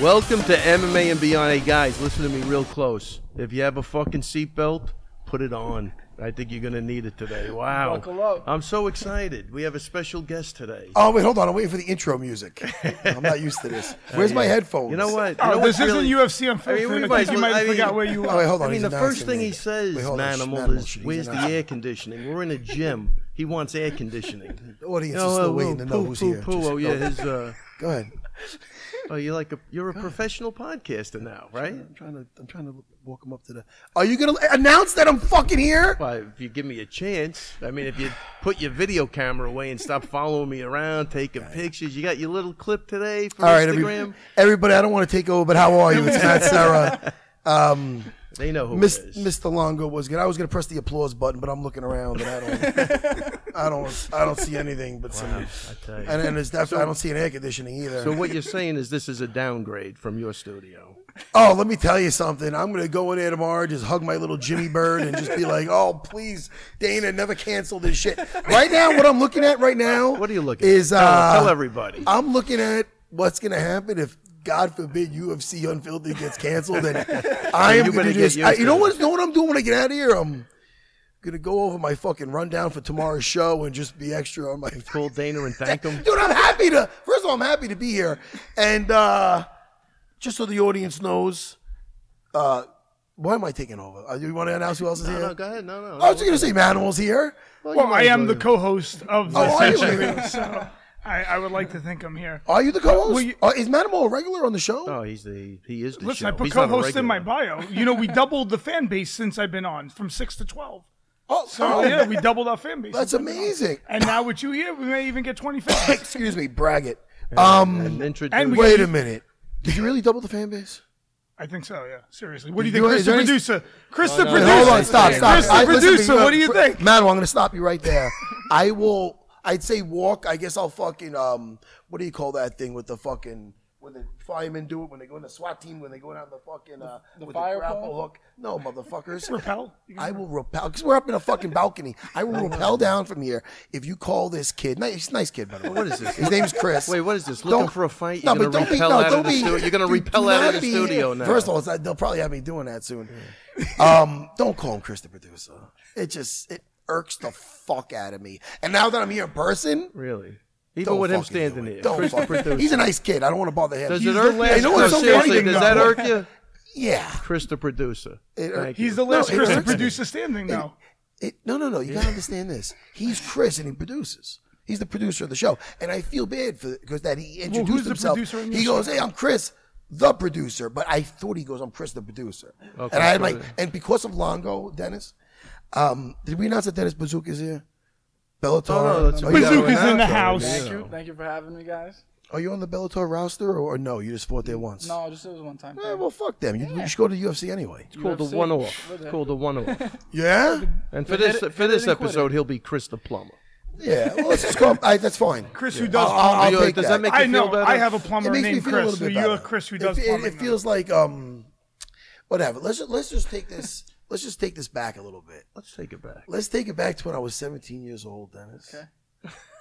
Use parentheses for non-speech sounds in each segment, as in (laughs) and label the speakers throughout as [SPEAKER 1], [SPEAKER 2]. [SPEAKER 1] Welcome to MMA and Beyond. Hey guys, listen to me real close. If you have a fucking seatbelt, put it on. I think you're gonna need it today. Wow.
[SPEAKER 2] Buckle up.
[SPEAKER 1] I'm so excited. We have a special guest today.
[SPEAKER 3] Oh wait, hold on. I'm waiting for the
[SPEAKER 1] (laughs)
[SPEAKER 3] intro music. I'm not used to this. Where's my headphones?
[SPEAKER 1] Uh, You know what? You
[SPEAKER 2] Oh,
[SPEAKER 1] know what's
[SPEAKER 2] this
[SPEAKER 1] really-
[SPEAKER 2] isn't UFC unfiltered. I,
[SPEAKER 1] we
[SPEAKER 2] think
[SPEAKER 1] might-
[SPEAKER 2] you might
[SPEAKER 1] I
[SPEAKER 2] have
[SPEAKER 1] mean-
[SPEAKER 2] forgot where you
[SPEAKER 3] Oh, wait,
[SPEAKER 2] were.
[SPEAKER 3] hold on.
[SPEAKER 1] I mean, the
[SPEAKER 3] he's
[SPEAKER 1] first
[SPEAKER 3] announcing
[SPEAKER 1] thing
[SPEAKER 3] me.
[SPEAKER 1] he says,
[SPEAKER 3] Wait, hold on,
[SPEAKER 1] Manimal,
[SPEAKER 3] Manimal
[SPEAKER 1] is
[SPEAKER 3] shit. He's
[SPEAKER 1] where's the
[SPEAKER 3] announcing.
[SPEAKER 1] air conditioning? We're in a gym. He wants air
[SPEAKER 3] (laughs)
[SPEAKER 1] conditioning.
[SPEAKER 3] The audience is still waiting to know
[SPEAKER 1] poo,
[SPEAKER 3] who's
[SPEAKER 1] poo,
[SPEAKER 3] here.
[SPEAKER 1] Poo,
[SPEAKER 3] Just-
[SPEAKER 1] oh yeah, his. Uh,
[SPEAKER 3] Go ahead.
[SPEAKER 1] oh, you're like a you're a professional podcaster now, right?
[SPEAKER 3] I'm trying to. I'm trying to walk him up to the. Are you gonna announce that I'm fucking here?
[SPEAKER 1] Well, if you give me a chance, I mean, if you put your video camera away and stop following me around, taking pictures, you got your little clip today for
[SPEAKER 3] All right,
[SPEAKER 1] Instagram.
[SPEAKER 3] every, everybody. I don't want to take over, but how are you?
[SPEAKER 1] (laughs)
[SPEAKER 3] It's Matt Sarah. Um,
[SPEAKER 1] they know who
[SPEAKER 3] Miss,
[SPEAKER 1] it is.
[SPEAKER 3] Mr. Longo was good. I was gonna press the applause button, but I'm looking around and I don't.
[SPEAKER 1] (laughs)
[SPEAKER 3] I don't. I don't see anything but some.
[SPEAKER 1] I tell you.
[SPEAKER 3] And, and it's definitely. I don't see an air conditioning either.
[SPEAKER 1] So what you're saying is this is a downgrade from your studio.
[SPEAKER 3] Oh, let me tell you something. I'm going to go in there tomorrow, just hug my little Jimmy Bird and just be like, oh, please, Dana, never cancel this shit. Right now, what I'm looking at right now.
[SPEAKER 1] What are you looking at?
[SPEAKER 3] Is,
[SPEAKER 1] Tell-
[SPEAKER 3] uh,
[SPEAKER 1] tell everybody.
[SPEAKER 3] I'm looking at what's going to happen if, God forbid, UFC Unfiltered gets
[SPEAKER 1] (laughs)
[SPEAKER 3] canceled. And I
[SPEAKER 1] you
[SPEAKER 3] am going
[SPEAKER 1] better
[SPEAKER 3] to
[SPEAKER 1] get
[SPEAKER 3] just. I,
[SPEAKER 1] used
[SPEAKER 3] you know
[SPEAKER 1] to
[SPEAKER 3] what, know what I'm doing when I get out of here? I'm going to go over my fucking rundown for tomorrow's show and just be extra on my.
[SPEAKER 1] Call Dana and thank
[SPEAKER 3] (laughs)
[SPEAKER 1] him.
[SPEAKER 3] Dude, I'm happy to. First of all, I'm happy to be here, and uh, just so the audience knows, uh, why am I taking over? Uh, you want to announce who else is
[SPEAKER 1] No,
[SPEAKER 3] here?
[SPEAKER 1] no, go ahead. No, no.
[SPEAKER 3] I was just gonna say Manimal's here.
[SPEAKER 1] Well, you
[SPEAKER 2] Well,
[SPEAKER 1] might
[SPEAKER 2] I
[SPEAKER 1] as
[SPEAKER 2] am
[SPEAKER 1] well
[SPEAKER 2] the
[SPEAKER 1] do-
[SPEAKER 2] co-host of
[SPEAKER 3] Oh,
[SPEAKER 2] this
[SPEAKER 3] are you? Oh,
[SPEAKER 2] session, so I, I would like to think I'm here.
[SPEAKER 3] Are you the co-host?
[SPEAKER 2] Well, you-
[SPEAKER 3] Uh, is Manimal a regular on the show?
[SPEAKER 1] Oh, he's the he is the
[SPEAKER 2] Listen,
[SPEAKER 1] show.
[SPEAKER 2] I put
[SPEAKER 1] He's not a
[SPEAKER 2] co-host in my
[SPEAKER 1] regular.
[SPEAKER 2] bio. You know, we doubled the fan base since I've been on, from six to twelve.
[SPEAKER 3] oh,
[SPEAKER 2] So
[SPEAKER 3] oh,
[SPEAKER 2] yeah, we doubled our fan base.
[SPEAKER 3] that's
[SPEAKER 2] since I've been on.
[SPEAKER 3] amazing.
[SPEAKER 2] And now with you here, we may even get twenty fans.
[SPEAKER 3] Excuse me, braggart. Um,
[SPEAKER 1] And introduce.
[SPEAKER 2] And we-
[SPEAKER 3] wait a minute. Did you really double the fan base?
[SPEAKER 2] I think so. Yeah, seriously. What do you
[SPEAKER 3] You
[SPEAKER 2] think,
[SPEAKER 3] want-
[SPEAKER 2] Chris
[SPEAKER 3] is
[SPEAKER 2] the
[SPEAKER 3] there any-
[SPEAKER 2] producer? Chris the
[SPEAKER 1] no,
[SPEAKER 2] producer.
[SPEAKER 3] Wait, Oh, hold on, stop, stop.
[SPEAKER 2] Chris the
[SPEAKER 3] I- listen,
[SPEAKER 2] producer.
[SPEAKER 3] you-
[SPEAKER 2] What do you think?
[SPEAKER 3] Manuel, I'm going to stop you right there. (laughs) I will. I'd say walk. I guess I'll fucking um. What do you call that thing with the fucking when the firemen do it when they go in the SWAT team when they go down the fucking uh with
[SPEAKER 4] fire
[SPEAKER 3] grapple
[SPEAKER 4] pole?
[SPEAKER 3] hook? No, motherfuckers.
[SPEAKER 2] Repel?
[SPEAKER 3] I will repel because we're up in a fucking balcony. I will repel down from here if you call this kid. Nice, he's a nice kid by the way.
[SPEAKER 1] What is this?
[SPEAKER 3] His name's Chris.
[SPEAKER 1] Wait, what is this? Looking for a fight? You're gonna
[SPEAKER 3] be-
[SPEAKER 1] repel out of
[SPEAKER 3] don't
[SPEAKER 1] the studio- you're gonna
[SPEAKER 3] do-
[SPEAKER 1] repel
[SPEAKER 3] do
[SPEAKER 1] out of
[SPEAKER 3] not
[SPEAKER 1] the
[SPEAKER 3] be-
[SPEAKER 1] studio now.
[SPEAKER 3] First of all, it's not- they'll probably have me doing that soon. Um, don't call him Chris the producer. It just it irks the fuck out of me. And now that I'm here in person,
[SPEAKER 1] Really? Even
[SPEAKER 3] don't
[SPEAKER 1] with him
[SPEAKER 3] fucking do
[SPEAKER 1] standing
[SPEAKER 3] it.
[SPEAKER 1] there.
[SPEAKER 3] Don't
[SPEAKER 1] Chris the
[SPEAKER 3] fuck-
[SPEAKER 1] producer.
[SPEAKER 3] He's a nice kid. I don't want to bother him.
[SPEAKER 1] Does
[SPEAKER 2] He's
[SPEAKER 1] it
[SPEAKER 2] the
[SPEAKER 1] irk
[SPEAKER 2] last
[SPEAKER 1] you?
[SPEAKER 3] You know what's so
[SPEAKER 1] No, seriously,
[SPEAKER 3] funny?
[SPEAKER 1] does that irk you?
[SPEAKER 3] yeah.
[SPEAKER 1] Chris the producer.
[SPEAKER 3] It irks-
[SPEAKER 1] Thank you.
[SPEAKER 2] He's the last
[SPEAKER 3] No, it
[SPEAKER 2] Chris the
[SPEAKER 3] irks me.
[SPEAKER 2] producer standing now.
[SPEAKER 3] It, no, no, no. You gotta understand this. He's Chris, and he produces. He's the producer of the show, and I feel bad for because that he introduced
[SPEAKER 2] who's the
[SPEAKER 3] himself.
[SPEAKER 2] producer in
[SPEAKER 3] he
[SPEAKER 2] this
[SPEAKER 3] goes, "Hey, I'm Chris, the producer," but I thought he goes, "I'm Chris, the producer."
[SPEAKER 1] Okay,
[SPEAKER 3] and I had
[SPEAKER 1] so-
[SPEAKER 3] my and because of Longo, Dennis, um, did we announce that Dennis Bazooka's here? Bellator.
[SPEAKER 1] no, that's-
[SPEAKER 3] are, you,
[SPEAKER 2] Bazooka's
[SPEAKER 1] yeah,
[SPEAKER 2] in the
[SPEAKER 1] yeah.
[SPEAKER 2] house.
[SPEAKER 1] Yeah.
[SPEAKER 4] Thank you. Thank you for having me, guys.
[SPEAKER 3] are you on the Bellator roster or, or no? You just fought there once.
[SPEAKER 4] No, just it was one time.
[SPEAKER 3] Eh,
[SPEAKER 4] thing.
[SPEAKER 3] well, fuck them. You, you should go to the UFC anyway.
[SPEAKER 1] It's called the
[SPEAKER 4] UFC.
[SPEAKER 1] one off.
[SPEAKER 4] What the-
[SPEAKER 1] Called the one off.
[SPEAKER 3] Yeah.
[SPEAKER 1] And for
[SPEAKER 4] Hit it-
[SPEAKER 1] this for
[SPEAKER 4] hit it
[SPEAKER 1] this
[SPEAKER 4] and quit
[SPEAKER 1] episode,
[SPEAKER 4] it.
[SPEAKER 1] he'll be Chris the plumber.
[SPEAKER 3] Yeah. Well, let's just go. I, that's fine.
[SPEAKER 2] Chris who does.
[SPEAKER 3] I'll- I'll- I'll
[SPEAKER 1] You-
[SPEAKER 3] take
[SPEAKER 1] does
[SPEAKER 3] that.
[SPEAKER 1] that make you
[SPEAKER 2] I
[SPEAKER 1] feel
[SPEAKER 2] know.
[SPEAKER 1] better?
[SPEAKER 2] I have a plumber
[SPEAKER 3] It makes me
[SPEAKER 2] named
[SPEAKER 3] feel a
[SPEAKER 2] Chris.
[SPEAKER 3] little
[SPEAKER 2] So
[SPEAKER 3] bit
[SPEAKER 2] you're
[SPEAKER 3] better.
[SPEAKER 2] Chris who
[SPEAKER 3] It-
[SPEAKER 2] does
[SPEAKER 3] it,
[SPEAKER 2] plumbing.
[SPEAKER 3] It, feels like um, whatever. Let's let's just take this. Let's just take this back a little bit.
[SPEAKER 1] Let's take it back.
[SPEAKER 3] Let's take it back to when I was 17 years old, Dennis. Okay.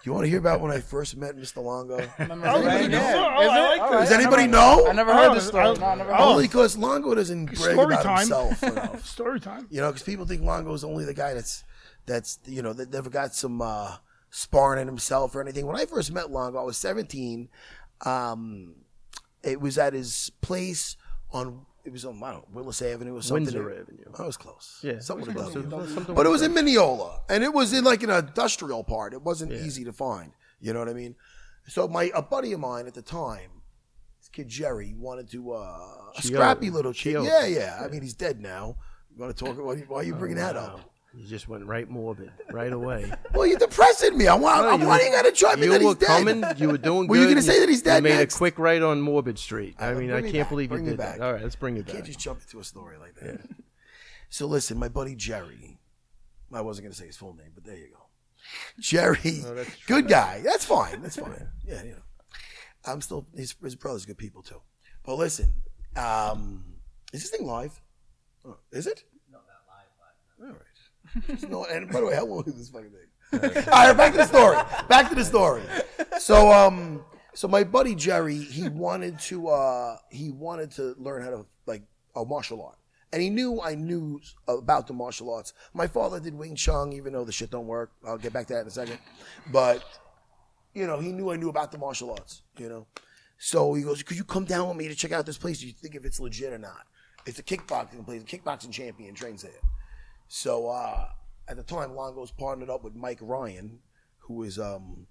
[SPEAKER 3] You want to hear about when I first met Mr. Longo?
[SPEAKER 4] Remember
[SPEAKER 2] Oh,
[SPEAKER 4] that?
[SPEAKER 2] is it?
[SPEAKER 4] Yeah.
[SPEAKER 2] Oh,
[SPEAKER 4] Is
[SPEAKER 2] I
[SPEAKER 4] it?
[SPEAKER 2] like
[SPEAKER 4] All
[SPEAKER 2] this.
[SPEAKER 4] right.
[SPEAKER 3] Does anybody
[SPEAKER 4] I never-
[SPEAKER 3] know?
[SPEAKER 4] I never
[SPEAKER 2] Oh,
[SPEAKER 4] heard this story.
[SPEAKER 2] I-
[SPEAKER 4] No, I never heard
[SPEAKER 2] oh.
[SPEAKER 3] Only because Longo doesn't brag
[SPEAKER 2] Story
[SPEAKER 3] about
[SPEAKER 2] time.
[SPEAKER 3] himself enough.
[SPEAKER 2] (laughs) Story time.
[SPEAKER 3] You know, because people think Longo is only the guy that's that's you know that never got some uh, sparring in himself or anything. When I first met Longo, I was 17. Um, it was at his place on it was on I don't know, Willis Avenue or something.
[SPEAKER 1] Windsor Avenue.
[SPEAKER 3] I was close.
[SPEAKER 1] Yeah.
[SPEAKER 3] something
[SPEAKER 1] Something
[SPEAKER 3] about
[SPEAKER 1] like that.
[SPEAKER 3] but it was in Mineola, and it was in like an industrial part. It wasn't easy to find. You know what I mean? So my a buddy of mine at the time, this kid Jerry, wanted to uh, a
[SPEAKER 1] Chioda.
[SPEAKER 3] scrappy little kid.
[SPEAKER 1] Chioda.
[SPEAKER 3] Yeah, yeah. I mean, he's dead now. You want to talk about? Why are you bringing
[SPEAKER 1] Oh,
[SPEAKER 3] that up?
[SPEAKER 1] You just went right morbid
[SPEAKER 3] (laughs)
[SPEAKER 1] right away.
[SPEAKER 3] Well, you're depressing me. I'm, I'm,
[SPEAKER 1] you
[SPEAKER 3] why
[SPEAKER 1] were-
[SPEAKER 3] do you got to try me
[SPEAKER 1] you
[SPEAKER 3] that
[SPEAKER 1] were
[SPEAKER 3] he's dead? (laughs)
[SPEAKER 1] coming. You were doing.
[SPEAKER 3] Were you
[SPEAKER 1] good,
[SPEAKER 3] gonna
[SPEAKER 1] and
[SPEAKER 3] say that he's dead
[SPEAKER 1] You made
[SPEAKER 3] next?
[SPEAKER 1] a quick right on Morbid Street. I
[SPEAKER 3] Uh,
[SPEAKER 1] mean,
[SPEAKER 3] bring
[SPEAKER 1] I
[SPEAKER 3] me
[SPEAKER 1] can't
[SPEAKER 3] back,
[SPEAKER 1] believe you
[SPEAKER 3] bring me
[SPEAKER 1] did that.
[SPEAKER 3] back.
[SPEAKER 1] All right, let's bring it
[SPEAKER 3] You
[SPEAKER 1] back.
[SPEAKER 3] can't just jump into a story like that. (laughs) So listen, my buddy Jerry, I wasn't going to say his full name, but there you go. Jerry, good guy. That's fine. That's fine. Yeah, you know. I'm still, his, his brother's good people too. But listen, um, is this thing live? Oh, is it? No, not live. All right. Just know- and by the way, how long is this fucking thing? All right, back to the story. Back to the story. So, um, So my buddy Jerry, he wanted to uh, he wanted to learn how to like a martial art, and he knew I knew about the martial arts. My father did Wing Chun, even though the shit don't work. I'll get back to that in a second, but you know he knew I knew about the martial arts. You know, so he goes, "Could you come down with me to check out this place? Do you think if it's legit or not? It's a kickboxing place. The kickboxing champion trains there." So uh, at the time, Longo's partnered up with Mike Ryan, who is um,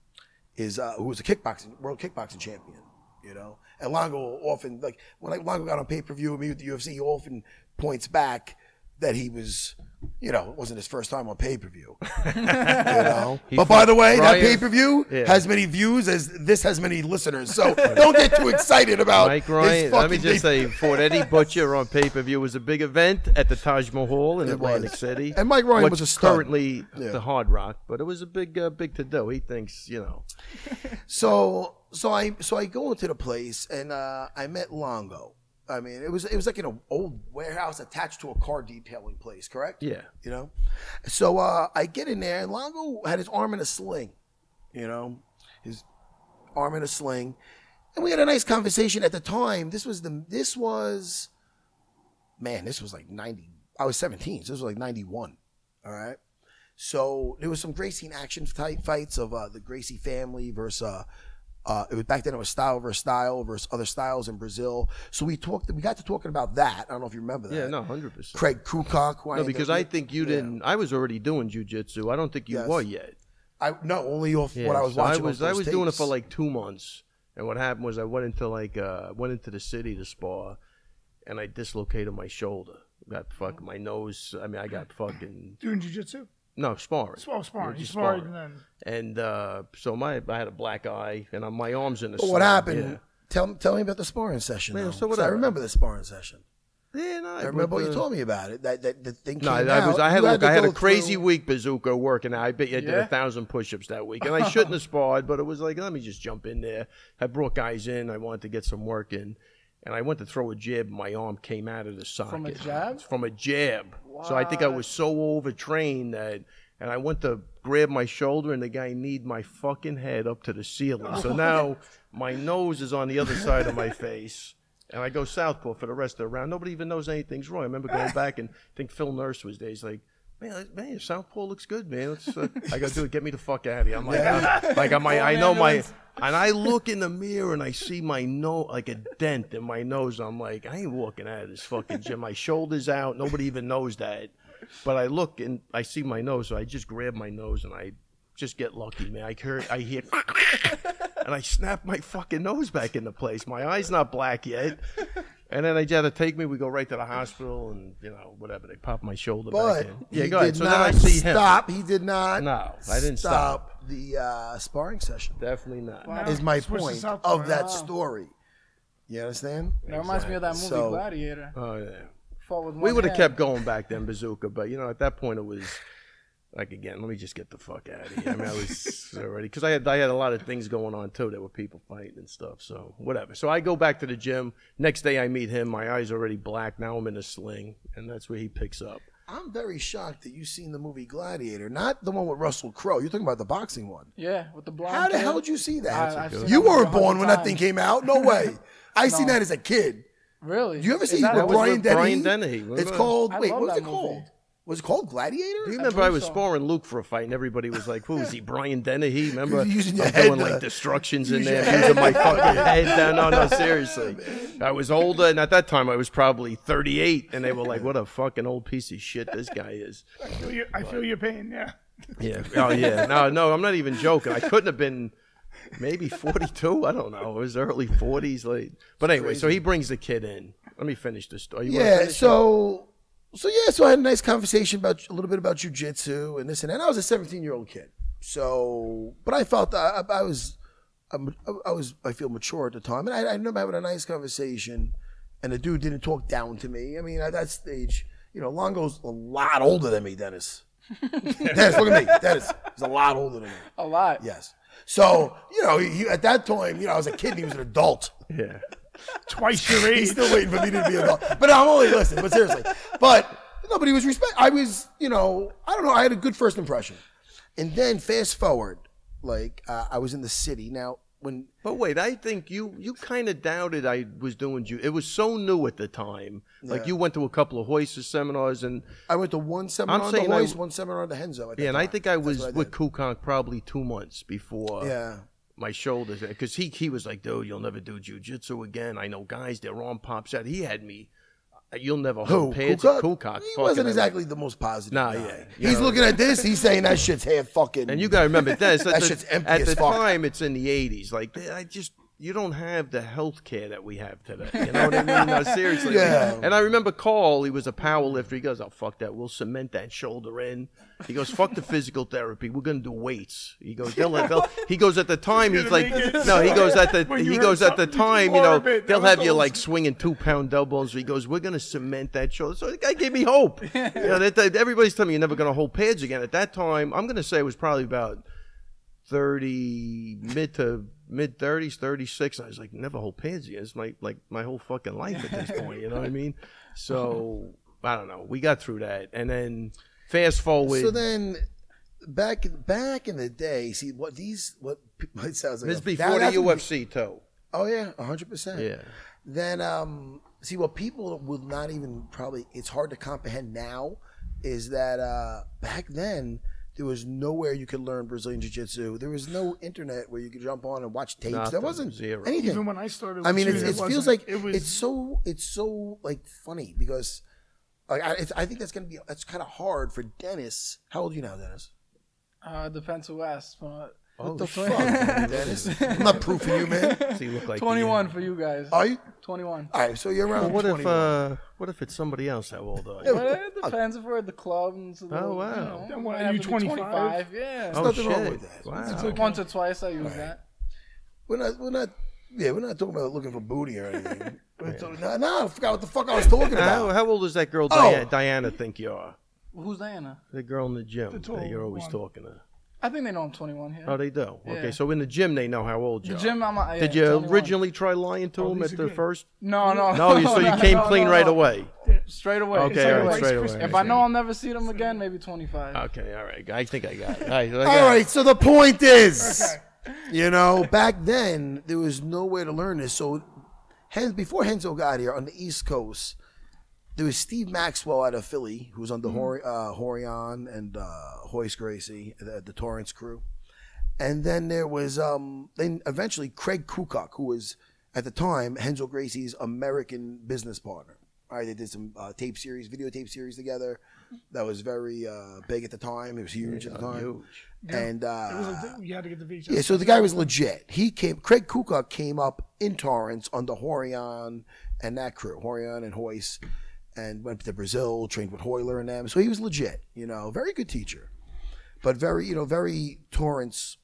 [SPEAKER 3] is uh, who was a kickboxing world kickboxing champion. You know, and Longo often like when like, Longo got on pay per view with me with the UFC, he often points back that he was, you know, it wasn't his first time on pay per view. (laughs) you (laughs) know, but by the way, that
[SPEAKER 1] Ryan-
[SPEAKER 3] pay per view
[SPEAKER 1] Yeah.
[SPEAKER 3] has many views as this has many listeners. So don't get too excited about
[SPEAKER 1] Mike
[SPEAKER 3] his
[SPEAKER 1] Ryan. Let me
[SPEAKER 3] fucking
[SPEAKER 1] just
[SPEAKER 3] debut.
[SPEAKER 1] say, Fort Eddie Butcher on pay per view was a big event at the Taj Mahal in
[SPEAKER 3] It
[SPEAKER 1] Atlantic
[SPEAKER 3] was.
[SPEAKER 1] City.
[SPEAKER 3] And Mike Ryan
[SPEAKER 1] which
[SPEAKER 3] was a stud.
[SPEAKER 1] currently
[SPEAKER 3] Yeah.
[SPEAKER 1] the Hard Rock, but it was a big, uh, big to do. He thinks, you know,
[SPEAKER 3] So so I so I go into the place and uh, I met Longo. I mean, it was it was like in an old warehouse attached to a car detailing place, correct?
[SPEAKER 1] yeah.
[SPEAKER 3] You know, so uh, I get in there and Longo had his arm in a sling. You know, his arm in a sling, and we had a nice conversation. At the time, this was the this was, man, this was like ninety. I was seventeen, so this was like ninety one. All right. So there was some Gracie action type fights of uh, the Gracie family versus. Uh, uh, it was back then. It was style versus style versus other styles in Brazil. So we talked. We got to talking about that. I don't know if you remember that.
[SPEAKER 1] Yeah, no, 100%.
[SPEAKER 3] Craig Kukoc. Who
[SPEAKER 1] No, because I think you
[SPEAKER 3] Yeah.
[SPEAKER 1] didn't. I was already doing jujitsu. I don't think you
[SPEAKER 3] Yes.
[SPEAKER 1] were yet.
[SPEAKER 3] I no only off
[SPEAKER 1] Yeah,
[SPEAKER 3] what I was
[SPEAKER 1] so
[SPEAKER 3] watching.
[SPEAKER 1] I was
[SPEAKER 3] off
[SPEAKER 1] I
[SPEAKER 3] those
[SPEAKER 1] was doing it
[SPEAKER 3] tapes.
[SPEAKER 1] for like two months, and what happened was I went into like uh went into the city to spar, and I dislocated my shoulder. Got fucking my nose. I mean, I got fucking
[SPEAKER 2] Doing jujitsu.
[SPEAKER 1] no sparring.
[SPEAKER 2] Well, sparring. You
[SPEAKER 1] just
[SPEAKER 2] sparred
[SPEAKER 1] sparring.
[SPEAKER 2] and then.
[SPEAKER 1] And uh, so my I had a black eye, and uh, my arms in the.
[SPEAKER 3] But what happened? Tell tell me about the sparring session.
[SPEAKER 1] Man,
[SPEAKER 3] though,
[SPEAKER 1] so what
[SPEAKER 3] 'cause I
[SPEAKER 1] I-
[SPEAKER 3] remember the sparring session.
[SPEAKER 1] Yeah, yeah no,
[SPEAKER 3] I remember what you told me about it. That that the thing.
[SPEAKER 1] No,
[SPEAKER 3] came
[SPEAKER 1] I was.
[SPEAKER 3] out.
[SPEAKER 1] I had
[SPEAKER 3] You
[SPEAKER 1] look.
[SPEAKER 3] to
[SPEAKER 1] I had
[SPEAKER 3] go
[SPEAKER 1] a crazy (laughs)
[SPEAKER 3] through-
[SPEAKER 1] week bazooka working. I bet you I did
[SPEAKER 4] Yeah?
[SPEAKER 1] a thousand push-ups that week,
[SPEAKER 3] (laughs)
[SPEAKER 1] and I shouldn't have sparred, but it was like let me just jump in there. I brought guys in. I wanted to get some work in, and I went to throw a jab. My arm came out of the socket
[SPEAKER 4] a jab?
[SPEAKER 1] From a jab. So I think I was so overtrained that, and I went to grab my shoulder, and the guy kneed my fucking head up to the ceiling. So now my nose is on the other side of
[SPEAKER 4] (laughs)
[SPEAKER 1] my face. And I go southpaw for the rest of the round. Nobody even knows anything's wrong. I remember going back and I think Phil Nurse was there. He's like, "Man, that- man, your southpaw looks good, man." Let's, uh, I go, "Dude, get me the fuck out of here." I'm like, I'm, (laughs) like I'm, I, I know my, and I look in the mirror and I see my nose like a dent in my nose. I'm like, I ain't walking out of this fucking gym. My shoulders out. Nobody even knows that. But I look and I see my nose, so I just grab my nose and I just get lucky, man. I hear, I hear, (laughs) and I snap my fucking nose back into place. My eye's not black yet. And then they had to take me. We go right to the hospital, and you know whatever. They pop my shoulder
[SPEAKER 3] But
[SPEAKER 1] back in.
[SPEAKER 3] he
[SPEAKER 1] Yeah, go ahead.
[SPEAKER 3] did
[SPEAKER 1] So
[SPEAKER 3] not
[SPEAKER 1] then I see him.
[SPEAKER 3] stop. He did not.
[SPEAKER 1] No, I didn't stop.
[SPEAKER 3] the uh, sparring session.
[SPEAKER 1] Definitely not.
[SPEAKER 3] Is my
[SPEAKER 2] Switch to
[SPEAKER 3] point
[SPEAKER 2] South
[SPEAKER 3] of
[SPEAKER 2] Korea.
[SPEAKER 3] that story. You understand?
[SPEAKER 4] That reminds me of that movie
[SPEAKER 3] So-
[SPEAKER 4] Gladiator.
[SPEAKER 1] Oh yeah.
[SPEAKER 4] Fought with
[SPEAKER 1] We
[SPEAKER 4] one
[SPEAKER 1] would have
[SPEAKER 4] hand.
[SPEAKER 1] kept going back then, Bazooka. But you know, at that point, it was like again, let me just get the fuck out of here. I mean, I was (laughs) already because I had I had a lot of things going on too. There were people fighting and stuff. So whatever. So I go back to the gym. Next day, I meet him. My eyes already black. Now I'm in a sling, and that's where he picks up.
[SPEAKER 3] I'm very shocked that you've seen the movie Gladiator, not the one with Russell Crowe. You're talking about the boxing one.
[SPEAKER 4] Yeah, with the blonde.
[SPEAKER 3] How the
[SPEAKER 4] kid.
[SPEAKER 3] hell did you see that?
[SPEAKER 4] I- I've seen
[SPEAKER 3] you
[SPEAKER 4] that movie
[SPEAKER 3] weren't
[SPEAKER 4] a
[SPEAKER 3] born when that
[SPEAKER 4] hundred
[SPEAKER 3] thing came out. No
[SPEAKER 4] (laughs)
[SPEAKER 3] way. I seen that as a kid.
[SPEAKER 4] Really?
[SPEAKER 3] Do you ever
[SPEAKER 4] Is
[SPEAKER 3] see
[SPEAKER 4] that
[SPEAKER 3] with
[SPEAKER 4] a-
[SPEAKER 1] was
[SPEAKER 3] Brian
[SPEAKER 1] with
[SPEAKER 3] Dennehy?
[SPEAKER 1] Brian Dennehy. Remember?
[SPEAKER 3] It's called.
[SPEAKER 4] I
[SPEAKER 3] wait,
[SPEAKER 4] love
[SPEAKER 3] what was
[SPEAKER 4] that
[SPEAKER 3] it
[SPEAKER 4] movie.
[SPEAKER 3] called? Was it called Gladiator?
[SPEAKER 1] Do you remember I, was
[SPEAKER 4] so.
[SPEAKER 1] sparring Luke for a fight, and everybody was like, "Who is he? Brian Dennehy?" Remember,
[SPEAKER 3] You're using your
[SPEAKER 1] I'm
[SPEAKER 3] head uh,
[SPEAKER 1] doing
[SPEAKER 3] to-
[SPEAKER 1] like destructions in there, using my
[SPEAKER 3] (laughs)
[SPEAKER 1] fucking head. down. No,
[SPEAKER 3] Oh,
[SPEAKER 1] no, seriously. I was older, and at that time I was probably 38, and they were like, "What a fucking old piece of shit this guy is."
[SPEAKER 2] I feel your, I feel your pain.
[SPEAKER 3] (laughs)
[SPEAKER 2] Yeah.
[SPEAKER 1] Yeah. Oh yeah. No, no, I'm not even joking. I couldn't have been maybe 42. I don't know. It was early 40s, late. But anyway, so he brings the kid in. Let me finish the story. You wanna
[SPEAKER 3] Yeah.
[SPEAKER 1] finish it?
[SPEAKER 3] So, so yeah. So I had a nice conversation about a little bit about jujitsu and this and that. And I was a 17 year old kid. So, but I felt I, I I was, I'm- I was, I feel mature at the time, and I, I remember having a nice conversation. And the dude didn't talk down to me. I mean, at that stage, you know, Longo's a lot older than me, Dennis. Dennis, look at me. Dennis is a lot older than me.
[SPEAKER 4] A lot.
[SPEAKER 3] Yes. So, you know, he, at that time, you know, I was a kid and he was an adult.
[SPEAKER 1] yeah.
[SPEAKER 2] Twice your age.
[SPEAKER 3] He's still waiting for me to be an adult. But I'm only listening, but seriously. But nobody was respect. I was, you know, I don't know. I had a good first impression. And then fast forward, like, uh, I was in the city. Now, when
[SPEAKER 1] But wait, I think you you kind of doubted I was doing Jew. It was so new at the time. Like
[SPEAKER 3] Yeah.
[SPEAKER 1] you went to a couple of Hoysis seminars, and
[SPEAKER 3] I went to one seminar on the
[SPEAKER 1] saying I-
[SPEAKER 3] Hoist, one seminar on the Henzo. At that
[SPEAKER 1] yeah, and I
[SPEAKER 3] time.
[SPEAKER 1] think I
[SPEAKER 3] That's
[SPEAKER 1] was
[SPEAKER 3] what
[SPEAKER 1] with
[SPEAKER 3] did.
[SPEAKER 1] Kukonk probably two months before
[SPEAKER 3] yeah.
[SPEAKER 1] my shoulders because he he was like, dude, you'll never do jujitsu again. I know guys, their arm pops out. He had me. uh, You'll never
[SPEAKER 3] Who?
[SPEAKER 1] hold pads
[SPEAKER 3] Kukoc?
[SPEAKER 1] at Kukonk.
[SPEAKER 3] He
[SPEAKER 1] Fucking-
[SPEAKER 3] wasn't exactly the most positive.
[SPEAKER 1] Nah,
[SPEAKER 3] guy.
[SPEAKER 1] yeah. You
[SPEAKER 3] He's
[SPEAKER 1] know-
[SPEAKER 3] looking at this. He's saying that shit's half fucking.
[SPEAKER 1] And you got to remember this.
[SPEAKER 3] (laughs) That shit's empty
[SPEAKER 1] At
[SPEAKER 3] as
[SPEAKER 1] the
[SPEAKER 3] fuck.
[SPEAKER 1] time, it's in the '80s. Like I just, you don't have the health care that we have today. You know what I mean? No, seriously.
[SPEAKER 3] Yeah.
[SPEAKER 1] And I remember Carl. He was a power lifter. He goes, "Oh fuck that. We'll cement that shoulder in." He goes, "Fuck the physical therapy. We're gonna do weights." He goes, "They'll have." They'll, he goes at the time. He's
[SPEAKER 2] gonna
[SPEAKER 1] like,
[SPEAKER 2] make it
[SPEAKER 1] "No." He goes at the.
[SPEAKER 2] when you
[SPEAKER 1] He
[SPEAKER 2] heard
[SPEAKER 1] goes at the
[SPEAKER 2] something
[SPEAKER 1] time. You know,
[SPEAKER 2] morbid, that
[SPEAKER 1] they'll
[SPEAKER 2] was
[SPEAKER 1] have you
[SPEAKER 2] old
[SPEAKER 1] like swinging two pound elbows. He goes, "We're gonna cement that shoulder." So the guy gave me
[SPEAKER 2] (laughs)
[SPEAKER 1] hope. You know, that, that- everybody's telling me you're never gonna hold pads again. At that time, I'm gonna say it was probably about thirty, mid to mid thirties, thirty six. I was like, never hold pads again. It's my like my whole fucking life at
[SPEAKER 2] (laughs)
[SPEAKER 1] this point. You know what I mean? So I don't know. We got through that, and then fast forward.
[SPEAKER 3] So then, back back in the day, see what these what (laughs) it sounds like.
[SPEAKER 1] this is
[SPEAKER 3] a-
[SPEAKER 1] before
[SPEAKER 3] that-
[SPEAKER 1] the UFC too.
[SPEAKER 3] Oh yeah, hundred percent.
[SPEAKER 1] Yeah.
[SPEAKER 3] Then um, see what people would not even probably. It's hard to comprehend now. Is that uh, back then there was nowhere you could learn Brazilian Jiu Jitsu. There was no internet where you could jump on and watch tapes. There
[SPEAKER 1] Nothing.
[SPEAKER 3] wasn't
[SPEAKER 1] Zero.
[SPEAKER 3] anything.
[SPEAKER 2] Even when I started,
[SPEAKER 3] I mean,
[SPEAKER 2] with
[SPEAKER 3] it's,
[SPEAKER 2] you,
[SPEAKER 3] it feels
[SPEAKER 2] wasn't-
[SPEAKER 3] like
[SPEAKER 2] it was.
[SPEAKER 3] it's so it's so like funny because like I, it's, I think that's gonna be that's kind of hard for Dennis. How old are you now, Dennis?
[SPEAKER 4] Uh, depends who asks.
[SPEAKER 1] (laughs)
[SPEAKER 4] but-
[SPEAKER 1] Oh,
[SPEAKER 3] The fuck,
[SPEAKER 1] shit.
[SPEAKER 3] (laughs) Dennis? I'm not proofing you, man.
[SPEAKER 4] (laughs)
[SPEAKER 1] So you look like uh, the-
[SPEAKER 4] 21 for you guys.
[SPEAKER 3] Are you?
[SPEAKER 4] 21.
[SPEAKER 1] (laughs)
[SPEAKER 3] All right, so you're around.
[SPEAKER 1] Well, what if
[SPEAKER 3] 21.
[SPEAKER 1] uh, what if it's somebody else? How old are you?
[SPEAKER 4] But it depends if we're at the club. And it's a little,
[SPEAKER 1] Oh, wow.
[SPEAKER 4] You know,
[SPEAKER 2] Then what,
[SPEAKER 4] might
[SPEAKER 2] are
[SPEAKER 4] have
[SPEAKER 2] you
[SPEAKER 4] to be
[SPEAKER 2] 25?
[SPEAKER 4] Yeah.
[SPEAKER 1] oh
[SPEAKER 3] nothing
[SPEAKER 1] shit!
[SPEAKER 3] wrong with that.
[SPEAKER 1] Wow.
[SPEAKER 4] Once or twice I use that.
[SPEAKER 3] We're not. We're not. Yeah, we're not talking about looking for booty or anything. We're talking- No, no, I forgot what the fuck I was talking
[SPEAKER 1] How,
[SPEAKER 3] about.
[SPEAKER 1] how old does that girl
[SPEAKER 3] Oh.
[SPEAKER 1] Diana, Diana think you are?
[SPEAKER 4] Who's Diana?
[SPEAKER 1] The girl in the gym that
[SPEAKER 2] tall
[SPEAKER 1] you're always
[SPEAKER 2] one.
[SPEAKER 1] talking to.
[SPEAKER 4] I think they know I'm 21 here.
[SPEAKER 1] Oh, they do.
[SPEAKER 4] Yeah.
[SPEAKER 1] Okay, so in the gym they know how old you
[SPEAKER 4] the
[SPEAKER 1] are.
[SPEAKER 4] gym, I'm a, yeah,
[SPEAKER 1] Did you
[SPEAKER 4] 21.
[SPEAKER 1] originally try lying to him at
[SPEAKER 2] these are
[SPEAKER 1] the
[SPEAKER 2] good.
[SPEAKER 1] first?
[SPEAKER 4] No, (laughs) no.
[SPEAKER 1] No, you, so you came
[SPEAKER 4] no,
[SPEAKER 1] clean
[SPEAKER 4] no,
[SPEAKER 1] right
[SPEAKER 4] no.
[SPEAKER 1] away.
[SPEAKER 4] Straight away.
[SPEAKER 1] Okay,
[SPEAKER 4] Straight
[SPEAKER 1] all right,
[SPEAKER 4] away.
[SPEAKER 1] straight
[SPEAKER 2] Rice
[SPEAKER 1] away. Uh,
[SPEAKER 4] If I know I'll never see them again, maybe 25.
[SPEAKER 1] Okay, all right. I think I got it. All right, I got
[SPEAKER 3] All right, so the point is,
[SPEAKER 2] Okay.
[SPEAKER 3] you know, back then there was nowhere to learn this. So, Hen- before Henzo got here on the East Coast, there was Steve Maxwell out of Philly, who was on the Hor- uh, Horion and uh, Hoist Gracie, the, the Torrance crew, and then there was um, then eventually Craig Kukoc, who was at the time Henzo Gracie's American business partner. All right, they did some uh, tape series, videotape series together. That was very uh, big at the time. It was huge at the time.
[SPEAKER 1] Huge.
[SPEAKER 3] And uh,
[SPEAKER 2] It was like, you had to get the VHS.
[SPEAKER 3] yeah, so the guy was legit. He came. Craig Kuka came up in Torrance on the Horion and that crew, Horion and Hoist, and went to Brazil, trained with Hoyler and them. So he was legit. You know, very good teacher, but very you know very Torrance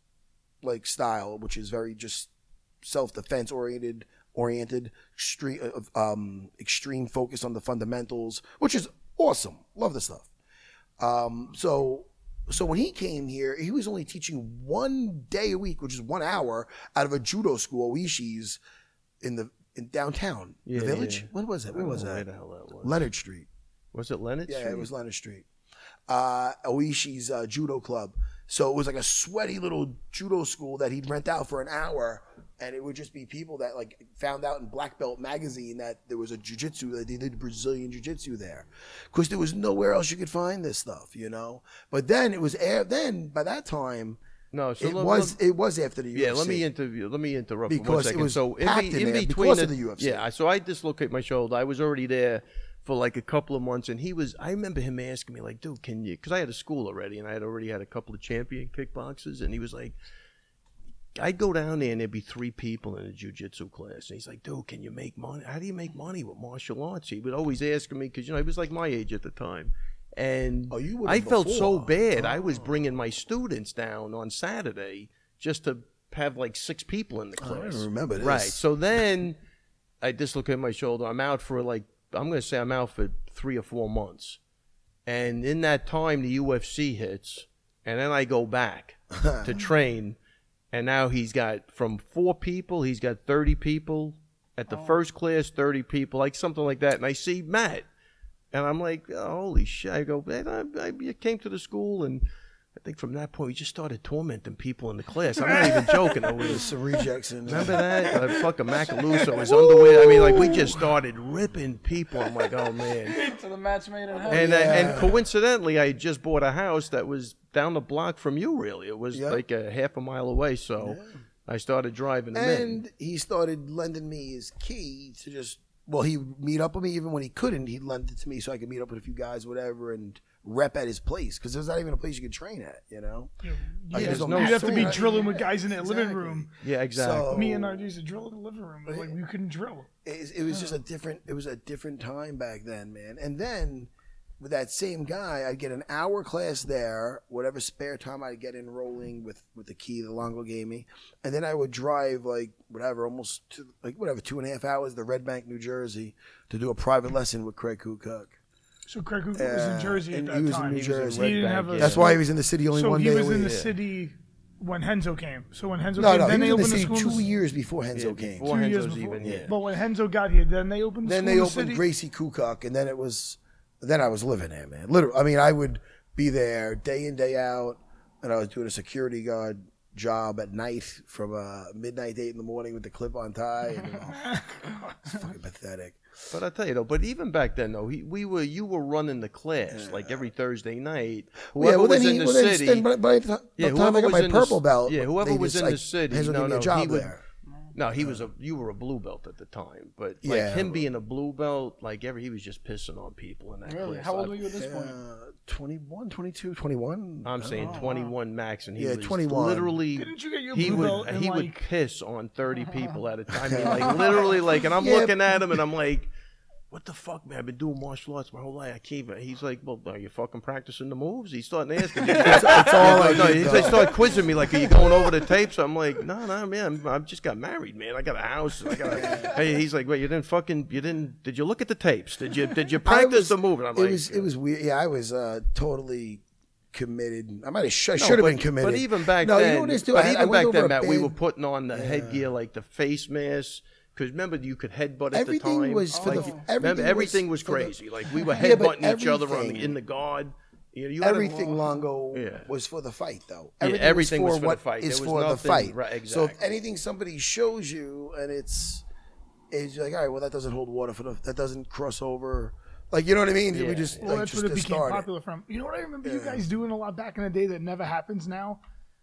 [SPEAKER 3] like style, which is very just self defense oriented, oriented, extreme, uh, um, extreme focus on the fundamentals, which is awesome. Love the stuff. Um, so so when he came here, he was only teaching one day a week, which is one hour out of a judo school, Oishi's, in the in downtown,
[SPEAKER 1] Yeah,
[SPEAKER 3] the village.
[SPEAKER 1] yeah.
[SPEAKER 3] When was that? Where was
[SPEAKER 1] Where
[SPEAKER 3] that?
[SPEAKER 1] the hell that was.
[SPEAKER 3] Leonard Street.
[SPEAKER 1] Was it Leonard?
[SPEAKER 3] Yeah,
[SPEAKER 1] Street?
[SPEAKER 3] it was Leonard Street. Uh, Oishi's uh, judo club. So it was like a sweaty little judo school that he'd rent out for an hour, and it would just be people that like found out in Black Belt magazine that there was a jujitsu that they did Brazilian jujitsu there, because there was nowhere else you could find this stuff, you know. But then it was air. Then by that time,
[SPEAKER 1] No, so
[SPEAKER 3] it
[SPEAKER 1] let-
[SPEAKER 3] was
[SPEAKER 1] let-
[SPEAKER 3] it was after the UFC.
[SPEAKER 1] yeah, let me interview. Let me interrupt for one
[SPEAKER 3] Because it
[SPEAKER 1] second.
[SPEAKER 3] was
[SPEAKER 1] so in,
[SPEAKER 3] packed
[SPEAKER 1] the,
[SPEAKER 3] in
[SPEAKER 1] in
[SPEAKER 3] there
[SPEAKER 1] between
[SPEAKER 3] because of the UFC.
[SPEAKER 1] yeah, so I dislocate my shoulder. I was already there for like a couple of months, and he was. I remember him asking me like, "Dude, can you?" Because I had a school already, and I had already had a couple of champion kickboxers, and he was like. I'd go down there and there'd be three people in a jujitsu class. And he's like, dude, can you make money? How do you make money with martial arts? He would always ask me, because, you know, he was like my age at the time. And
[SPEAKER 3] Oh, you were
[SPEAKER 1] I felt so
[SPEAKER 3] before. Oh.
[SPEAKER 1] bad. I was bringing my students down on Saturday just to have like six people in the
[SPEAKER 3] Oh, I
[SPEAKER 1] class.
[SPEAKER 3] don't remember this.
[SPEAKER 1] Right. So then I dislocate my shoulder. I'm out for like I'm going to say I'm out for three or four months, and in that time the UFC hits, and then I go back to train, and now he's got from four people, he's got thirty people at the first class, thirty people, like something like that, and I see Matt. And I'm like, holy shit! I go, man, I, I, you came to the school, and think from that point, we just started tormenting people in the class. I'm not even joking. It was,
[SPEAKER 3] Some
[SPEAKER 1] (laughs)
[SPEAKER 3] rejects and
[SPEAKER 1] remember that? Uh, fucking Macaluso, his underwear. I mean, like, we just started ripping people. I'm like, oh, man.
[SPEAKER 4] to the match made in heaven.
[SPEAKER 1] And, uh, and coincidentally, I had just bought a house that was down the block from you, really. It was
[SPEAKER 3] Yeah.
[SPEAKER 1] like a half a mile away. So I started driving them in.
[SPEAKER 3] And he started lending me his key to just well, he would meet up with me even when he couldn't. He'd lend it to me so I could meet up with a few guys, whatever, and rep at his place because there's not even a place you could train at, you know.
[SPEAKER 2] Yeah,
[SPEAKER 1] there's
[SPEAKER 2] you'd
[SPEAKER 1] no
[SPEAKER 2] have to be
[SPEAKER 1] sword.
[SPEAKER 2] drilling with guys in that living
[SPEAKER 3] Exactly.
[SPEAKER 2] room.
[SPEAKER 1] Yeah, exactly.
[SPEAKER 3] So-
[SPEAKER 2] Me and I used to drill in the living room. Like we couldn't drill.
[SPEAKER 3] It, it was just a different. It was a different time back then, man. And then with that same guy, I'd get an hour class there, whatever spare time I'd get in rolling with with the key the Longo gave me, and then I would drive like whatever, almost to, like whatever two and a half hours to Red Bank, New Jersey, to do a private lesson with Craig Kukoc.
[SPEAKER 2] So Craig Hoover was in
[SPEAKER 3] Yeah,
[SPEAKER 2] Jersey at
[SPEAKER 3] and
[SPEAKER 2] that
[SPEAKER 3] he was in New
[SPEAKER 2] time. He was in
[SPEAKER 3] Jersey.
[SPEAKER 2] He didn't have
[SPEAKER 1] Red
[SPEAKER 2] a,
[SPEAKER 1] Bank,
[SPEAKER 3] That's why he was in the city only
[SPEAKER 2] so
[SPEAKER 3] one
[SPEAKER 2] he
[SPEAKER 3] day. a
[SPEAKER 2] was in
[SPEAKER 3] week.
[SPEAKER 2] the city when Henzo came. So when Henzo
[SPEAKER 3] No,
[SPEAKER 2] came,
[SPEAKER 3] no,
[SPEAKER 2] then
[SPEAKER 3] he
[SPEAKER 2] they
[SPEAKER 3] was
[SPEAKER 2] opened
[SPEAKER 3] in the
[SPEAKER 2] the
[SPEAKER 3] city
[SPEAKER 2] school. in
[SPEAKER 3] two
[SPEAKER 2] the-
[SPEAKER 3] years before Henzo
[SPEAKER 1] Yeah,
[SPEAKER 3] came.
[SPEAKER 1] before
[SPEAKER 2] two
[SPEAKER 1] Henzo's
[SPEAKER 2] years before.
[SPEAKER 1] even, yeah.
[SPEAKER 2] But when Henzo got here, then they opened. The
[SPEAKER 3] then
[SPEAKER 2] school
[SPEAKER 3] they
[SPEAKER 2] in the
[SPEAKER 3] opened
[SPEAKER 2] city.
[SPEAKER 3] Gracie Kukoc, and then it was, then I was living there, man. Literally, I mean, I would be there day in day out, and I was doing a security guard job at night from uh, midnight to eight in the morning with the clip on tie.
[SPEAKER 1] (laughs)
[SPEAKER 3] And, oh, it's fucking pathetic.
[SPEAKER 1] But I tell you though, but even back then though, he, we were you were running the class like every Thursday night. Whoever
[SPEAKER 3] yeah, well, then
[SPEAKER 1] was
[SPEAKER 3] he,
[SPEAKER 1] in the
[SPEAKER 3] well, then-
[SPEAKER 1] city,
[SPEAKER 3] then by, by the ti-
[SPEAKER 1] Yeah,
[SPEAKER 3] the time
[SPEAKER 1] whoever
[SPEAKER 3] I got
[SPEAKER 1] was
[SPEAKER 3] my
[SPEAKER 1] in the s-
[SPEAKER 3] purple belt,
[SPEAKER 1] yeah, whoever
[SPEAKER 3] they
[SPEAKER 1] was
[SPEAKER 3] just,
[SPEAKER 1] in the
[SPEAKER 3] like,
[SPEAKER 1] city,
[SPEAKER 3] Henzo
[SPEAKER 1] no,
[SPEAKER 3] gave me a
[SPEAKER 1] no,
[SPEAKER 3] job
[SPEAKER 1] he would-
[SPEAKER 3] there.
[SPEAKER 1] no, he was a you were a blue belt at the time. But like
[SPEAKER 3] Yeah.
[SPEAKER 1] him being a blue belt, like every he was just pissing on people in that
[SPEAKER 4] really?
[SPEAKER 1] class.
[SPEAKER 4] How old
[SPEAKER 1] I-
[SPEAKER 4] were you at this point?
[SPEAKER 3] Uh, 21, 22, 21.
[SPEAKER 1] I'm saying 21 max, and he
[SPEAKER 3] Yeah,
[SPEAKER 1] was
[SPEAKER 3] 21.
[SPEAKER 1] literally.
[SPEAKER 2] Oh, Didn't you get your
[SPEAKER 1] He
[SPEAKER 2] blue
[SPEAKER 1] would
[SPEAKER 2] belt in
[SPEAKER 1] he would
[SPEAKER 2] like?
[SPEAKER 1] piss on 30
[SPEAKER 2] (laughs)
[SPEAKER 1] people at a time. I mean, like literally, like, and I'm
[SPEAKER 3] Yeah.
[SPEAKER 1] looking at him, and I'm like. What the fuck, man? I've been doing martial arts my whole life. I can't even. He's like, well, are you fucking practicing the moves? He's starting to ask.
[SPEAKER 3] (laughs)
[SPEAKER 1] "Did you
[SPEAKER 3] That's, that's all I
[SPEAKER 1] Oh, no,
[SPEAKER 3] did,
[SPEAKER 1] he
[SPEAKER 3] though.
[SPEAKER 1] they started quizzing me like, "Are you going over the tapes?" I'm like, "No, no, man, I'm, I've just got married, man. I got a house. I got a, hey, he's like, "Wait, you didn't fucking, you didn't? Did you look at the tapes? Did you did you
[SPEAKER 3] I
[SPEAKER 1] practice
[SPEAKER 3] was-
[SPEAKER 1] the move?" And I'm
[SPEAKER 3] it
[SPEAKER 1] like,
[SPEAKER 3] was it was weird. Yeah, I was uh, totally committed. I might have sh- I
[SPEAKER 1] No,
[SPEAKER 3] should have
[SPEAKER 1] but-
[SPEAKER 3] been committed.
[SPEAKER 1] But even back
[SPEAKER 3] no,
[SPEAKER 1] then,
[SPEAKER 3] you know what it is, too?
[SPEAKER 1] but
[SPEAKER 3] I- I
[SPEAKER 1] even
[SPEAKER 3] went
[SPEAKER 1] back
[SPEAKER 3] over
[SPEAKER 1] then,
[SPEAKER 3] a
[SPEAKER 1] Matt, we
[SPEAKER 3] bed.
[SPEAKER 1] were putting on the headgear like the face mask. Because remember, you could headbutt at
[SPEAKER 3] Everything
[SPEAKER 1] the time.
[SPEAKER 3] was for
[SPEAKER 1] like,
[SPEAKER 3] the-
[SPEAKER 1] remember, everything
[SPEAKER 3] everything was
[SPEAKER 1] was,
[SPEAKER 3] for the-
[SPEAKER 1] crazy. like we were
[SPEAKER 3] (laughs) Yeah, but
[SPEAKER 1] headbutting each other on the,
[SPEAKER 3] everything-
[SPEAKER 1] in the guard. You know, you had a-
[SPEAKER 3] everything Longo
[SPEAKER 1] Yeah.
[SPEAKER 3] was for the fight, though.
[SPEAKER 1] Yeah,
[SPEAKER 3] was
[SPEAKER 1] everything was for the
[SPEAKER 3] what
[SPEAKER 1] fight.
[SPEAKER 3] is
[SPEAKER 1] There was
[SPEAKER 3] for
[SPEAKER 1] nothing-
[SPEAKER 3] the fight.
[SPEAKER 1] right,
[SPEAKER 3] So if
[SPEAKER 1] exactly.
[SPEAKER 3] anything somebody shows you and it's it's like all right, well that doesn't hold water for the that doesn't cross over. Like you know what I mean?
[SPEAKER 1] Yeah.
[SPEAKER 3] We just
[SPEAKER 2] Well,
[SPEAKER 3] like,
[SPEAKER 2] that's
[SPEAKER 3] just
[SPEAKER 2] what it became
[SPEAKER 3] discard it.
[SPEAKER 2] popular from. You know what I remember you guys doing a lot back in the day that never happens now?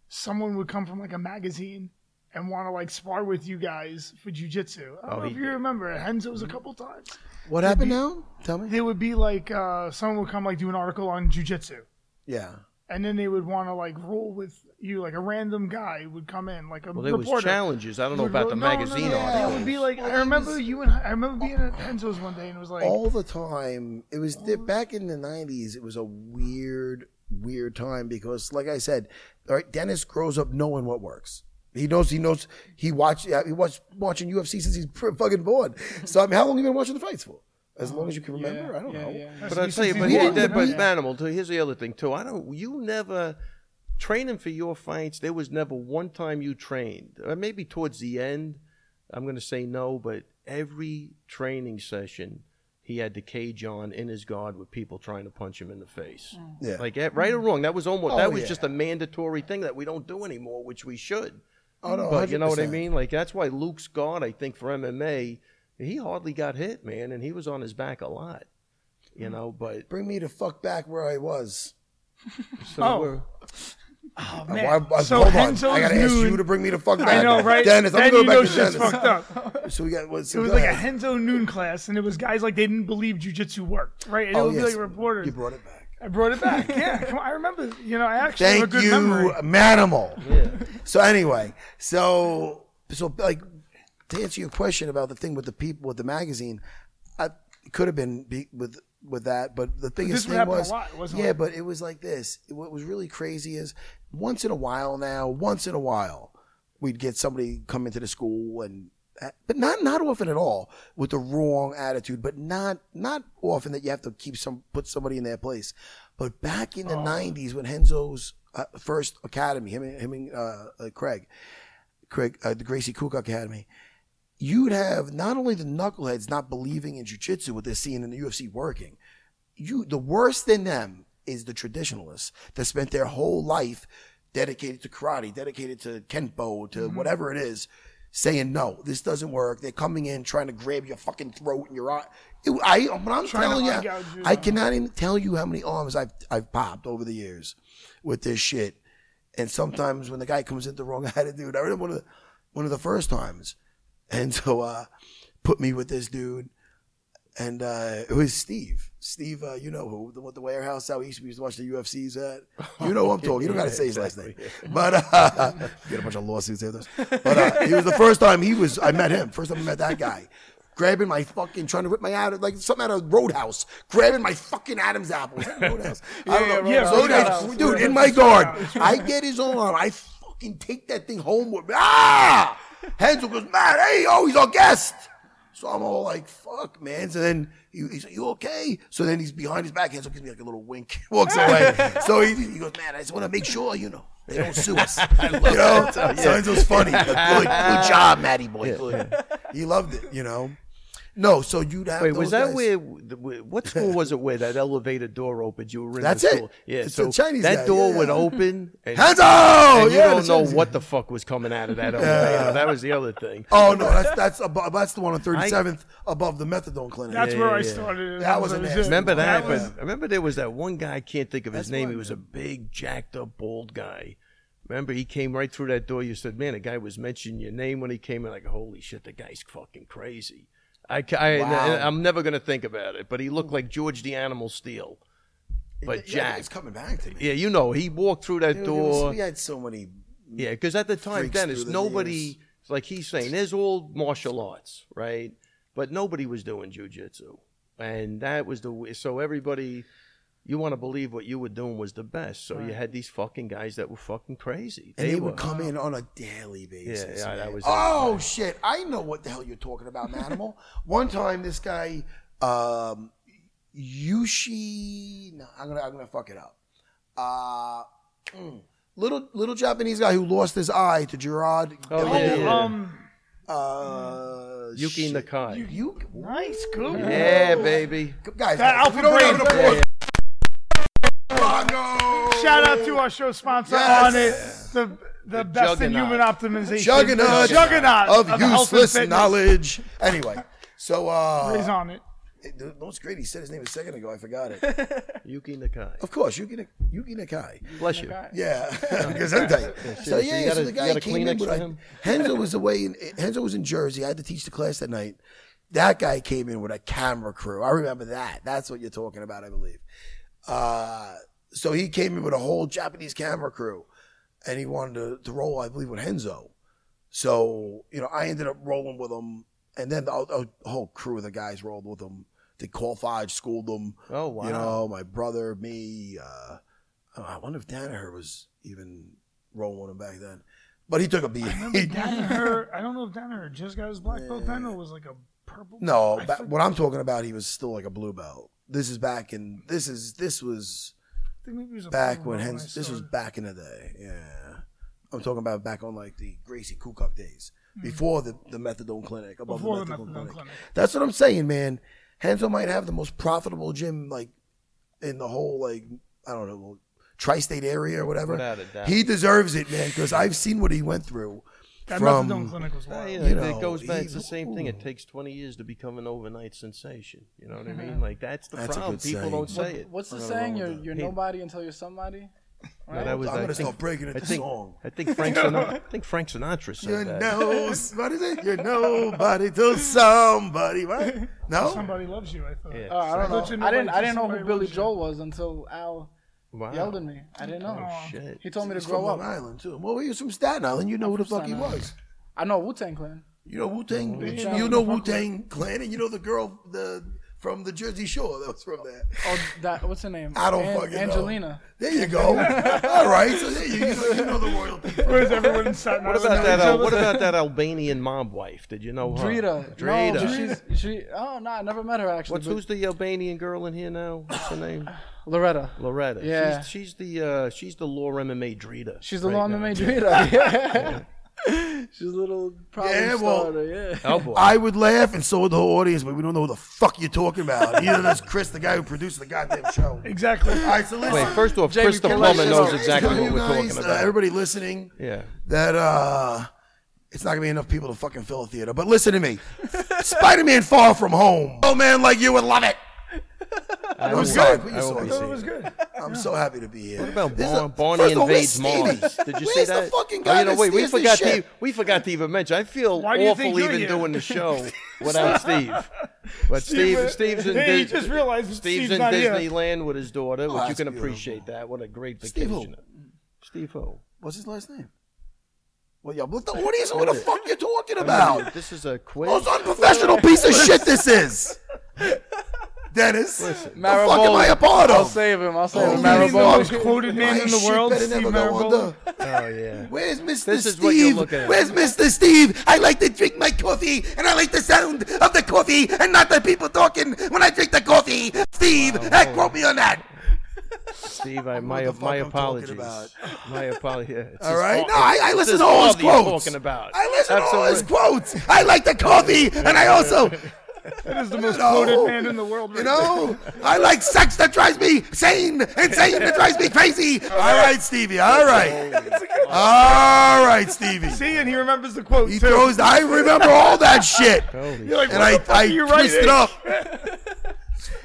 [SPEAKER 2] Someone would come from like a magazine and want to like spar with you guys for jujitsu. I don't
[SPEAKER 1] Oh,
[SPEAKER 2] know
[SPEAKER 1] he
[SPEAKER 2] if you
[SPEAKER 1] did. Mm-hmm.
[SPEAKER 2] remember at Henzo's a couple times.
[SPEAKER 3] What happened now? Tell me.
[SPEAKER 2] There would be like uh, someone would come like do an article on jujitsu.
[SPEAKER 3] Yeah.
[SPEAKER 2] And then they would want to like roll with you, like a random guy would come in, like a
[SPEAKER 1] Well, there was
[SPEAKER 2] reporter.
[SPEAKER 1] challenges. I don't know
[SPEAKER 2] would
[SPEAKER 1] about
[SPEAKER 2] roll-
[SPEAKER 1] the
[SPEAKER 2] no, no, no,
[SPEAKER 1] magazine
[SPEAKER 2] no, no,
[SPEAKER 1] article.
[SPEAKER 2] It would be like I remember you and I remember being at Henzo's one day and it was like
[SPEAKER 3] all the time. It was di- back in the '90s. It was a weird, weird time because, like I said, all right, Dennis grows up knowing what works. He knows. He knows. He watched. yeah, He watched watching UFC since he's pr- fucking born. So I mean, how long have you been watching the fights for? As long as you can remember. I don't
[SPEAKER 4] yeah,
[SPEAKER 3] know.
[SPEAKER 4] yeah.
[SPEAKER 1] But I
[SPEAKER 2] He
[SPEAKER 1] tell you,
[SPEAKER 2] says
[SPEAKER 1] but
[SPEAKER 2] he's
[SPEAKER 1] he
[SPEAKER 2] wrong,
[SPEAKER 1] did,
[SPEAKER 2] you
[SPEAKER 1] but
[SPEAKER 2] know?
[SPEAKER 1] Manimal, too, here's the other thing too. I don't, you never training for your fights. There was never one time you trained, or maybe towards the end. I'm going to say no, but every training session, he had the cage on in his guard with people trying to punch him in the face.
[SPEAKER 3] Yeah.
[SPEAKER 1] Like eh, right or wrong, that was almost
[SPEAKER 3] Oh,
[SPEAKER 1] that was
[SPEAKER 3] yeah.
[SPEAKER 1] just a mandatory thing that we don't do anymore, which we should.
[SPEAKER 3] Oh, no,
[SPEAKER 1] but you know what I
[SPEAKER 3] 100%.
[SPEAKER 1] mean? Like that's why Luke's guard, I think for MMA, he hardly got hit, man, and he was on his back a lot. You know, but
[SPEAKER 3] Bring me the fuck back where I was.
[SPEAKER 1] so
[SPEAKER 2] Oh.
[SPEAKER 1] we're,
[SPEAKER 2] oh,
[SPEAKER 3] Why-
[SPEAKER 2] man.
[SPEAKER 3] why-
[SPEAKER 2] so
[SPEAKER 3] hold on.
[SPEAKER 2] Henzo's
[SPEAKER 3] I gotta ask
[SPEAKER 2] noon-
[SPEAKER 3] you to bring me the fuck back.
[SPEAKER 2] I know, right?
[SPEAKER 3] Dennis, I'm
[SPEAKER 2] then
[SPEAKER 3] gonna
[SPEAKER 2] you
[SPEAKER 3] go back
[SPEAKER 2] know
[SPEAKER 3] to
[SPEAKER 2] shit's
[SPEAKER 3] Dennis.
[SPEAKER 2] fucked up.
[SPEAKER 3] So we got. What's
[SPEAKER 2] It was like a Henzo noon class, and it was guys like they didn't believe jujitsu worked, right? And it would be like
[SPEAKER 3] Oh,
[SPEAKER 2] reporters.
[SPEAKER 3] You brought it back.
[SPEAKER 2] I brought
[SPEAKER 3] (laughs)
[SPEAKER 2] it back. yeah, come on, I remember. You know, I actually have a
[SPEAKER 3] Thank
[SPEAKER 2] good
[SPEAKER 3] you,
[SPEAKER 2] memory.
[SPEAKER 3] Manimal.
[SPEAKER 1] yeah.
[SPEAKER 3] So anyway, so so like to answer your question about the thing with the people with the magazine, I it could have been be, with with that, but the biggest
[SPEAKER 2] would
[SPEAKER 3] thing
[SPEAKER 2] happen a
[SPEAKER 3] was
[SPEAKER 2] lot, wasn't
[SPEAKER 3] yeah,
[SPEAKER 2] it?
[SPEAKER 3] but it was like this. What was really crazy is once in a while now, once in a while, we'd get somebody come into the school and uh, but not not often at all with the wrong attitude, but not not often that you have to keep some put somebody in their place. But back in the
[SPEAKER 2] Oh.
[SPEAKER 3] '90s when Henzo's uh, first academy, him and, him and uh, uh, Craig, Craig, uh, the Gracie Cook Academy, you'd have not only the knuckleheads not believing in jujitsu, what they're seeing in the UFC working, you the worse than them is the traditionalists that spent their whole life dedicated to karate, dedicated to kenpo, to
[SPEAKER 2] Mm-hmm.
[SPEAKER 3] whatever it is, saying no, this doesn't work. They're coming in trying to grab your fucking throat and your eye. It- I, when I'm
[SPEAKER 2] Trying to
[SPEAKER 3] telling
[SPEAKER 2] eye
[SPEAKER 3] you,
[SPEAKER 2] gouge you.
[SPEAKER 3] I cannot even tell you how many arms I've I've popped over the years with this shit. And sometimes when the guy comes in the wrong (laughs) attitude, I remember one of the one of the first times, and so uh, put me with this dude and uh, it was Steve. Steve, uh, you know who the, the warehouse out east we used to watch the UFCs at.
[SPEAKER 4] (laughs)
[SPEAKER 3] You know who I'm talking. You don't got to say his last name, but uh, (laughs) get a bunch of lawsuits there. But uh, he was the first time he was. I met him. First time I met that guy, grabbing my fucking, trying to rip my out like something out of Roadhouse, grabbing my fucking Adam's apple. Is that Roadhouse.
[SPEAKER 4] (laughs)
[SPEAKER 3] I don't know.
[SPEAKER 4] yeah,
[SPEAKER 3] So he
[SPEAKER 4] Roadhouse.
[SPEAKER 3] goes, dude, in my guard, I get his arm. I fucking take that thing home with me. Ah, Hansel goes mad. Hey, oh, he's our guest. So I'm all like, fuck, man. So then he, he's like, you okay? So then he's behind his back, Hansel gives me like a little wink, (laughs) walks away. so he, he goes, man, I just want to make sure, you know, they don't sue (laughs) us. you know? So Hansel's funny. Like, good, good job, Matty boy. Good. He loved it, you know? No, so you'd have
[SPEAKER 1] Wait,
[SPEAKER 3] those
[SPEAKER 1] was that
[SPEAKER 3] guys.
[SPEAKER 1] where? the- where- What school was it where that elevator door opened? You were in
[SPEAKER 3] That's
[SPEAKER 1] the
[SPEAKER 3] it.
[SPEAKER 1] school. Yeah,
[SPEAKER 3] It's
[SPEAKER 1] so
[SPEAKER 3] a Chinese
[SPEAKER 1] that
[SPEAKER 3] guy,
[SPEAKER 1] door
[SPEAKER 3] yeah,
[SPEAKER 1] would
[SPEAKER 3] yeah.
[SPEAKER 1] open, and,
[SPEAKER 3] Hansel!
[SPEAKER 1] and you
[SPEAKER 3] Yeah,
[SPEAKER 1] don't
[SPEAKER 3] the
[SPEAKER 1] know
[SPEAKER 3] Chinese-
[SPEAKER 1] what the fuck was coming out of that elevator. That was the other thing.
[SPEAKER 3] Oh, no, that's, that's, above, that's the one on 37th above the methadone clinic.
[SPEAKER 2] That's where I
[SPEAKER 1] yeah.
[SPEAKER 2] started.
[SPEAKER 3] That was an
[SPEAKER 2] it.
[SPEAKER 3] ass.
[SPEAKER 1] Remember that?
[SPEAKER 2] was-
[SPEAKER 1] but I remember there was that one guy. I can't think of his name. He was a big, jacked up, bald guy. Remember, he came right through that door. You said, "Man, the guy was mentioning your name when he came in." Like, holy shit, the guy's fucking crazy. I, ca- I,
[SPEAKER 3] Wow.
[SPEAKER 1] I am never gonna think about it. But he looked like George the Animal Steel, but
[SPEAKER 3] Yeah,
[SPEAKER 1] Jack.
[SPEAKER 3] It's coming back to me.
[SPEAKER 1] Yeah, you know, he walked through that
[SPEAKER 3] Dude, it was-
[SPEAKER 1] door.
[SPEAKER 3] We had so many.
[SPEAKER 1] Yeah, because at the time,
[SPEAKER 3] freaks
[SPEAKER 1] Dennis,
[SPEAKER 3] through the
[SPEAKER 1] nobody
[SPEAKER 3] years.
[SPEAKER 1] like he's saying there's all martial arts, right? But nobody was doing jujitsu, and that was the way- so everybody. You want to believe what you were doing was the best, so you had these fucking guys that were fucking crazy.
[SPEAKER 3] And
[SPEAKER 1] they
[SPEAKER 3] they
[SPEAKER 1] were
[SPEAKER 3] would come in on a daily basis.
[SPEAKER 1] Yeah, yeah, that
[SPEAKER 3] man.
[SPEAKER 1] was-
[SPEAKER 3] Oh shit! I know what the hell you're talking about, Manimal. (laughs) One time, this guy, um, Yushi. No, I'm gonna I'm gonna fuck it up. Uh, mm, little little Japanese guy who lost his eye to Gerard.
[SPEAKER 1] Oh,
[SPEAKER 2] Oh,
[SPEAKER 1] Yeah, yeah.
[SPEAKER 2] um,
[SPEAKER 3] Uh,
[SPEAKER 1] Yuki
[SPEAKER 3] shit.
[SPEAKER 1] Nakai.
[SPEAKER 3] Yuki.
[SPEAKER 2] nice, good.
[SPEAKER 1] yeah, baby.
[SPEAKER 3] Guys,
[SPEAKER 2] That
[SPEAKER 3] if
[SPEAKER 2] Alpha
[SPEAKER 3] we don't have
[SPEAKER 2] Brain.
[SPEAKER 3] an applause- Bongo!
[SPEAKER 2] Shout out to our show sponsor
[SPEAKER 3] Yes.
[SPEAKER 2] on it, the the, best in
[SPEAKER 1] juggernaut.
[SPEAKER 2] human optimization,
[SPEAKER 3] Juggernaut,
[SPEAKER 2] The juggernaut
[SPEAKER 3] of,
[SPEAKER 2] health and
[SPEAKER 3] useless
[SPEAKER 2] fitness.
[SPEAKER 3] knowledge. Anyway, so uh,
[SPEAKER 2] He's on it.
[SPEAKER 3] It- th- That's great. He said his name a second ago. I forgot it.
[SPEAKER 1] Yuki Nakai.
[SPEAKER 3] of course, Yuki, Na- Yuki Nakai.
[SPEAKER 1] Bless you.
[SPEAKER 3] Yeah, (laughs) Gesundheit. so
[SPEAKER 1] seriously,
[SPEAKER 3] yeah,
[SPEAKER 1] you
[SPEAKER 3] yeah,
[SPEAKER 1] gotta-
[SPEAKER 3] so the
[SPEAKER 1] you
[SPEAKER 3] guy
[SPEAKER 1] gotta
[SPEAKER 3] came
[SPEAKER 1] Kleenex
[SPEAKER 3] in. But
[SPEAKER 1] for
[SPEAKER 3] I,
[SPEAKER 1] him? (laughs)
[SPEAKER 3] Henzo was away. In, Henzo was in Jersey. I had to teach the class that night. That guy came in with a camera crew. I remember that. That's what you're talking about, I believe. Uh, so he came in with a whole Japanese camera crew, and he wanted to, to roll, I believe, with Henzo. So you know, I ended up rolling with him, and then the, the whole crew of the guys rolled with him. They qualified, schooled them.
[SPEAKER 1] Oh wow.
[SPEAKER 3] You know, my brother, me. Uh, oh, I wonder if Danaher was even rolling with him back then. But he took a beat. (laughs)
[SPEAKER 2] Danaher, I don't know if Danaher just got his black belt then or was like a purple.
[SPEAKER 3] no,
[SPEAKER 2] I
[SPEAKER 3] ba-
[SPEAKER 2] forget-
[SPEAKER 3] what I'm talking about, he was still like a blue belt. This is back in. This is this was
[SPEAKER 2] I think maybe it was a
[SPEAKER 3] back
[SPEAKER 2] purple
[SPEAKER 3] when
[SPEAKER 2] belt
[SPEAKER 3] Hens.
[SPEAKER 2] I
[SPEAKER 3] This was
[SPEAKER 2] saw it.
[SPEAKER 3] back in the day. Yeah, I'm talking about back on like the Gracie Kukoc days before the the methadone clinic. Above
[SPEAKER 2] before
[SPEAKER 3] the methadone, clinic.
[SPEAKER 2] clinic.
[SPEAKER 3] That's what I'm saying, man. Hanzo might have the most profitable gym like in the whole like I don't know tri-state area or whatever.
[SPEAKER 1] Without a doubt.
[SPEAKER 3] He deserves it, man, because I've seen what he went through.
[SPEAKER 2] That
[SPEAKER 3] From-
[SPEAKER 2] methadone clinic was wild.
[SPEAKER 1] Yeah,
[SPEAKER 3] You
[SPEAKER 1] it
[SPEAKER 3] know,
[SPEAKER 1] goes back.
[SPEAKER 3] he-
[SPEAKER 1] It's the same thing. It takes 20 years to become an overnight sensation. You know what I mean? Like that's the
[SPEAKER 3] That's a
[SPEAKER 1] problem.
[SPEAKER 3] good
[SPEAKER 1] People
[SPEAKER 3] saying.
[SPEAKER 1] don't say
[SPEAKER 4] What-
[SPEAKER 1] it.
[SPEAKER 4] What's the
[SPEAKER 3] I don't
[SPEAKER 4] saying?
[SPEAKER 3] know
[SPEAKER 4] You're
[SPEAKER 3] that.
[SPEAKER 4] you're
[SPEAKER 1] Hey.
[SPEAKER 4] nobody until you're somebody.
[SPEAKER 1] No, that was
[SPEAKER 3] I'm
[SPEAKER 1] I
[SPEAKER 3] gonna
[SPEAKER 1] think-
[SPEAKER 3] start breaking into
[SPEAKER 1] I think,
[SPEAKER 3] song.
[SPEAKER 1] I think Frank Sinatra. I think Frank Sinatra said
[SPEAKER 3] You're
[SPEAKER 1] that. (laughs)
[SPEAKER 3] no, what is it? You're nobody till somebody, right? No,
[SPEAKER 2] Somebody loves you. I thought.
[SPEAKER 1] Yeah.
[SPEAKER 4] Uh, I don't
[SPEAKER 2] Such a
[SPEAKER 4] know. I didn't. I didn't know
[SPEAKER 2] nobody
[SPEAKER 4] who
[SPEAKER 2] to
[SPEAKER 4] Billy
[SPEAKER 2] somebody
[SPEAKER 4] Joel was until Al
[SPEAKER 1] Wow.
[SPEAKER 4] yelled at me. I didn't know.
[SPEAKER 2] Oh,
[SPEAKER 1] shit.
[SPEAKER 4] He told me to
[SPEAKER 3] he's from
[SPEAKER 4] grow
[SPEAKER 3] Long
[SPEAKER 4] up.
[SPEAKER 3] Island too. Well, he was from Staten Island. You know who the fuck he
[SPEAKER 4] Staten Island.
[SPEAKER 3] was.
[SPEAKER 4] I know Wu Tang Clan.
[SPEAKER 3] You know Wu Tang.
[SPEAKER 2] yeah.
[SPEAKER 3] You know Wu Tang Clan, and you know the girl the from the Jersey Shore that was from there.
[SPEAKER 4] Oh, that what's her name?
[SPEAKER 3] I don't fucking know.
[SPEAKER 4] Angelina.
[SPEAKER 3] There you go. All right. So there you, you, know, you know the royalty.
[SPEAKER 2] Where's everyone
[SPEAKER 1] (laughs)
[SPEAKER 2] in Staten
[SPEAKER 1] What
[SPEAKER 2] Island?
[SPEAKER 1] about that?
[SPEAKER 2] Knows
[SPEAKER 1] Uh,
[SPEAKER 2] each
[SPEAKER 1] what
[SPEAKER 2] other.
[SPEAKER 1] about that Albanian mob wife? Did you know her?
[SPEAKER 4] Drita. No, but
[SPEAKER 1] Drita.
[SPEAKER 4] she's she. Oh no, I never met her actually.
[SPEAKER 1] What's
[SPEAKER 4] but
[SPEAKER 1] who's the Albanian girl in here now? What's her name?
[SPEAKER 4] Loretta?
[SPEAKER 1] Loretta.
[SPEAKER 4] Yeah.
[SPEAKER 1] She's, she's the uh, she's the law MMA Drita.
[SPEAKER 4] She's the
[SPEAKER 1] right
[SPEAKER 4] law
[SPEAKER 1] (laughs) now.
[SPEAKER 4] MMA Drita. Yeah. She's a little problem
[SPEAKER 3] Yeah, well-
[SPEAKER 4] starter.
[SPEAKER 5] (laughs)
[SPEAKER 4] Yeah.
[SPEAKER 1] Oh boy.
[SPEAKER 3] I would laugh, and so would the whole audience, but we don't know who the fuck you're talking about. Either that's Chris, the guy who produced the goddamn show.
[SPEAKER 2] Exactly.
[SPEAKER 3] All right, so listen.
[SPEAKER 1] Wait, first off,
[SPEAKER 4] Jamie,
[SPEAKER 1] Chris the
[SPEAKER 4] can
[SPEAKER 3] Let's
[SPEAKER 1] plumber
[SPEAKER 3] just
[SPEAKER 1] knows
[SPEAKER 3] (laughs) tell
[SPEAKER 1] exactly
[SPEAKER 3] you
[SPEAKER 1] what we're
[SPEAKER 3] guys,
[SPEAKER 1] talking
[SPEAKER 3] uh,
[SPEAKER 1] about.
[SPEAKER 3] everybody listening,
[SPEAKER 1] Yeah.
[SPEAKER 3] that uh, it's not gonna be enough people to fucking fill a theater. But listen to me, Spider-Man: Far From Home. Oh man, like you would love it.
[SPEAKER 1] I
[SPEAKER 3] I'm
[SPEAKER 1] will-
[SPEAKER 3] sorry, put
[SPEAKER 1] I
[SPEAKER 3] your
[SPEAKER 1] will
[SPEAKER 3] sword
[SPEAKER 1] be
[SPEAKER 3] down.
[SPEAKER 1] seeing
[SPEAKER 2] was good.
[SPEAKER 3] I'm so happy to be here. What
[SPEAKER 1] about Bar- Barney invades Mars. Did you
[SPEAKER 3] Where's
[SPEAKER 1] see
[SPEAKER 3] the
[SPEAKER 1] that?
[SPEAKER 3] fucking
[SPEAKER 1] oh,
[SPEAKER 3] guy
[SPEAKER 1] you know,
[SPEAKER 3] that
[SPEAKER 1] wait, we
[SPEAKER 3] steers this
[SPEAKER 1] forgot to
[SPEAKER 3] ship?
[SPEAKER 1] e- we forgot to even mention. I feel
[SPEAKER 2] Why do you think
[SPEAKER 1] awful
[SPEAKER 2] you're
[SPEAKER 1] even
[SPEAKER 2] here?
[SPEAKER 1] doing the
[SPEAKER 2] (laughs)
[SPEAKER 1] show without Steve. But Steve, Steve's
[SPEAKER 5] (laughs)
[SPEAKER 1] in,
[SPEAKER 2] Hey, you
[SPEAKER 1] Dis-
[SPEAKER 2] just realized that
[SPEAKER 1] Steve's
[SPEAKER 2] Steve's
[SPEAKER 1] in
[SPEAKER 2] not here.
[SPEAKER 1] Disneyland with his daughter, which you
[SPEAKER 3] Oh, that's
[SPEAKER 1] can
[SPEAKER 3] beautiful.
[SPEAKER 1] appreciate that. What a great
[SPEAKER 3] Steve who?
[SPEAKER 1] vacation. Steve who?
[SPEAKER 3] What's his last name? Well, yo, let the audience know what the fuck
[SPEAKER 1] (laughs)
[SPEAKER 3] you're talking about.
[SPEAKER 1] This is a quiz.
[SPEAKER 3] Most unprofessional piece of shit this is. Dennis, the
[SPEAKER 4] Maraboli.
[SPEAKER 3] fuck am I a part
[SPEAKER 4] I'll
[SPEAKER 3] of?
[SPEAKER 4] save him. I'll save
[SPEAKER 3] Oh,
[SPEAKER 4] him.
[SPEAKER 3] you mean
[SPEAKER 2] the most
[SPEAKER 4] Maraboli.
[SPEAKER 2] quoted man
[SPEAKER 3] My
[SPEAKER 2] in the
[SPEAKER 3] shit
[SPEAKER 2] world,
[SPEAKER 3] better
[SPEAKER 2] Steve
[SPEAKER 3] never go
[SPEAKER 2] Maraboli.
[SPEAKER 3] under.
[SPEAKER 1] Oh yeah.
[SPEAKER 3] Where's Mr.
[SPEAKER 1] This is
[SPEAKER 3] Steve?
[SPEAKER 1] what you're looking at.
[SPEAKER 3] Where's Mr. Steve? I like to drink my coffee, and I like the sound of the coffee, and not the people talking when I drink the coffee. Steve, eh, quote me on that.
[SPEAKER 1] Steve, I, my
[SPEAKER 3] the fuck
[SPEAKER 1] my
[SPEAKER 3] I'm talking
[SPEAKER 1] apologies.
[SPEAKER 3] about.
[SPEAKER 1] My apologies. It's
[SPEAKER 3] All
[SPEAKER 1] his
[SPEAKER 3] right,
[SPEAKER 1] fault.
[SPEAKER 3] no, I, I
[SPEAKER 1] It's
[SPEAKER 3] listen
[SPEAKER 1] his
[SPEAKER 3] to all his
[SPEAKER 1] fault you're
[SPEAKER 3] quotes.
[SPEAKER 1] Talking about.
[SPEAKER 3] I listen to all his
[SPEAKER 1] Absolutely.
[SPEAKER 3] quotes. I like the coffee, and I also,
[SPEAKER 2] (laughs) That is the most
[SPEAKER 3] No.
[SPEAKER 2] quoted man in the world.
[SPEAKER 3] you
[SPEAKER 2] right
[SPEAKER 3] know, I like sex that drives me sane, and sane that drives me crazy. All right, Stevie. All right, all right, Stevie.
[SPEAKER 2] now. See, and he remembers the quote
[SPEAKER 3] He
[SPEAKER 2] too.
[SPEAKER 3] throws. I remember all that shit.
[SPEAKER 1] Holy
[SPEAKER 2] You're like,
[SPEAKER 3] and
[SPEAKER 2] what
[SPEAKER 3] I,
[SPEAKER 2] the fuck
[SPEAKER 3] I
[SPEAKER 2] are you
[SPEAKER 3] twist
[SPEAKER 2] writing?
[SPEAKER 3] it up.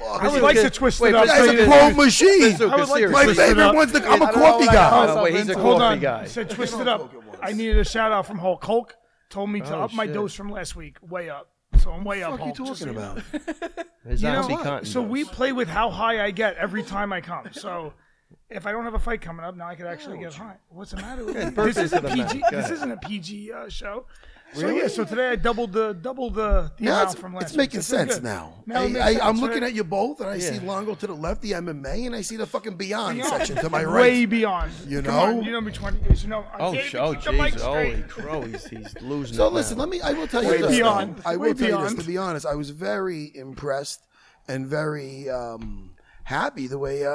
[SPEAKER 2] I would like to twist
[SPEAKER 1] Wait,
[SPEAKER 2] it
[SPEAKER 1] but
[SPEAKER 2] up.
[SPEAKER 1] that's
[SPEAKER 3] That's
[SPEAKER 1] a
[SPEAKER 2] so you-
[SPEAKER 3] a
[SPEAKER 1] pro-
[SPEAKER 3] pro machine.
[SPEAKER 1] That's a-
[SPEAKER 2] I would like
[SPEAKER 1] serious.
[SPEAKER 2] to
[SPEAKER 3] My
[SPEAKER 2] twist it
[SPEAKER 3] favorite
[SPEAKER 2] up.
[SPEAKER 3] one's the. I'm a
[SPEAKER 4] I don't know
[SPEAKER 3] coffee
[SPEAKER 4] what I
[SPEAKER 3] guy.
[SPEAKER 4] got.
[SPEAKER 1] Oh, wait, he's a
[SPEAKER 4] Hold
[SPEAKER 2] Hold
[SPEAKER 1] coffee
[SPEAKER 2] on.
[SPEAKER 1] guy.
[SPEAKER 2] Said twisted up. I needed a shout out from Hulk. Hulk told me to
[SPEAKER 1] Oh,
[SPEAKER 2] up my
[SPEAKER 1] shit.
[SPEAKER 2] dose from last week, way up. So I'm way up. Hulk, just so you know.
[SPEAKER 1] His
[SPEAKER 2] You know,
[SPEAKER 1] OxyContin
[SPEAKER 2] so
[SPEAKER 1] dose.
[SPEAKER 2] we play with how high I get every time I come. So if I don't have a fight coming up, now I could actually get high. What's the matter with you?
[SPEAKER 1] burpees
[SPEAKER 2] This isn't
[SPEAKER 1] to
[SPEAKER 2] a
[SPEAKER 1] the
[SPEAKER 2] PG.
[SPEAKER 1] mat. Go
[SPEAKER 2] This
[SPEAKER 1] ahead.
[SPEAKER 2] isn't a PG uh, show. So yeah, so today I doubled the doubled the, the
[SPEAKER 3] Yeah,
[SPEAKER 2] amount
[SPEAKER 3] it's,
[SPEAKER 2] from last.
[SPEAKER 3] it's making
[SPEAKER 2] week. So it's
[SPEAKER 3] sense
[SPEAKER 2] good.
[SPEAKER 3] now.
[SPEAKER 2] Now it makes
[SPEAKER 3] I,
[SPEAKER 2] sense,
[SPEAKER 3] I, I'm
[SPEAKER 2] right?
[SPEAKER 3] looking at you both, and I see
[SPEAKER 1] Yeah.
[SPEAKER 3] Longo to the left, the MMA, and I see the fucking Beyond,
[SPEAKER 2] Beyond.
[SPEAKER 3] section to
[SPEAKER 2] (laughs)
[SPEAKER 3] my right.
[SPEAKER 2] Way beyond.
[SPEAKER 3] You
[SPEAKER 2] Come
[SPEAKER 3] know?
[SPEAKER 2] on, you know me 20 years. You know. I
[SPEAKER 1] Oh,
[SPEAKER 2] can't
[SPEAKER 1] sh-
[SPEAKER 2] even
[SPEAKER 1] oh,
[SPEAKER 2] keep the mic
[SPEAKER 1] jeez. Holy
[SPEAKER 2] straight.
[SPEAKER 1] crow, he's, he's losing
[SPEAKER 3] So
[SPEAKER 1] it
[SPEAKER 3] listen,
[SPEAKER 1] now.
[SPEAKER 3] let me. I will tell you
[SPEAKER 2] Way
[SPEAKER 3] this. though.
[SPEAKER 2] beyond.
[SPEAKER 3] I will
[SPEAKER 2] Way
[SPEAKER 3] tell you
[SPEAKER 2] beyond.
[SPEAKER 3] this. To be honest, I was very impressed and very um, happy the way uh,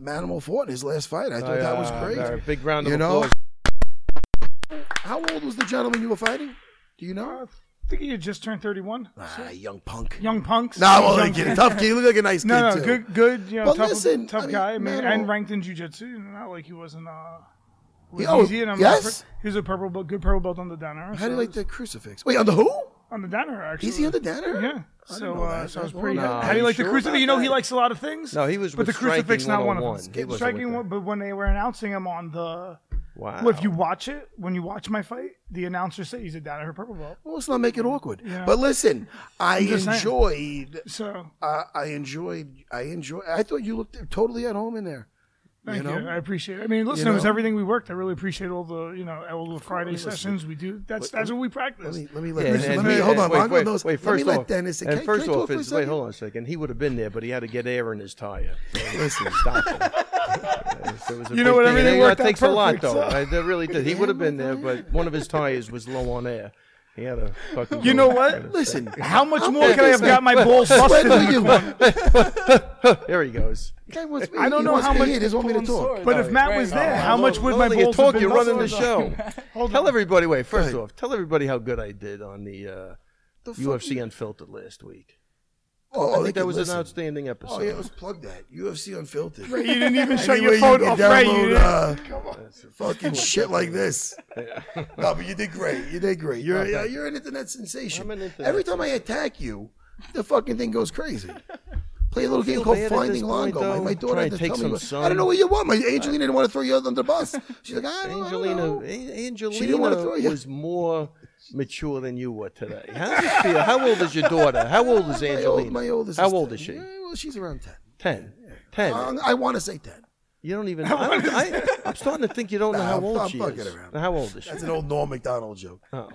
[SPEAKER 3] Manimal fought in his last fight. I thought that was
[SPEAKER 1] Uh,
[SPEAKER 3] great.
[SPEAKER 1] uh, Big round of
[SPEAKER 3] You know?
[SPEAKER 1] applause.
[SPEAKER 3] How old was the gentleman you were fighting? Do you know?
[SPEAKER 2] I think he had just turned 31.
[SPEAKER 3] Ah, young punk.
[SPEAKER 2] Uh, Young punks.
[SPEAKER 3] No, nah, well,
[SPEAKER 2] Young-
[SPEAKER 3] young kid, tough kid. He looked like a nice kid
[SPEAKER 2] (laughs) No, no,
[SPEAKER 3] too.
[SPEAKER 2] good, good. You know,
[SPEAKER 3] But
[SPEAKER 2] tough,
[SPEAKER 3] listen,
[SPEAKER 2] tough
[SPEAKER 3] I mean,
[SPEAKER 2] guy. I mean,
[SPEAKER 3] man,
[SPEAKER 2] and
[SPEAKER 3] oh.
[SPEAKER 2] ranked in jujitsu. Not like he wasn't. Uh, was
[SPEAKER 3] oh,
[SPEAKER 2] easy, and I'm
[SPEAKER 3] yes?
[SPEAKER 2] A, pur- he was a purple, belt, good purple belt on the Danner.
[SPEAKER 3] How do you like the crucifix? Wait, on the who?
[SPEAKER 2] on the Danner? Actually,
[SPEAKER 3] Is he on the Danner?
[SPEAKER 2] Yeah.
[SPEAKER 3] didn't
[SPEAKER 2] So,
[SPEAKER 3] know
[SPEAKER 2] uh,
[SPEAKER 3] that.
[SPEAKER 2] so I was
[SPEAKER 3] Well,
[SPEAKER 2] pretty.
[SPEAKER 3] no,
[SPEAKER 2] how
[SPEAKER 3] are
[SPEAKER 2] do you
[SPEAKER 3] you
[SPEAKER 2] like the
[SPEAKER 3] sure
[SPEAKER 2] crucifix?
[SPEAKER 3] about
[SPEAKER 2] You know, he
[SPEAKER 3] that?
[SPEAKER 2] likes a lot of things.
[SPEAKER 1] No, he was
[SPEAKER 2] But the
[SPEAKER 1] with
[SPEAKER 2] crucifix,
[SPEAKER 1] Striking
[SPEAKER 2] not one of
[SPEAKER 1] 101.
[SPEAKER 2] them.
[SPEAKER 1] He wasn't
[SPEAKER 2] striking,
[SPEAKER 1] with
[SPEAKER 2] one, but when they were announcing him on the,
[SPEAKER 1] Wow.
[SPEAKER 2] well, if you watch it, when you watch my fight, the announcer said he's a Danner purple belt.
[SPEAKER 3] Well, let's not make it awkward. But listen, I
[SPEAKER 2] just saying.
[SPEAKER 3] enjoyed.
[SPEAKER 2] So
[SPEAKER 3] Uh, I enjoyed. I enjoyed. I thought you looked totally at home in there.
[SPEAKER 2] Thank you.
[SPEAKER 3] know?
[SPEAKER 2] I appreciate it. I mean, listen, it was everything we worked. I really appreciate all the, you know, all the Friday sessions we do. That's that's what we
[SPEAKER 3] Let
[SPEAKER 2] practice.
[SPEAKER 3] me let me let,
[SPEAKER 1] Yeah,
[SPEAKER 3] listen,
[SPEAKER 1] and-
[SPEAKER 3] let me
[SPEAKER 1] and-
[SPEAKER 3] hold
[SPEAKER 1] and
[SPEAKER 3] on.
[SPEAKER 1] Wait,
[SPEAKER 3] Longo
[SPEAKER 1] wait,
[SPEAKER 3] knows.
[SPEAKER 1] wait,
[SPEAKER 3] let me
[SPEAKER 1] first
[SPEAKER 3] let
[SPEAKER 1] off,
[SPEAKER 3] Dennis.
[SPEAKER 1] and
[SPEAKER 3] can,
[SPEAKER 1] first
[SPEAKER 3] can I talk
[SPEAKER 1] off,
[SPEAKER 3] for a
[SPEAKER 1] is, wait,
[SPEAKER 3] second?
[SPEAKER 1] hold on a second. He would have been there, but he had to get air in his
[SPEAKER 3] (laughs)
[SPEAKER 1] tire.
[SPEAKER 3] Listen,
[SPEAKER 1] Stop him. Yes, it was a
[SPEAKER 2] You know
[SPEAKER 1] big thing.
[SPEAKER 2] what, everything
[SPEAKER 1] And, uh,
[SPEAKER 2] worked out
[SPEAKER 1] Thanks a lot,
[SPEAKER 2] perfect,
[SPEAKER 1] though.
[SPEAKER 2] so-
[SPEAKER 1] I, that really did.
[SPEAKER 3] (laughs)
[SPEAKER 1] He would have been there, but one of his tires was low on air. He had a fucking.
[SPEAKER 2] You know what?
[SPEAKER 3] listen.
[SPEAKER 2] How much
[SPEAKER 3] I'm
[SPEAKER 2] more can I have
[SPEAKER 3] listening.
[SPEAKER 2] got my balls busted?
[SPEAKER 3] Whether
[SPEAKER 2] in the
[SPEAKER 3] you-
[SPEAKER 1] (laughs)
[SPEAKER 2] corner?
[SPEAKER 1] There he goes.
[SPEAKER 3] Guy wants me-
[SPEAKER 2] I don't
[SPEAKER 3] he
[SPEAKER 2] know
[SPEAKER 3] wants
[SPEAKER 2] how
[SPEAKER 3] me
[SPEAKER 2] much-
[SPEAKER 3] He just want me to talk.
[SPEAKER 2] But if Matt
[SPEAKER 4] Wait,
[SPEAKER 2] was
[SPEAKER 4] no,
[SPEAKER 2] there,
[SPEAKER 4] I
[SPEAKER 2] how
[SPEAKER 4] love
[SPEAKER 2] much
[SPEAKER 4] it.
[SPEAKER 2] would my
[SPEAKER 1] Only you
[SPEAKER 2] balls have
[SPEAKER 1] talk,
[SPEAKER 2] been
[SPEAKER 1] you're running the
[SPEAKER 2] busted?
[SPEAKER 3] (laughs)
[SPEAKER 1] show.
[SPEAKER 2] Hold
[SPEAKER 1] Tell
[SPEAKER 2] on.
[SPEAKER 1] everybody. Wait, first
[SPEAKER 3] ahead.
[SPEAKER 1] off, tell everybody how good I did on the uh, UFC Unfiltered last week.
[SPEAKER 3] Oh,
[SPEAKER 1] I think
[SPEAKER 3] they
[SPEAKER 1] that
[SPEAKER 3] can
[SPEAKER 1] was
[SPEAKER 3] listen.
[SPEAKER 1] an outstanding episode.
[SPEAKER 3] Oh yeah, let's plug that. UFC Unfiltered.
[SPEAKER 2] You
[SPEAKER 3] (laughs)
[SPEAKER 2] didn't even shut
[SPEAKER 3] Any
[SPEAKER 2] your
[SPEAKER 3] way
[SPEAKER 2] phone
[SPEAKER 3] you can
[SPEAKER 2] off, Ray. You
[SPEAKER 3] download,
[SPEAKER 2] didn't-
[SPEAKER 3] uh, fucking shit like this. (laughs) No, but you did great. You did great. You're uh, you're an internet sensation.
[SPEAKER 1] I'm an internet
[SPEAKER 3] Every time I attack you, the fucking thing goes crazy. Play a little game
[SPEAKER 1] feel
[SPEAKER 3] called
[SPEAKER 1] bad at
[SPEAKER 3] Finding
[SPEAKER 1] this point,
[SPEAKER 3] Longo. My,
[SPEAKER 1] though.
[SPEAKER 3] my daughter
[SPEAKER 1] Try
[SPEAKER 3] had
[SPEAKER 1] and
[SPEAKER 3] to
[SPEAKER 1] take
[SPEAKER 3] tell me,
[SPEAKER 1] some
[SPEAKER 3] what,
[SPEAKER 1] sun.
[SPEAKER 3] I don't know what you want. My Angelina didn't want to throw you under the
[SPEAKER 1] (laughs)
[SPEAKER 3] bus. She's like, I don't, I don't
[SPEAKER 1] Angelina,
[SPEAKER 3] know.
[SPEAKER 1] A-
[SPEAKER 3] didn't wanna
[SPEAKER 1] Angelina
[SPEAKER 3] throw you.
[SPEAKER 1] was more mature than you were today. How does it feel? How old is your daughter? How old
[SPEAKER 3] (laughs)
[SPEAKER 1] is
[SPEAKER 3] My,
[SPEAKER 1] Angelina?
[SPEAKER 3] old, my oldest.
[SPEAKER 1] How
[SPEAKER 3] is
[SPEAKER 1] old
[SPEAKER 3] 10.
[SPEAKER 1] is she?
[SPEAKER 3] Yeah, well, she's around ten.
[SPEAKER 1] Ten. Ten.
[SPEAKER 3] Um, I want to say ten.
[SPEAKER 1] you don't even. I don't, I, I'm starting to think you don't know
[SPEAKER 3] Nah,
[SPEAKER 1] how
[SPEAKER 3] I'm-
[SPEAKER 1] old
[SPEAKER 3] I'm
[SPEAKER 1] she
[SPEAKER 3] fucking
[SPEAKER 1] is.
[SPEAKER 3] around.
[SPEAKER 1] Now, How old is she?
[SPEAKER 3] That's an old Norm Macdonald joke.
[SPEAKER 2] Oh.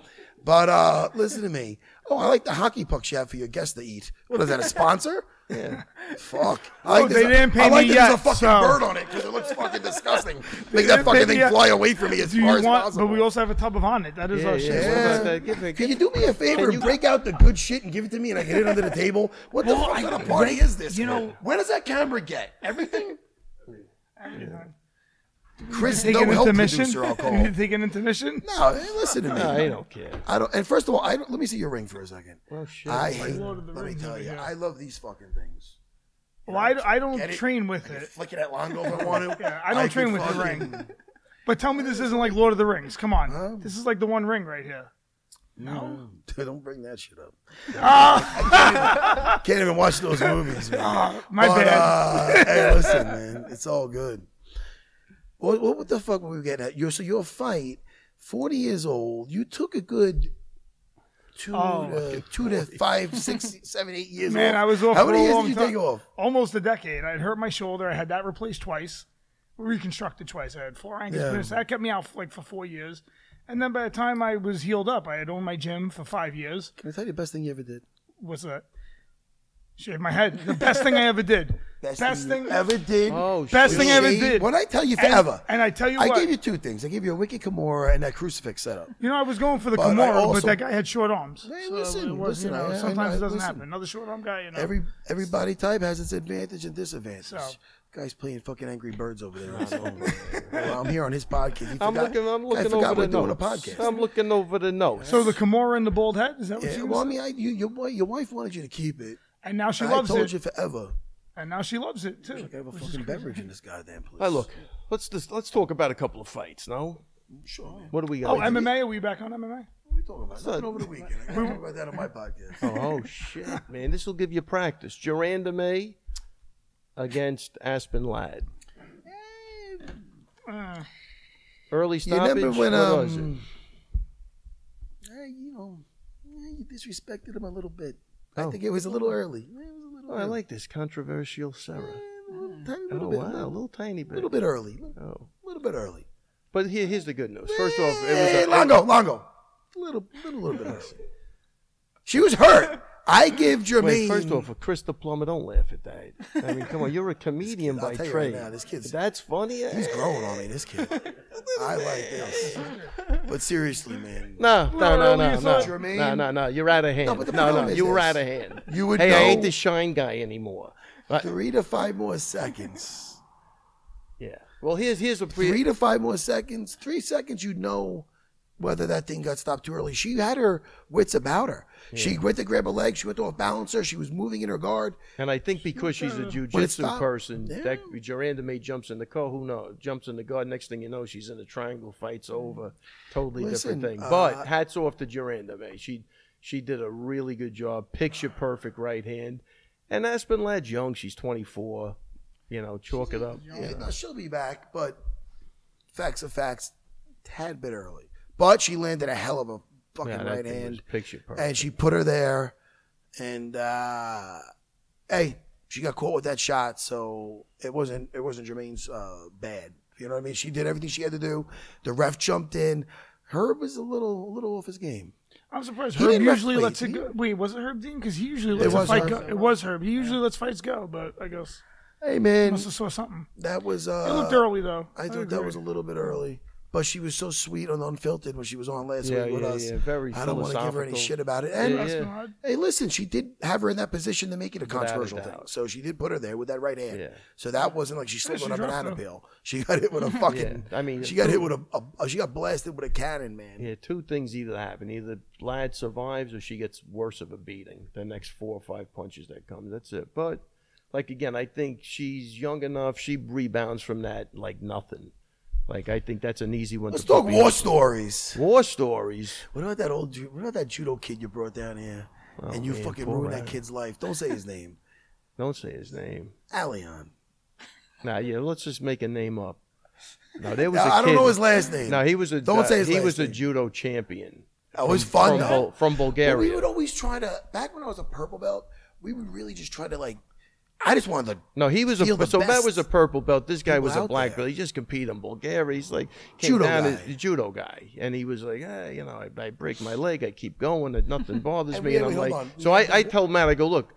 [SPEAKER 3] But uh, listen to me. Oh, I like the hockey pucks you have for your guests to eat. What is that? A sponsor?
[SPEAKER 1] Yeah.
[SPEAKER 3] Fuck. I like
[SPEAKER 2] Oh,
[SPEAKER 3] this-
[SPEAKER 2] they didn't pay
[SPEAKER 3] I like
[SPEAKER 2] me
[SPEAKER 3] that there's
[SPEAKER 2] yet,
[SPEAKER 3] a fucking
[SPEAKER 2] so-
[SPEAKER 3] bird on it because it looks
[SPEAKER 2] (laughs)
[SPEAKER 3] fucking disgusting. Make
[SPEAKER 2] didn't
[SPEAKER 3] that
[SPEAKER 2] pay me
[SPEAKER 3] fucking thing
[SPEAKER 2] yet.
[SPEAKER 3] fly away from me as
[SPEAKER 2] Do
[SPEAKER 3] far
[SPEAKER 2] you
[SPEAKER 3] as
[SPEAKER 2] want?
[SPEAKER 3] possible.
[SPEAKER 2] But we also have a tub of on it. That is
[SPEAKER 1] Yeah,
[SPEAKER 2] our
[SPEAKER 1] yeah.
[SPEAKER 2] shit.
[SPEAKER 1] What
[SPEAKER 3] Yeah.
[SPEAKER 1] about that? Give her-
[SPEAKER 3] Can you do me a favor and break out the good shit and give it to me and I get it under the table? What the fuck kind of party is this? You know, where does that camera get? Everything? Chris,
[SPEAKER 2] Take
[SPEAKER 3] no
[SPEAKER 2] an
[SPEAKER 3] help
[SPEAKER 2] intermission. (laughs)
[SPEAKER 3] producer, I'll
[SPEAKER 2] You need
[SPEAKER 3] call.
[SPEAKER 2] to take an intermission.
[SPEAKER 3] No, hey, listen to me.
[SPEAKER 1] I don't care.
[SPEAKER 3] I don't. And first of all, I don't, let me see your ring for a second.
[SPEAKER 1] Well, shit.
[SPEAKER 3] I
[SPEAKER 1] my
[SPEAKER 3] hate.
[SPEAKER 2] Lord of the
[SPEAKER 3] Let me
[SPEAKER 2] Rings
[SPEAKER 3] tell
[SPEAKER 2] over
[SPEAKER 3] you,
[SPEAKER 2] here.
[SPEAKER 3] I love these fucking things.
[SPEAKER 2] Well, I, I don't
[SPEAKER 3] Get it?
[SPEAKER 2] train with
[SPEAKER 3] I can
[SPEAKER 2] it,
[SPEAKER 3] flick it at Longo
[SPEAKER 2] (laughs)
[SPEAKER 3] if I want to.
[SPEAKER 2] Yeah, I don't
[SPEAKER 3] could
[SPEAKER 2] train with the
[SPEAKER 3] fucking-
[SPEAKER 2] ring. but tell me this isn't like Lord of the Rings. Come on,
[SPEAKER 3] Huh?
[SPEAKER 2] this is like the One Ring right here.
[SPEAKER 3] (laughs) No, (laughs) Dude, don't bring that shit up.
[SPEAKER 2] Ah, (laughs)
[SPEAKER 3] Can't even watch those movies. Man.
[SPEAKER 2] Oh, my
[SPEAKER 3] But,
[SPEAKER 2] bad.
[SPEAKER 3] uh,
[SPEAKER 2] (laughs)
[SPEAKER 3] hey, listen, man, it's all good. What, what, what the fuck were we getting at? You're, so your fight, forty years old. You took a good two,
[SPEAKER 2] Oh.
[SPEAKER 3] to, two to
[SPEAKER 2] (laughs)
[SPEAKER 3] five, six, seven, eight years.
[SPEAKER 2] Man,
[SPEAKER 3] off.
[SPEAKER 2] I was off
[SPEAKER 3] How
[SPEAKER 2] for
[SPEAKER 3] many
[SPEAKER 2] a
[SPEAKER 3] years
[SPEAKER 2] long
[SPEAKER 3] did you
[SPEAKER 2] time.
[SPEAKER 3] take off?
[SPEAKER 2] Almost a decade. I'd hurt my shoulder. I had that replaced twice, reconstructed twice. I had four ankles.
[SPEAKER 3] Yeah.
[SPEAKER 2] pierced. That kept me out for like for four years. And then by the time I was healed up, I had owned my gym for five years.
[SPEAKER 3] Can I tell you the best thing you ever did?
[SPEAKER 2] What's that? Shave my head. The best thing I
[SPEAKER 3] (laughs)
[SPEAKER 2] ever did. Best, thing,
[SPEAKER 3] you ever did.
[SPEAKER 1] Oh,
[SPEAKER 2] Best
[SPEAKER 1] shit.
[SPEAKER 2] thing I ever
[SPEAKER 3] Shave-
[SPEAKER 2] did.
[SPEAKER 3] When I tell you
[SPEAKER 2] And-
[SPEAKER 3] forever,
[SPEAKER 2] And I tell you
[SPEAKER 3] I
[SPEAKER 2] what,
[SPEAKER 3] gave you two things. I gave you a wicked Kimura and that crucifix setup.
[SPEAKER 2] you know, I was going for the
[SPEAKER 3] But I
[SPEAKER 2] Kimura, but
[SPEAKER 3] also-
[SPEAKER 2] that guy had short arms.
[SPEAKER 3] Hey,
[SPEAKER 2] So
[SPEAKER 3] listen,
[SPEAKER 2] it was,
[SPEAKER 3] listen,
[SPEAKER 2] you know,
[SPEAKER 3] I- I-
[SPEAKER 2] sometimes
[SPEAKER 3] I-
[SPEAKER 2] it doesn't
[SPEAKER 3] listen.
[SPEAKER 2] happen. Another short arm guy, you know.
[SPEAKER 3] Every every body type has its advantage and disadvantage.
[SPEAKER 2] So-
[SPEAKER 3] Guy's playing fucking Angry Birds over there. on his own. well, I'm here on his podcast. He
[SPEAKER 1] I'm
[SPEAKER 3] forgot-
[SPEAKER 1] looking. I'm
[SPEAKER 3] I
[SPEAKER 1] looking
[SPEAKER 3] forgot
[SPEAKER 1] over
[SPEAKER 3] we're
[SPEAKER 1] the
[SPEAKER 3] doing a
[SPEAKER 1] notes.
[SPEAKER 3] podcast.
[SPEAKER 2] Um,
[SPEAKER 1] I'm looking over the notes.
[SPEAKER 2] so the Kimura and the bald head is that what
[SPEAKER 3] yeah,
[SPEAKER 2] you
[SPEAKER 3] well, I mean, I, you, your, wi- your wife wanted you to keep it.
[SPEAKER 2] And now she
[SPEAKER 3] I
[SPEAKER 2] loves
[SPEAKER 3] told
[SPEAKER 2] it.
[SPEAKER 3] you forever.
[SPEAKER 2] And now she loves it too.
[SPEAKER 3] I have a
[SPEAKER 2] which is
[SPEAKER 3] fucking
[SPEAKER 2] crazy.
[SPEAKER 3] beverage in this goddamn place.
[SPEAKER 1] Hey, look. Let's just, let's talk about a couple of fights. No,
[SPEAKER 3] Sure. man.
[SPEAKER 1] what do we got?
[SPEAKER 2] Oh, MMA, are we back on MMA?
[SPEAKER 3] What are we talking about? Nothing over the weekend.
[SPEAKER 2] (laughs)
[SPEAKER 3] I gotta talk about that on my podcast.
[SPEAKER 1] Oh, oh, shit, man! This will give you practice. Duranda May against Aspen Ladd.
[SPEAKER 2] Uh,
[SPEAKER 1] Early
[SPEAKER 3] You
[SPEAKER 1] stoppage.
[SPEAKER 3] remember when
[SPEAKER 1] what
[SPEAKER 3] um,
[SPEAKER 1] was it?
[SPEAKER 3] eh, you know, eh, you disrespected him a little bit. I
[SPEAKER 1] Oh.
[SPEAKER 3] think it was a little early. Eh, It was a little
[SPEAKER 1] Oh, I like this controversial Sarah.
[SPEAKER 3] early. Tiny
[SPEAKER 1] Oh
[SPEAKER 3] little bit,
[SPEAKER 1] wow, a
[SPEAKER 3] little,
[SPEAKER 1] little tiny bit.
[SPEAKER 3] little bit early.
[SPEAKER 1] Oh,
[SPEAKER 3] A little bit early.
[SPEAKER 1] but here, here's the good news. First off,
[SPEAKER 3] Hey,
[SPEAKER 1] it was a,
[SPEAKER 3] Longo, Longo. Little, little, little bit early. She was hurt. I give Jermaine.
[SPEAKER 1] Wait, first off, for Chris the plumber, don't laugh at that. I mean, come on,
[SPEAKER 3] (laughs)
[SPEAKER 1] you're a comedian
[SPEAKER 3] I'll
[SPEAKER 1] by
[SPEAKER 3] tell you
[SPEAKER 1] trade.
[SPEAKER 3] right now, this kid's-
[SPEAKER 1] that's funny.
[SPEAKER 3] he's growing on me. This kid. I like this. But seriously, man,
[SPEAKER 1] No, no, no, no,
[SPEAKER 2] you
[SPEAKER 1] no,
[SPEAKER 2] said-
[SPEAKER 3] Jermaine.
[SPEAKER 1] no, no, no. You're out of hand.
[SPEAKER 3] No,
[SPEAKER 1] No,
[SPEAKER 3] but the
[SPEAKER 1] no,
[SPEAKER 3] problem is
[SPEAKER 1] you were
[SPEAKER 3] this.
[SPEAKER 1] out of hand.
[SPEAKER 3] You would
[SPEAKER 1] Hey, I ain't
[SPEAKER 3] know.
[SPEAKER 1] the shine guy anymore. I-
[SPEAKER 3] three to five more seconds.
[SPEAKER 1] yeah. Well, here's here's a pre.
[SPEAKER 3] Three to five more seconds. Three seconds, you know whether that thing got stopped too early. She had her wits about her. She went to grab a leg. She went to off balance her. She was moving in her guard.
[SPEAKER 1] And I think because she's a
[SPEAKER 3] it's
[SPEAKER 1] jujitsu
[SPEAKER 3] not-
[SPEAKER 1] person,
[SPEAKER 3] Yeah.
[SPEAKER 1] that Jaranda May jumps in the car. Who knows? Jumps in the guard. Next thing you know, she's in a triangle. Fights
[SPEAKER 3] Mm.
[SPEAKER 1] over. Totally
[SPEAKER 3] Listen,
[SPEAKER 1] different thing.
[SPEAKER 3] uh,
[SPEAKER 1] but hats off to Jaranda May. She she did a really good job. Picture
[SPEAKER 3] Ah.
[SPEAKER 1] perfect right hand. And Aspen Ladd's young. She's 24. You know, chalk it up.
[SPEAKER 3] Yeah, no, she'll be back, but facts are facts. Tad bit early, but she landed a hell of a fucking
[SPEAKER 1] Yeah, that
[SPEAKER 3] right
[SPEAKER 1] thing was
[SPEAKER 3] hand,
[SPEAKER 1] Picture perfect.
[SPEAKER 3] and she put her there. And uh, hey, she got caught with that shot, so it wasn't it wasn't Jermaine's uh, bad. You know what I mean? She did everything she had to do. The ref jumped in. Herb was a little a little off his game.
[SPEAKER 2] I'm surprised
[SPEAKER 3] He
[SPEAKER 2] Herb
[SPEAKER 3] didn't ref-
[SPEAKER 2] usually
[SPEAKER 3] wait,
[SPEAKER 2] lets it
[SPEAKER 3] did he?
[SPEAKER 2] go. Wait, was it Herb Dean? Because he usually lets a
[SPEAKER 3] was
[SPEAKER 2] fight
[SPEAKER 3] Herb.
[SPEAKER 2] go. It was Herb. He usually lets fights go, but I guess
[SPEAKER 3] Hey
[SPEAKER 2] I
[SPEAKER 3] man,
[SPEAKER 2] must have saw something.
[SPEAKER 3] that was
[SPEAKER 2] It looked
[SPEAKER 3] uh,
[SPEAKER 2] early though.
[SPEAKER 3] I thought that
[SPEAKER 2] agree.
[SPEAKER 3] was a little bit early. But she was so sweet and unfiltered when she was on last
[SPEAKER 1] Yeah,
[SPEAKER 3] week with
[SPEAKER 1] yeah,
[SPEAKER 3] us.
[SPEAKER 1] yeah, very
[SPEAKER 3] I don't want to give her any
[SPEAKER 1] philosophical.
[SPEAKER 3] shit about it. And
[SPEAKER 1] Yeah, yeah.
[SPEAKER 3] Hey, listen, she did have her in that position to make it a
[SPEAKER 1] a
[SPEAKER 3] controversial
[SPEAKER 1] doubt.
[SPEAKER 3] thing. So she did put her there with that right hand.
[SPEAKER 1] Yeah.
[SPEAKER 3] So that wasn't like she slipped
[SPEAKER 2] she
[SPEAKER 3] on a
[SPEAKER 2] dropped
[SPEAKER 3] banana
[SPEAKER 2] her.
[SPEAKER 3] peel. She got hit
[SPEAKER 2] (laughs)
[SPEAKER 3] with a fucking.
[SPEAKER 1] Yeah, I mean-
[SPEAKER 3] she got hit with a, a, a- She got blasted with a cannon, man.
[SPEAKER 1] Yeah, two things either happen. Either Lad survives or she gets worse of a beating. The next four or five punches that come. That's it. But like again, I think she's young enough, she rebounds from that like nothing. Like I think that's an easy one
[SPEAKER 3] Let's
[SPEAKER 1] to
[SPEAKER 3] talk
[SPEAKER 1] put
[SPEAKER 3] war
[SPEAKER 1] behind.
[SPEAKER 3] stories.
[SPEAKER 1] War stories.
[SPEAKER 3] What about that old? ju- What about that judo kid you brought down here? and you
[SPEAKER 1] man,
[SPEAKER 3] fucking
[SPEAKER 1] Oh, poor
[SPEAKER 3] ruined that
[SPEAKER 1] Adam.
[SPEAKER 3] kid's life. Don't say
[SPEAKER 1] (laughs)
[SPEAKER 3] his name.
[SPEAKER 1] Don't say his name.
[SPEAKER 3] Allion.
[SPEAKER 1] Now, yeah, let's just make a name up. No, there was
[SPEAKER 3] Now,
[SPEAKER 1] a
[SPEAKER 3] I don't
[SPEAKER 1] kid-
[SPEAKER 3] know his last name.
[SPEAKER 1] No, he was a
[SPEAKER 3] Don't say his
[SPEAKER 1] he
[SPEAKER 3] last
[SPEAKER 1] was a
[SPEAKER 3] name.
[SPEAKER 1] judo champion
[SPEAKER 3] That was fun
[SPEAKER 1] from,
[SPEAKER 3] though.
[SPEAKER 1] Bul- from
[SPEAKER 3] But
[SPEAKER 1] Bulgaria.
[SPEAKER 3] we would always try to. Back when I was a purple belt, we would really just try to like. I just wanted to
[SPEAKER 1] No, he was a
[SPEAKER 3] Feel the
[SPEAKER 1] so that
[SPEAKER 3] best
[SPEAKER 1] was a purple belt. This guy
[SPEAKER 3] people
[SPEAKER 1] was a
[SPEAKER 3] out
[SPEAKER 1] black
[SPEAKER 3] there.
[SPEAKER 1] belt. He just competed in Bulgaria. He's like came
[SPEAKER 3] Judo
[SPEAKER 1] down
[SPEAKER 3] guy.
[SPEAKER 1] as a judo guy, and he was like, hey, you know, I,
[SPEAKER 3] (laughs)
[SPEAKER 1] I break my leg, I keep going, and nothing bothers
[SPEAKER 3] And
[SPEAKER 1] me.
[SPEAKER 3] wait,
[SPEAKER 1] and
[SPEAKER 3] wait,
[SPEAKER 1] I'm
[SPEAKER 3] hold
[SPEAKER 1] like,
[SPEAKER 3] on.
[SPEAKER 1] so I, I tell Matt, I go, look,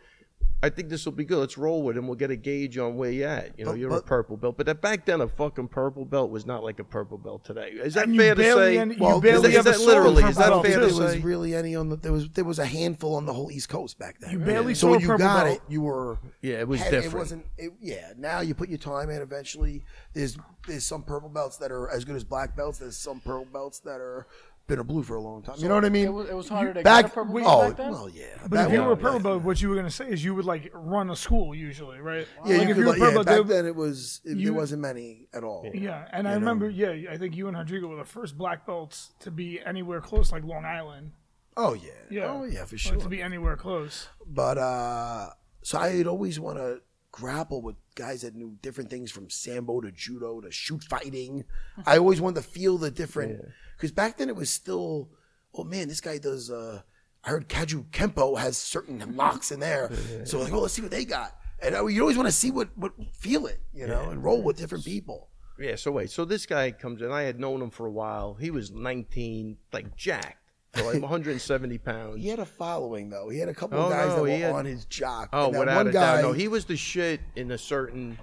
[SPEAKER 1] I think this will be good. Let's roll with it, and we'll get a gauge on where you're at. You know,
[SPEAKER 3] But-
[SPEAKER 1] you're a
[SPEAKER 3] but-
[SPEAKER 1] purple belt, but that back then a fucking purple belt was not like a purple belt today. Is that
[SPEAKER 2] And you
[SPEAKER 1] fair to
[SPEAKER 2] barely
[SPEAKER 1] say?
[SPEAKER 2] any- you
[SPEAKER 1] well, is
[SPEAKER 2] barely
[SPEAKER 1] that, is
[SPEAKER 2] ever
[SPEAKER 1] that
[SPEAKER 2] saw
[SPEAKER 1] literally?
[SPEAKER 2] a
[SPEAKER 1] Is that
[SPEAKER 2] purple
[SPEAKER 1] fair
[SPEAKER 3] there
[SPEAKER 1] to
[SPEAKER 2] belt.
[SPEAKER 1] say?
[SPEAKER 3] was really any on the there was there was a handful on the whole East Coast back then.
[SPEAKER 2] You barely
[SPEAKER 3] so
[SPEAKER 2] saw
[SPEAKER 3] when
[SPEAKER 2] a
[SPEAKER 3] you
[SPEAKER 2] purple
[SPEAKER 3] got
[SPEAKER 2] belt.
[SPEAKER 3] it. You were
[SPEAKER 1] Yeah, it was
[SPEAKER 3] had-
[SPEAKER 1] different.
[SPEAKER 3] It wasn't. It, yeah. Now you put your time in. Eventually, there's there's some purple belts that are as good as black belts. There's some purple belts that are been a blue for a long time. you know what I mean?
[SPEAKER 5] It was, it was harder to
[SPEAKER 3] back,
[SPEAKER 5] get a purple
[SPEAKER 3] we-
[SPEAKER 5] belt
[SPEAKER 3] oh,
[SPEAKER 5] back then.
[SPEAKER 3] well, yeah.
[SPEAKER 2] But
[SPEAKER 3] Back
[SPEAKER 2] if you
[SPEAKER 3] when-
[SPEAKER 2] were a purple belt, what you were gonna say is you would like run a school usually, right?
[SPEAKER 3] yeah, you
[SPEAKER 2] like if
[SPEAKER 3] could,
[SPEAKER 2] you were
[SPEAKER 3] like- yeah,
[SPEAKER 2] purple belt, they
[SPEAKER 3] back
[SPEAKER 2] would-
[SPEAKER 3] then it was it,
[SPEAKER 2] you-
[SPEAKER 3] there wasn't many at all.
[SPEAKER 2] Yeah, and I remember, yeah, I think you and Rodrigo were the first black belts to be anywhere close, like Long Island,
[SPEAKER 3] Oh yeah.
[SPEAKER 2] Yeah.
[SPEAKER 3] Oh yeah, for
[SPEAKER 2] like,
[SPEAKER 3] sure.
[SPEAKER 2] to be anywhere close.
[SPEAKER 3] But uh so I'd always want to grapple with guys that knew different things from sambo to judo to shoot fighting. I always wanted to feel the different because back then it was still, oh man, this guy does. uh I heard Kaju Kempo has certain knocks in there, so like, oh, let's see what they got. And uh, you always want to see what, what feel it, you know, and roll with different people.
[SPEAKER 1] Yeah, so wait. So this guy comes in. I had known him for a while. He was 19, like jacked, so
[SPEAKER 3] (laughs)
[SPEAKER 1] like 170 pounds.
[SPEAKER 3] He had a following though. He had a couple
[SPEAKER 1] Oh,
[SPEAKER 3] of guys
[SPEAKER 1] no,
[SPEAKER 3] that were
[SPEAKER 1] he had-
[SPEAKER 3] on his jock.
[SPEAKER 1] Oh,
[SPEAKER 3] And that
[SPEAKER 1] without
[SPEAKER 3] one
[SPEAKER 1] a
[SPEAKER 3] guy,
[SPEAKER 1] doubt. No, he was the shit in a certain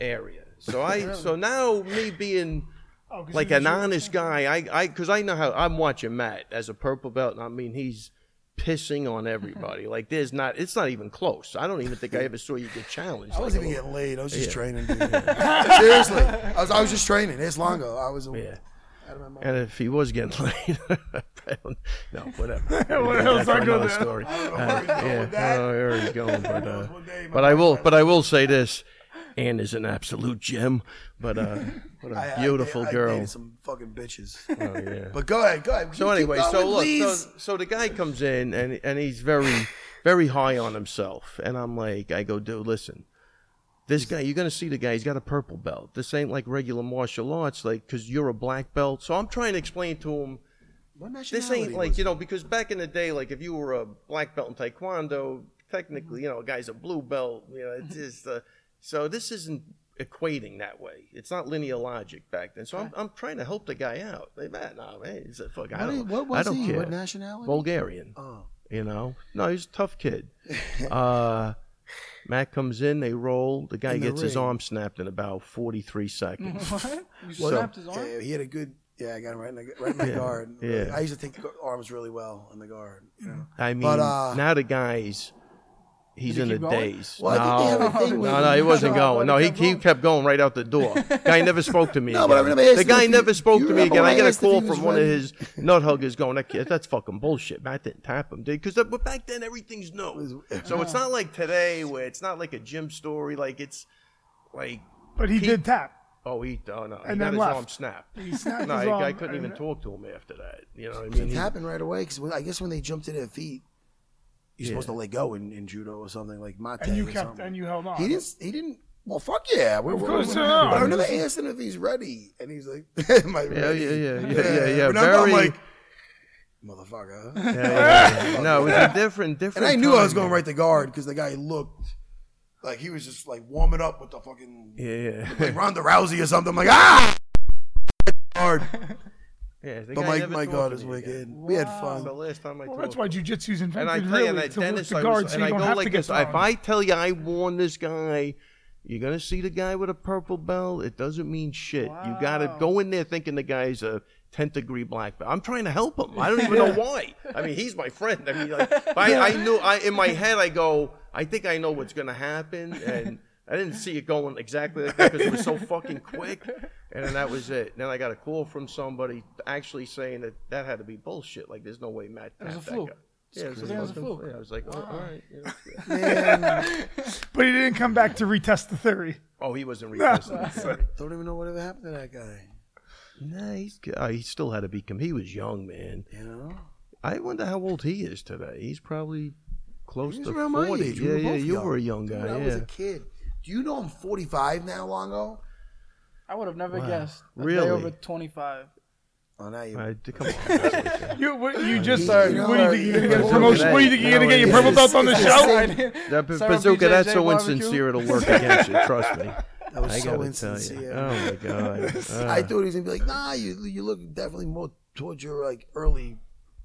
[SPEAKER 1] area. So I, so now me being
[SPEAKER 2] Oh, 'cause
[SPEAKER 1] like
[SPEAKER 2] you-
[SPEAKER 1] an
[SPEAKER 2] you-
[SPEAKER 1] honest guy, I, I, because I know how I'm watching Matt as a purple belt, and I mean he's pissing on everybody. Like there's not, it's not even close. I don't even think I ever saw you get challenged.
[SPEAKER 3] I
[SPEAKER 1] like
[SPEAKER 3] wasn't
[SPEAKER 1] a little-
[SPEAKER 3] even getting laid. I was just
[SPEAKER 1] (laughs)
[SPEAKER 3] training. dude. Seriously, I was, I was just training. It's Longo. I was.
[SPEAKER 1] Yeah.
[SPEAKER 3] Out of my mind.
[SPEAKER 1] And if he was getting laid, (laughs) no,
[SPEAKER 3] (laughs)
[SPEAKER 1] whatever.
[SPEAKER 2] What
[SPEAKER 1] Yeah,
[SPEAKER 2] else
[SPEAKER 1] that's
[SPEAKER 2] I go
[SPEAKER 1] another
[SPEAKER 2] there?
[SPEAKER 1] story.
[SPEAKER 3] where he's
[SPEAKER 1] Uh,
[SPEAKER 3] going
[SPEAKER 1] yeah,
[SPEAKER 3] with that.
[SPEAKER 1] oh, there he's going,
[SPEAKER 3] (laughs)
[SPEAKER 1] but uh,
[SPEAKER 3] One day, my
[SPEAKER 1] but I will, but I will say this: Anne is an absolute gem, but uh, what
[SPEAKER 3] I-
[SPEAKER 1] a
[SPEAKER 3] I-
[SPEAKER 1] beautiful
[SPEAKER 3] I- I
[SPEAKER 1] girl.
[SPEAKER 3] dated some fucking bitches.
[SPEAKER 1] Oh, yeah.
[SPEAKER 3] But go ahead, go
[SPEAKER 1] (laughs)
[SPEAKER 3] ahead.
[SPEAKER 1] So
[SPEAKER 3] You keep
[SPEAKER 1] anyway,
[SPEAKER 3] going,
[SPEAKER 1] so look, so,
[SPEAKER 3] please.
[SPEAKER 1] so the guy comes in and and he's very, very high on himself, and I'm like, I go, dude, listen, this guy, you're gonna see the guy. He's got a purple belt. This ain't like regular martial arts, like because you're a black belt. So I'm trying to explain to him.
[SPEAKER 3] What
[SPEAKER 1] This
[SPEAKER 3] nationality
[SPEAKER 1] ain't like
[SPEAKER 3] was
[SPEAKER 1] you know because back in the day, like if you were a black belt in taekwondo,
[SPEAKER 3] Mm-hmm.
[SPEAKER 1] technically you know a guy's a blue belt. You know, it's just uh, so this isn't equating that way. It's not linear logic back then. So I'm, I'm trying to help the guy out. Like, man, nah, man, he's a fuck. I
[SPEAKER 3] What,
[SPEAKER 1] don't,
[SPEAKER 3] is- what
[SPEAKER 1] I
[SPEAKER 3] was
[SPEAKER 1] don't
[SPEAKER 3] he?
[SPEAKER 1] care.
[SPEAKER 3] What nationality?
[SPEAKER 1] Bulgarian.
[SPEAKER 3] Oh.
[SPEAKER 1] You know, no, he's a tough
[SPEAKER 3] (laughs)
[SPEAKER 1] kid. Uh, Matt comes in, they roll. The guy
[SPEAKER 3] In the
[SPEAKER 1] gets his
[SPEAKER 3] ring.
[SPEAKER 1] arm snapped in about 43 seconds.
[SPEAKER 5] What? (laughs)
[SPEAKER 1] (laughs)
[SPEAKER 5] You
[SPEAKER 1] So-
[SPEAKER 5] snapped his arm?
[SPEAKER 3] Yeah, he had a good. Yeah, I got him right in the, right in my guard.
[SPEAKER 1] yeah.
[SPEAKER 3] I used to take the gu- arms really well on the guard. You know.
[SPEAKER 1] I mean,
[SPEAKER 3] But, uh,
[SPEAKER 1] now the guys, he's
[SPEAKER 5] Did he
[SPEAKER 1] in a
[SPEAKER 5] keep going?
[SPEAKER 1] daze.
[SPEAKER 3] Well, I think they
[SPEAKER 1] no,
[SPEAKER 3] have a thing
[SPEAKER 1] no,
[SPEAKER 3] where
[SPEAKER 1] no, he
[SPEAKER 3] you-
[SPEAKER 1] wasn't
[SPEAKER 3] No,
[SPEAKER 1] going. No, he, he kept going right out the
[SPEAKER 3] (laughs)
[SPEAKER 1] door. Guy never spoke to me.
[SPEAKER 3] No, but I
[SPEAKER 1] again.
[SPEAKER 3] remember asking
[SPEAKER 1] the guy
[SPEAKER 3] if he-
[SPEAKER 1] never spoke
[SPEAKER 3] you
[SPEAKER 1] to me
[SPEAKER 3] remember
[SPEAKER 1] again.
[SPEAKER 3] when
[SPEAKER 1] I
[SPEAKER 3] I
[SPEAKER 1] get a
[SPEAKER 3] asked if
[SPEAKER 1] call
[SPEAKER 3] he
[SPEAKER 1] from
[SPEAKER 3] was
[SPEAKER 1] one of
[SPEAKER 3] ready?
[SPEAKER 1] his nut huggers going, that kid, that's fucking bullshit. Matt didn't tap him, dude. Because back then everything's new. So it's not like today where it's not like a gym story. Like it's like
[SPEAKER 2] But he
[SPEAKER 1] He-
[SPEAKER 2] did tap.
[SPEAKER 1] Oh, he oh no, he
[SPEAKER 2] And
[SPEAKER 1] got
[SPEAKER 2] then
[SPEAKER 1] his
[SPEAKER 2] left.
[SPEAKER 1] arm snapped.
[SPEAKER 2] He
[SPEAKER 1] (laughs)
[SPEAKER 2] snapped
[SPEAKER 1] no,
[SPEAKER 2] his
[SPEAKER 1] he- I
[SPEAKER 2] arm
[SPEAKER 1] couldn't
[SPEAKER 2] (laughs)
[SPEAKER 1] even
[SPEAKER 2] and-
[SPEAKER 1] talk to him after that. You know, what I mean,
[SPEAKER 3] It
[SPEAKER 1] He-
[SPEAKER 3] happened right away because I guess when they jumped to their feet, you're supposed to let go in, in judo or something like mate.
[SPEAKER 2] And you
[SPEAKER 3] or
[SPEAKER 2] kept
[SPEAKER 3] something.
[SPEAKER 2] and you held on.
[SPEAKER 3] He didn't. He didn't. Well, fuck yeah. We're, we're,
[SPEAKER 2] Oh, course
[SPEAKER 3] we're,
[SPEAKER 2] not.
[SPEAKER 3] but I remember asking if he's ready, and he's like, (laughs) "Am I
[SPEAKER 1] yeah,
[SPEAKER 3] ready?" (laughs)
[SPEAKER 1] yeah, yeah, yeah, yeah, yeah.
[SPEAKER 3] And I'm- I'm
[SPEAKER 1] Very,
[SPEAKER 3] like,
[SPEAKER 1] (laughs)
[SPEAKER 3] motherfucker.
[SPEAKER 1] yeah, yeah, yeah. no, it was a different,
[SPEAKER 3] (laughs) And
[SPEAKER 1] different.
[SPEAKER 3] I knew I was
[SPEAKER 1] time.
[SPEAKER 3] going right to guard because the guy looked like he was just like warming up with the fucking
[SPEAKER 1] Yeah, (laughs)
[SPEAKER 3] like Ronda Rousey or something. I'm like, ah, (laughs) hard.
[SPEAKER 1] yeah. the
[SPEAKER 3] But
[SPEAKER 1] guy
[SPEAKER 3] my
[SPEAKER 1] never
[SPEAKER 3] my
[SPEAKER 1] talked
[SPEAKER 3] god
[SPEAKER 1] to
[SPEAKER 3] is
[SPEAKER 1] me again.
[SPEAKER 3] wicked. We had
[SPEAKER 1] That's The
[SPEAKER 3] fun.
[SPEAKER 1] last time I
[SPEAKER 2] Well,
[SPEAKER 1] talked
[SPEAKER 2] that's why
[SPEAKER 1] to him.
[SPEAKER 2] jujitsu's
[SPEAKER 1] And
[SPEAKER 2] invented
[SPEAKER 1] I tell
[SPEAKER 2] really
[SPEAKER 1] you, and I,
[SPEAKER 2] to lift
[SPEAKER 1] Dennis,
[SPEAKER 2] the
[SPEAKER 1] I
[SPEAKER 2] guard
[SPEAKER 1] was,
[SPEAKER 2] so
[SPEAKER 1] and
[SPEAKER 2] you
[SPEAKER 1] I
[SPEAKER 2] don't
[SPEAKER 1] go
[SPEAKER 2] have
[SPEAKER 1] like
[SPEAKER 2] to get
[SPEAKER 1] this. If
[SPEAKER 2] thrown.
[SPEAKER 1] I tell you I warned this guy, you're gonna see the guy with a purple belt. It doesn't mean shit. You gotta go in there thinking the guy's a. 10th degree black belt. I'm trying to help him. I don't even
[SPEAKER 2] (laughs)
[SPEAKER 1] know why. I mean, he's my friend. I mean, like, but I, I knew. I in my head, I go, I think I know what's gonna happen, and I didn't see it going exactly like that because it was so fucking quick. And then that was it. Then I got a call from somebody actually saying that that had to be bullshit. Like, there's no way Matt tapped
[SPEAKER 5] was a
[SPEAKER 1] that
[SPEAKER 5] fluke.
[SPEAKER 1] guy. Yeah, it was a
[SPEAKER 5] Yeah, it was a
[SPEAKER 1] fucking-
[SPEAKER 5] fluke.
[SPEAKER 1] yeah, I was like, oh, all right. yeah.
[SPEAKER 2] But he didn't come back to retest the theory.
[SPEAKER 1] Oh, he wasn't repressing.
[SPEAKER 3] Don't even know whatever happened to that guy.
[SPEAKER 1] nah, he's, uh, he still had to be. com- He was young, man.
[SPEAKER 3] You know,
[SPEAKER 1] I wonder how old he is today. He's probably close
[SPEAKER 3] he was
[SPEAKER 1] to
[SPEAKER 3] around my
[SPEAKER 1] forty.
[SPEAKER 3] age. We
[SPEAKER 1] yeah,
[SPEAKER 3] were
[SPEAKER 1] yeah,
[SPEAKER 3] both
[SPEAKER 1] you
[SPEAKER 3] young.
[SPEAKER 1] were a young guy.
[SPEAKER 3] Dude, I
[SPEAKER 1] yeah,
[SPEAKER 3] was a kid. Do you know I'm 45 now, Longo?
[SPEAKER 5] I would have never guessed. A day
[SPEAKER 1] Really? (laughs)
[SPEAKER 5] over 25.
[SPEAKER 3] Oh, now you.
[SPEAKER 1] I,
[SPEAKER 3] (laughs)
[SPEAKER 1] come on.
[SPEAKER 2] You what, you just
[SPEAKER 3] You
[SPEAKER 2] are.
[SPEAKER 3] know,
[SPEAKER 2] What do you think you're gonna get a
[SPEAKER 3] you know,
[SPEAKER 2] promotion? What do you think you're gonna get your purple belt on the
[SPEAKER 3] It's
[SPEAKER 2] show?
[SPEAKER 5] (laughs)
[SPEAKER 3] insane.
[SPEAKER 1] That,
[SPEAKER 5] Sarah
[SPEAKER 1] bazooka,
[SPEAKER 5] BJJ
[SPEAKER 1] that's so
[SPEAKER 5] barbecue?
[SPEAKER 1] insincere it'll work against you. Trust
[SPEAKER 3] (laughs)
[SPEAKER 1] me.
[SPEAKER 3] That was
[SPEAKER 1] I
[SPEAKER 3] so
[SPEAKER 1] gotta tell you.
[SPEAKER 3] insincere.
[SPEAKER 1] Oh my god. Uh,
[SPEAKER 3] (laughs) I thought he was gonna be like, nah, you you look definitely more towards your like early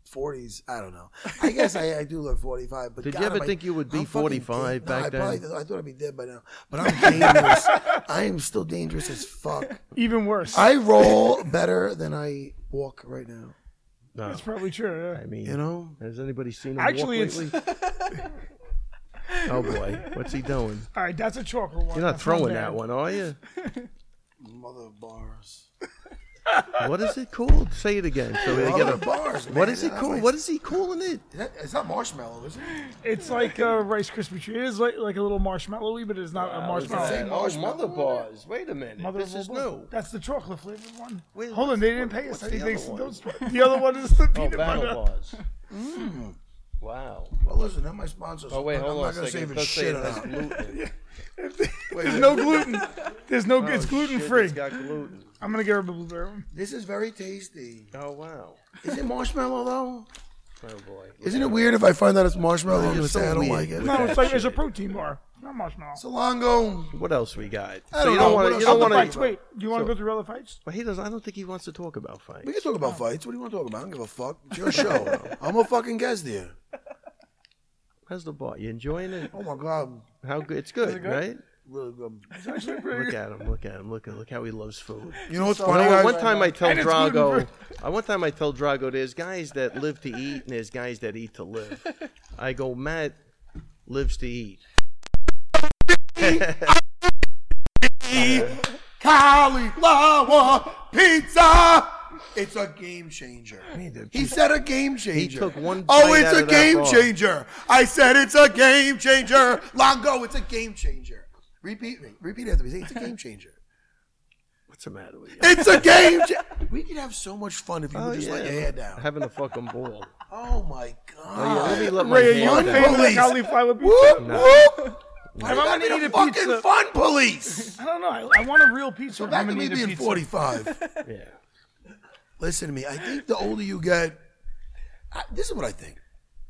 [SPEAKER 3] 40s. I don't know. I guess I, I do look 45. But
[SPEAKER 1] Did
[SPEAKER 3] God,
[SPEAKER 1] you ever
[SPEAKER 3] am I-
[SPEAKER 1] think you would be
[SPEAKER 3] I'm fucking
[SPEAKER 1] 45
[SPEAKER 3] dead.
[SPEAKER 1] back
[SPEAKER 3] no, I
[SPEAKER 1] then?
[SPEAKER 3] Probably, I thought I'd be dead by now. But I'm
[SPEAKER 1] (laughs)
[SPEAKER 3] dangerous. I am still dangerous as fuck.
[SPEAKER 2] Even worse.
[SPEAKER 3] I roll better than I walk right now.
[SPEAKER 1] No,
[SPEAKER 2] That's probably true.
[SPEAKER 1] I
[SPEAKER 2] Yeah.
[SPEAKER 1] mean,
[SPEAKER 3] You know?
[SPEAKER 1] has anybody seen him
[SPEAKER 2] Actually,
[SPEAKER 1] walk
[SPEAKER 2] it's-
[SPEAKER 1] lately?
[SPEAKER 3] (laughs)
[SPEAKER 1] oh boy, what's he doing?
[SPEAKER 2] All right, that's a chocolate one.
[SPEAKER 1] You're not
[SPEAKER 2] That's
[SPEAKER 1] throwing
[SPEAKER 2] bad.
[SPEAKER 1] that one, are you?
[SPEAKER 3] Mother of bars.
[SPEAKER 1] What is it called? Say it again. So they
[SPEAKER 3] Mother
[SPEAKER 1] get
[SPEAKER 3] of
[SPEAKER 1] a.
[SPEAKER 3] bars.
[SPEAKER 1] What
[SPEAKER 3] man.
[SPEAKER 1] is it
[SPEAKER 3] That's
[SPEAKER 1] called?
[SPEAKER 3] like-
[SPEAKER 1] What is he calling it?
[SPEAKER 3] that- It's not marshmallow, is it?
[SPEAKER 2] It's like a Rice Krispie treat. It is like, like a little marshmallowy, but it's not a marshmallow.
[SPEAKER 3] say marshmallow.
[SPEAKER 1] oh, bars. Wait a minute.
[SPEAKER 2] Mother
[SPEAKER 1] this
[SPEAKER 2] of
[SPEAKER 1] is
[SPEAKER 2] all butter.
[SPEAKER 1] new.
[SPEAKER 2] That's the chocolate flavored one.
[SPEAKER 1] Wait,
[SPEAKER 2] Hold on,
[SPEAKER 1] what's-
[SPEAKER 2] they didn't pay us.
[SPEAKER 1] what's
[SPEAKER 2] I think
[SPEAKER 1] the
[SPEAKER 2] they
[SPEAKER 1] other one?
[SPEAKER 2] those, the other one is the
[SPEAKER 1] Oh,
[SPEAKER 2] peanut butter.
[SPEAKER 1] battle bars. Wow.
[SPEAKER 3] Well, listen, that my sponsors.
[SPEAKER 1] Oh wait,
[SPEAKER 3] I'm
[SPEAKER 1] hold
[SPEAKER 3] not
[SPEAKER 1] on
[SPEAKER 3] gonna
[SPEAKER 1] a
[SPEAKER 3] save
[SPEAKER 1] second.
[SPEAKER 3] a
[SPEAKER 1] Let's say
[SPEAKER 3] shit
[SPEAKER 1] it
[SPEAKER 3] on
[SPEAKER 1] has
[SPEAKER 3] that.
[SPEAKER 1] gluten.
[SPEAKER 2] (laughs) There's no gluten. There's no. it's
[SPEAKER 1] Oh,
[SPEAKER 2] gluten
[SPEAKER 1] shit,
[SPEAKER 2] free.
[SPEAKER 1] It's got gluten.
[SPEAKER 2] I'm gonna get her a blueberry. one.
[SPEAKER 3] This is very tasty.
[SPEAKER 1] Oh wow.
[SPEAKER 3] Is it marshmallow though?
[SPEAKER 1] Oh boy.
[SPEAKER 3] Isn't it weird if I find out it's marshmallow? I'm
[SPEAKER 1] You're
[SPEAKER 3] gonna
[SPEAKER 1] so
[SPEAKER 3] say I don't
[SPEAKER 1] weird.
[SPEAKER 3] like it.
[SPEAKER 2] No,
[SPEAKER 1] that
[SPEAKER 2] it's like
[SPEAKER 1] shit.
[SPEAKER 2] it's a protein bar, not marshmallow.
[SPEAKER 3] Salongo.
[SPEAKER 1] What else we got?
[SPEAKER 3] I
[SPEAKER 1] so
[SPEAKER 3] don't
[SPEAKER 1] you
[SPEAKER 3] know.
[SPEAKER 1] don't
[SPEAKER 3] What
[SPEAKER 1] want to.
[SPEAKER 3] else-
[SPEAKER 1] You don't
[SPEAKER 3] I'll go
[SPEAKER 1] want
[SPEAKER 2] Other
[SPEAKER 3] wanna-
[SPEAKER 2] fights.
[SPEAKER 1] to.
[SPEAKER 2] Wait, do you want to
[SPEAKER 1] So-
[SPEAKER 2] go through other fights?
[SPEAKER 1] But he does. I don't think he wants to talk about fights.
[SPEAKER 3] We can talk about fights. What do you want to talk about? I don't give a fuck. It's your show. (laughs) I'm a fucking guest here.
[SPEAKER 1] How's the bar? You enjoying it?
[SPEAKER 3] Oh my god,
[SPEAKER 1] How good? It's good, right?
[SPEAKER 3] really good.
[SPEAKER 1] Look at him. Look at him. Look at look how he loves food.
[SPEAKER 3] You know what's
[SPEAKER 1] You
[SPEAKER 3] funny,
[SPEAKER 1] know,
[SPEAKER 3] guys?
[SPEAKER 1] one time I tell
[SPEAKER 2] And it's gluten
[SPEAKER 1] Drago, I (laughs) one time I tell Drago, there's guys that live to eat and there's guys that eat to live. I go, Matt lives to eat.
[SPEAKER 3] Cauliflower pizza. It's a game changer. He said a game changer.
[SPEAKER 1] took one
[SPEAKER 3] Oh,
[SPEAKER 1] bite
[SPEAKER 3] it's
[SPEAKER 1] out
[SPEAKER 3] a
[SPEAKER 1] of that
[SPEAKER 3] game
[SPEAKER 1] bar.
[SPEAKER 3] changer. I said it's a game changer. Longo, it's a game changer. Repeat me. Repeat after me. Say it's a game changer.
[SPEAKER 1] What's the matter with you?
[SPEAKER 3] It's a game changer. We could have so much fun if you
[SPEAKER 1] Oh,
[SPEAKER 3] would just let
[SPEAKER 1] yeah.
[SPEAKER 3] your hair down.
[SPEAKER 1] Having a fucking ball.
[SPEAKER 3] Oh my
[SPEAKER 1] Oh, yeah,
[SPEAKER 3] god.
[SPEAKER 1] let me let my
[SPEAKER 2] Ray, are
[SPEAKER 1] hair
[SPEAKER 2] you a
[SPEAKER 1] down.
[SPEAKER 2] fan of the
[SPEAKER 3] Police.
[SPEAKER 2] cauliflower pizza?
[SPEAKER 3] Whoop,
[SPEAKER 1] No.
[SPEAKER 3] whoop.
[SPEAKER 2] If I'm gonna eat a
[SPEAKER 3] fucking
[SPEAKER 2] pizza,
[SPEAKER 3] fun police.
[SPEAKER 2] I don't know. I, I want a real pizza.
[SPEAKER 3] So
[SPEAKER 2] if
[SPEAKER 3] back
[SPEAKER 2] I'm
[SPEAKER 3] to
[SPEAKER 2] gonna
[SPEAKER 3] me
[SPEAKER 2] eat a
[SPEAKER 3] being
[SPEAKER 2] pizza.
[SPEAKER 3] 45.
[SPEAKER 2] (laughs)
[SPEAKER 1] Yeah.
[SPEAKER 3] Listen to me. I think the older you get, I, this is what I think.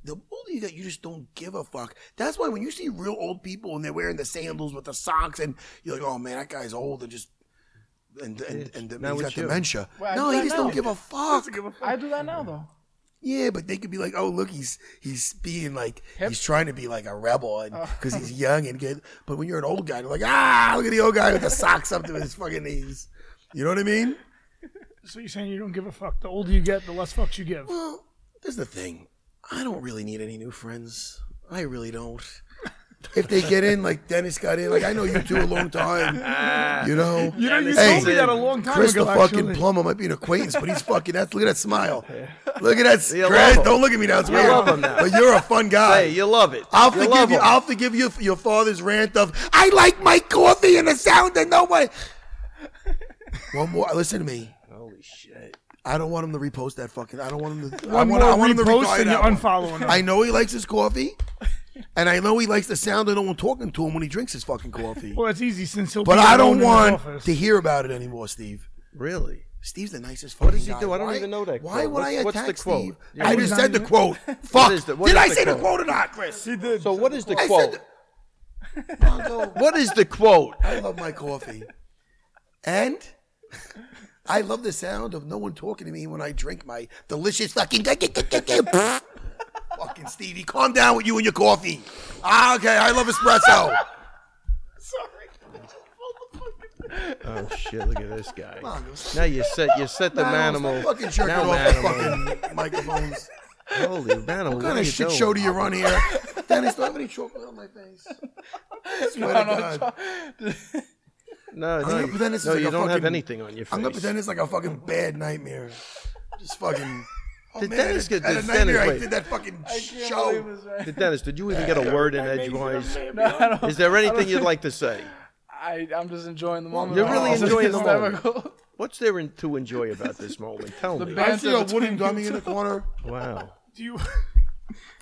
[SPEAKER 3] The older you get, you just don't give a fuck. That's why when you see real old people and they're wearing the sandals with the socks, and you're like, oh man, that guy's old and just and and, and,
[SPEAKER 1] Now
[SPEAKER 3] he's
[SPEAKER 1] it's
[SPEAKER 3] got
[SPEAKER 1] you.
[SPEAKER 3] dementia.
[SPEAKER 5] Well, I
[SPEAKER 3] no, (laughs)
[SPEAKER 5] do
[SPEAKER 3] he
[SPEAKER 5] that
[SPEAKER 3] just
[SPEAKER 5] now.
[SPEAKER 3] don't give a fuck.
[SPEAKER 5] I do that now
[SPEAKER 1] (laughs)
[SPEAKER 5] though.
[SPEAKER 3] Yeah, but they could be like, oh look, he's he's being like he's trying to be like a rebel and
[SPEAKER 1] Uh.
[SPEAKER 3] because he's young and good. But when you're an old guy, they're like, ah, look at the old
[SPEAKER 1] (laughs)
[SPEAKER 3] guy with the socks up to his fucking knees. You know what I mean?
[SPEAKER 2] So you're saying you don't give a fuck? The older you get, the less fucks you give.
[SPEAKER 3] Well, there's the thing. I don't really need any new friends. I really don't. If they get in, like Dennis got in, like I know you two a long time,
[SPEAKER 1] (laughs)
[SPEAKER 3] you know.
[SPEAKER 2] You know, you
[SPEAKER 3] Hey,
[SPEAKER 2] told me that a long time
[SPEAKER 3] Chris the
[SPEAKER 2] ago.
[SPEAKER 3] fucking
[SPEAKER 2] actually.
[SPEAKER 3] plumber might be an acquaintance,
[SPEAKER 1] (laughs)
[SPEAKER 3] but he's fucking. That's look at that smile. Look at that. s-
[SPEAKER 1] You love
[SPEAKER 3] Chris,
[SPEAKER 1] him.
[SPEAKER 3] don't look at me now. It's
[SPEAKER 1] You
[SPEAKER 3] weird.
[SPEAKER 1] love him now.
[SPEAKER 3] But you're a fun guy.
[SPEAKER 1] Hey, you love it.
[SPEAKER 3] I'll
[SPEAKER 1] you
[SPEAKER 3] forgive you.
[SPEAKER 1] him.
[SPEAKER 3] I'll forgive you for your father's rant of "I like my coffee and the sound of no
[SPEAKER 2] (laughs)
[SPEAKER 3] one." One more. Listen to me.
[SPEAKER 1] Holy shit.
[SPEAKER 3] I don't want him to repost that fucking. I don't want him to. I
[SPEAKER 2] One
[SPEAKER 3] want,
[SPEAKER 2] more
[SPEAKER 3] I want him to
[SPEAKER 2] repost
[SPEAKER 3] retire
[SPEAKER 2] and
[SPEAKER 3] that
[SPEAKER 2] you're
[SPEAKER 3] one.
[SPEAKER 2] unfollowing him.
[SPEAKER 3] I know he likes his coffee, and I know he likes the sound of no one talking to him when he drinks his fucking coffee.
[SPEAKER 2] Well, that's easy since he'll.
[SPEAKER 3] But
[SPEAKER 2] be
[SPEAKER 3] I
[SPEAKER 2] alone
[SPEAKER 3] don't
[SPEAKER 2] in his
[SPEAKER 3] want
[SPEAKER 2] office.
[SPEAKER 3] to hear about it anymore, Steve.
[SPEAKER 1] Really?
[SPEAKER 3] Steve's the nicest.
[SPEAKER 1] What does
[SPEAKER 3] fucking
[SPEAKER 1] he do?
[SPEAKER 3] guy.
[SPEAKER 1] I don't
[SPEAKER 3] Why-
[SPEAKER 1] even know that
[SPEAKER 3] Why
[SPEAKER 1] quote.
[SPEAKER 3] would I
[SPEAKER 1] What's- what's the
[SPEAKER 3] attack
[SPEAKER 1] quote?
[SPEAKER 3] Steve?
[SPEAKER 1] Yeah,
[SPEAKER 3] I
[SPEAKER 1] what
[SPEAKER 3] just
[SPEAKER 2] is
[SPEAKER 3] said
[SPEAKER 2] that?
[SPEAKER 3] the quote. Fuck.
[SPEAKER 1] is the- what
[SPEAKER 3] Did
[SPEAKER 1] is
[SPEAKER 3] I
[SPEAKER 1] the
[SPEAKER 3] say the
[SPEAKER 1] quote?
[SPEAKER 3] quote or not, Chris?
[SPEAKER 2] He did.
[SPEAKER 1] So what is the
[SPEAKER 3] I
[SPEAKER 1] quote?
[SPEAKER 3] said. The- Mongo.
[SPEAKER 1] What is the quote?
[SPEAKER 3] I love my coffee. And I love the sound of no one talking to me when I drink my delicious fucking. fucking Stevie, calm down with you and your coffee. Ah, okay, I love espresso.
[SPEAKER 1] (laughs) Oh shit! Look at this guy.
[SPEAKER 3] on, go sit
[SPEAKER 1] Now you set you set the manimal.
[SPEAKER 3] Fucking jerking
[SPEAKER 1] now
[SPEAKER 3] off
[SPEAKER 1] manimal.
[SPEAKER 3] the fucking microphones.
[SPEAKER 1] Holy manimal.
[SPEAKER 3] What kind of shit show do you run here? Dennis, do I have any chocolate on my face? Swear to
[SPEAKER 1] Oh,
[SPEAKER 3] God.
[SPEAKER 1] No,
[SPEAKER 3] gonna
[SPEAKER 1] no,
[SPEAKER 3] pretend this is
[SPEAKER 1] no
[SPEAKER 3] like
[SPEAKER 1] you
[SPEAKER 3] a
[SPEAKER 1] don't have
[SPEAKER 3] fucking-
[SPEAKER 1] anything on your face.
[SPEAKER 3] I'm gonna pretend it's like a fucking bad nightmare. Just fucking. Oh,
[SPEAKER 1] Did
[SPEAKER 3] man, I
[SPEAKER 1] Dennis
[SPEAKER 3] had
[SPEAKER 1] get-
[SPEAKER 3] a
[SPEAKER 1] did
[SPEAKER 3] nightmare.
[SPEAKER 1] Dennis-
[SPEAKER 3] I
[SPEAKER 1] wait.
[SPEAKER 3] did that fucking
[SPEAKER 5] Believe
[SPEAKER 3] show.
[SPEAKER 5] this, right?
[SPEAKER 1] Did- Dennis, did you even get a word in edgewise?
[SPEAKER 5] No, I don't.
[SPEAKER 1] Is there anything you'd like to say?
[SPEAKER 5] (laughs) I, I'm just enjoying the moment.
[SPEAKER 1] You're
[SPEAKER 5] right
[SPEAKER 1] really
[SPEAKER 5] now. It's
[SPEAKER 1] enjoying the
[SPEAKER 5] (laughs)
[SPEAKER 1] moment.
[SPEAKER 5] hysterical.
[SPEAKER 1] What's there in, to enjoy about this moment? Tell me.
[SPEAKER 5] band-
[SPEAKER 3] I
[SPEAKER 1] (laughs)
[SPEAKER 3] see a wooden dummy in the corner.
[SPEAKER 1] Wow.
[SPEAKER 2] Do you, (laughs)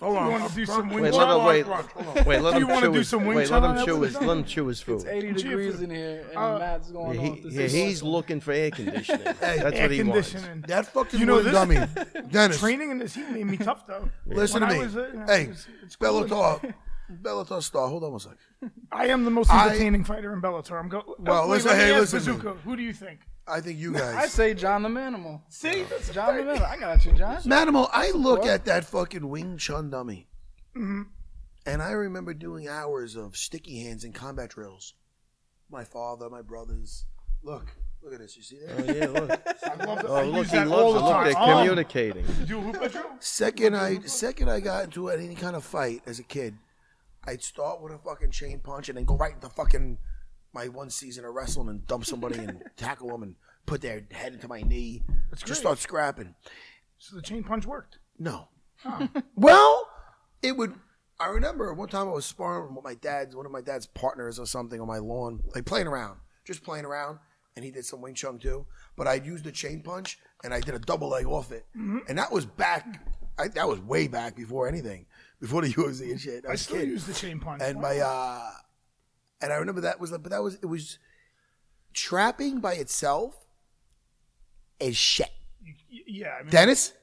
[SPEAKER 3] Hold
[SPEAKER 2] you
[SPEAKER 3] on.
[SPEAKER 2] want to do some wind
[SPEAKER 1] Wait, let him,
[SPEAKER 2] chime?
[SPEAKER 1] wait, wait,
[SPEAKER 2] Do
[SPEAKER 1] let
[SPEAKER 2] you
[SPEAKER 1] him
[SPEAKER 2] wanna
[SPEAKER 1] chew
[SPEAKER 2] do
[SPEAKER 1] his.
[SPEAKER 2] some wing
[SPEAKER 1] Wait, let
[SPEAKER 2] chime?
[SPEAKER 1] him chew his.
[SPEAKER 2] What's
[SPEAKER 1] Let him chew his food.
[SPEAKER 5] 80
[SPEAKER 2] Cheer
[SPEAKER 5] degrees
[SPEAKER 2] for-
[SPEAKER 5] in here, and
[SPEAKER 2] uh,
[SPEAKER 5] Matt's going
[SPEAKER 1] Yeah,
[SPEAKER 5] off.
[SPEAKER 1] he-
[SPEAKER 5] This
[SPEAKER 1] yeah,
[SPEAKER 5] is
[SPEAKER 1] he's looking for air conditioning. That's
[SPEAKER 2] Air
[SPEAKER 1] what he wants.
[SPEAKER 2] conditioning.
[SPEAKER 3] That fucking
[SPEAKER 2] You know
[SPEAKER 3] wooden
[SPEAKER 2] this-
[SPEAKER 3] dummy.
[SPEAKER 2] (laughs)
[SPEAKER 3] Dennis,
[SPEAKER 2] Training in this heat made me tough though.
[SPEAKER 3] (laughs) listen to
[SPEAKER 2] When I
[SPEAKER 3] me.
[SPEAKER 2] was, uh,
[SPEAKER 3] hey,
[SPEAKER 2] it's- it's cool. (laughs)
[SPEAKER 3] Bellator. Bellator star. Hold on one second.
[SPEAKER 2] I am the most
[SPEAKER 3] I-
[SPEAKER 2] entertaining fighter in Bellator. I'm go.
[SPEAKER 3] Well,
[SPEAKER 2] oh, wait,
[SPEAKER 3] listen-
[SPEAKER 2] let me
[SPEAKER 3] hey,
[SPEAKER 2] ask
[SPEAKER 3] listen to me.
[SPEAKER 2] Bazooka, who do you think?
[SPEAKER 3] I think
[SPEAKER 2] (laughs)
[SPEAKER 3] you
[SPEAKER 5] I
[SPEAKER 3] guys.
[SPEAKER 5] say John the Manimal.
[SPEAKER 2] See, that's
[SPEAKER 5] John the Manimal. I got you, (laughs) John.
[SPEAKER 3] Manimal, I look at that fucking Wing Chun dummy,
[SPEAKER 2] Mm-hmm.
[SPEAKER 3] and I remember doing hours of sticky hands and combat drills. My father, my brothers. Look, look at this. You see that?
[SPEAKER 1] Oh, yeah, look.
[SPEAKER 2] I love that. I
[SPEAKER 1] Oh, look,
[SPEAKER 2] use
[SPEAKER 1] he
[SPEAKER 2] that all
[SPEAKER 1] loves
[SPEAKER 2] the
[SPEAKER 1] it. Look,
[SPEAKER 2] time.
[SPEAKER 1] they're
[SPEAKER 2] Oh,
[SPEAKER 1] communicating.
[SPEAKER 2] do a hoop drill?
[SPEAKER 3] Second, I second I got into any kind of fight as a kid, I'd start with a fucking chain punch and then go right into fucking my one season of wrestling and dump somebody and tackle them and put their head into my knee. just start scrapping.
[SPEAKER 2] So the chain punch worked.
[SPEAKER 3] No. (laughs) well, it would. I remember one time I was sparring with my dad's one of my dad's partners or something on my lawn, like playing around, just playing around, and he did some Wing Chun too. But I used the chain punch and I did a double leg off it,
[SPEAKER 2] Mm-hmm.
[SPEAKER 3] and that was back. I, that was way back before anything, before the (laughs) UFC and shit. I,
[SPEAKER 2] I
[SPEAKER 3] was a
[SPEAKER 2] still
[SPEAKER 3] kid
[SPEAKER 2] use the chain punch.
[SPEAKER 3] and my uh and I remember that was but that was it was trapping by itself is shit.
[SPEAKER 2] Y- yeah, I mean,
[SPEAKER 3] Dennis,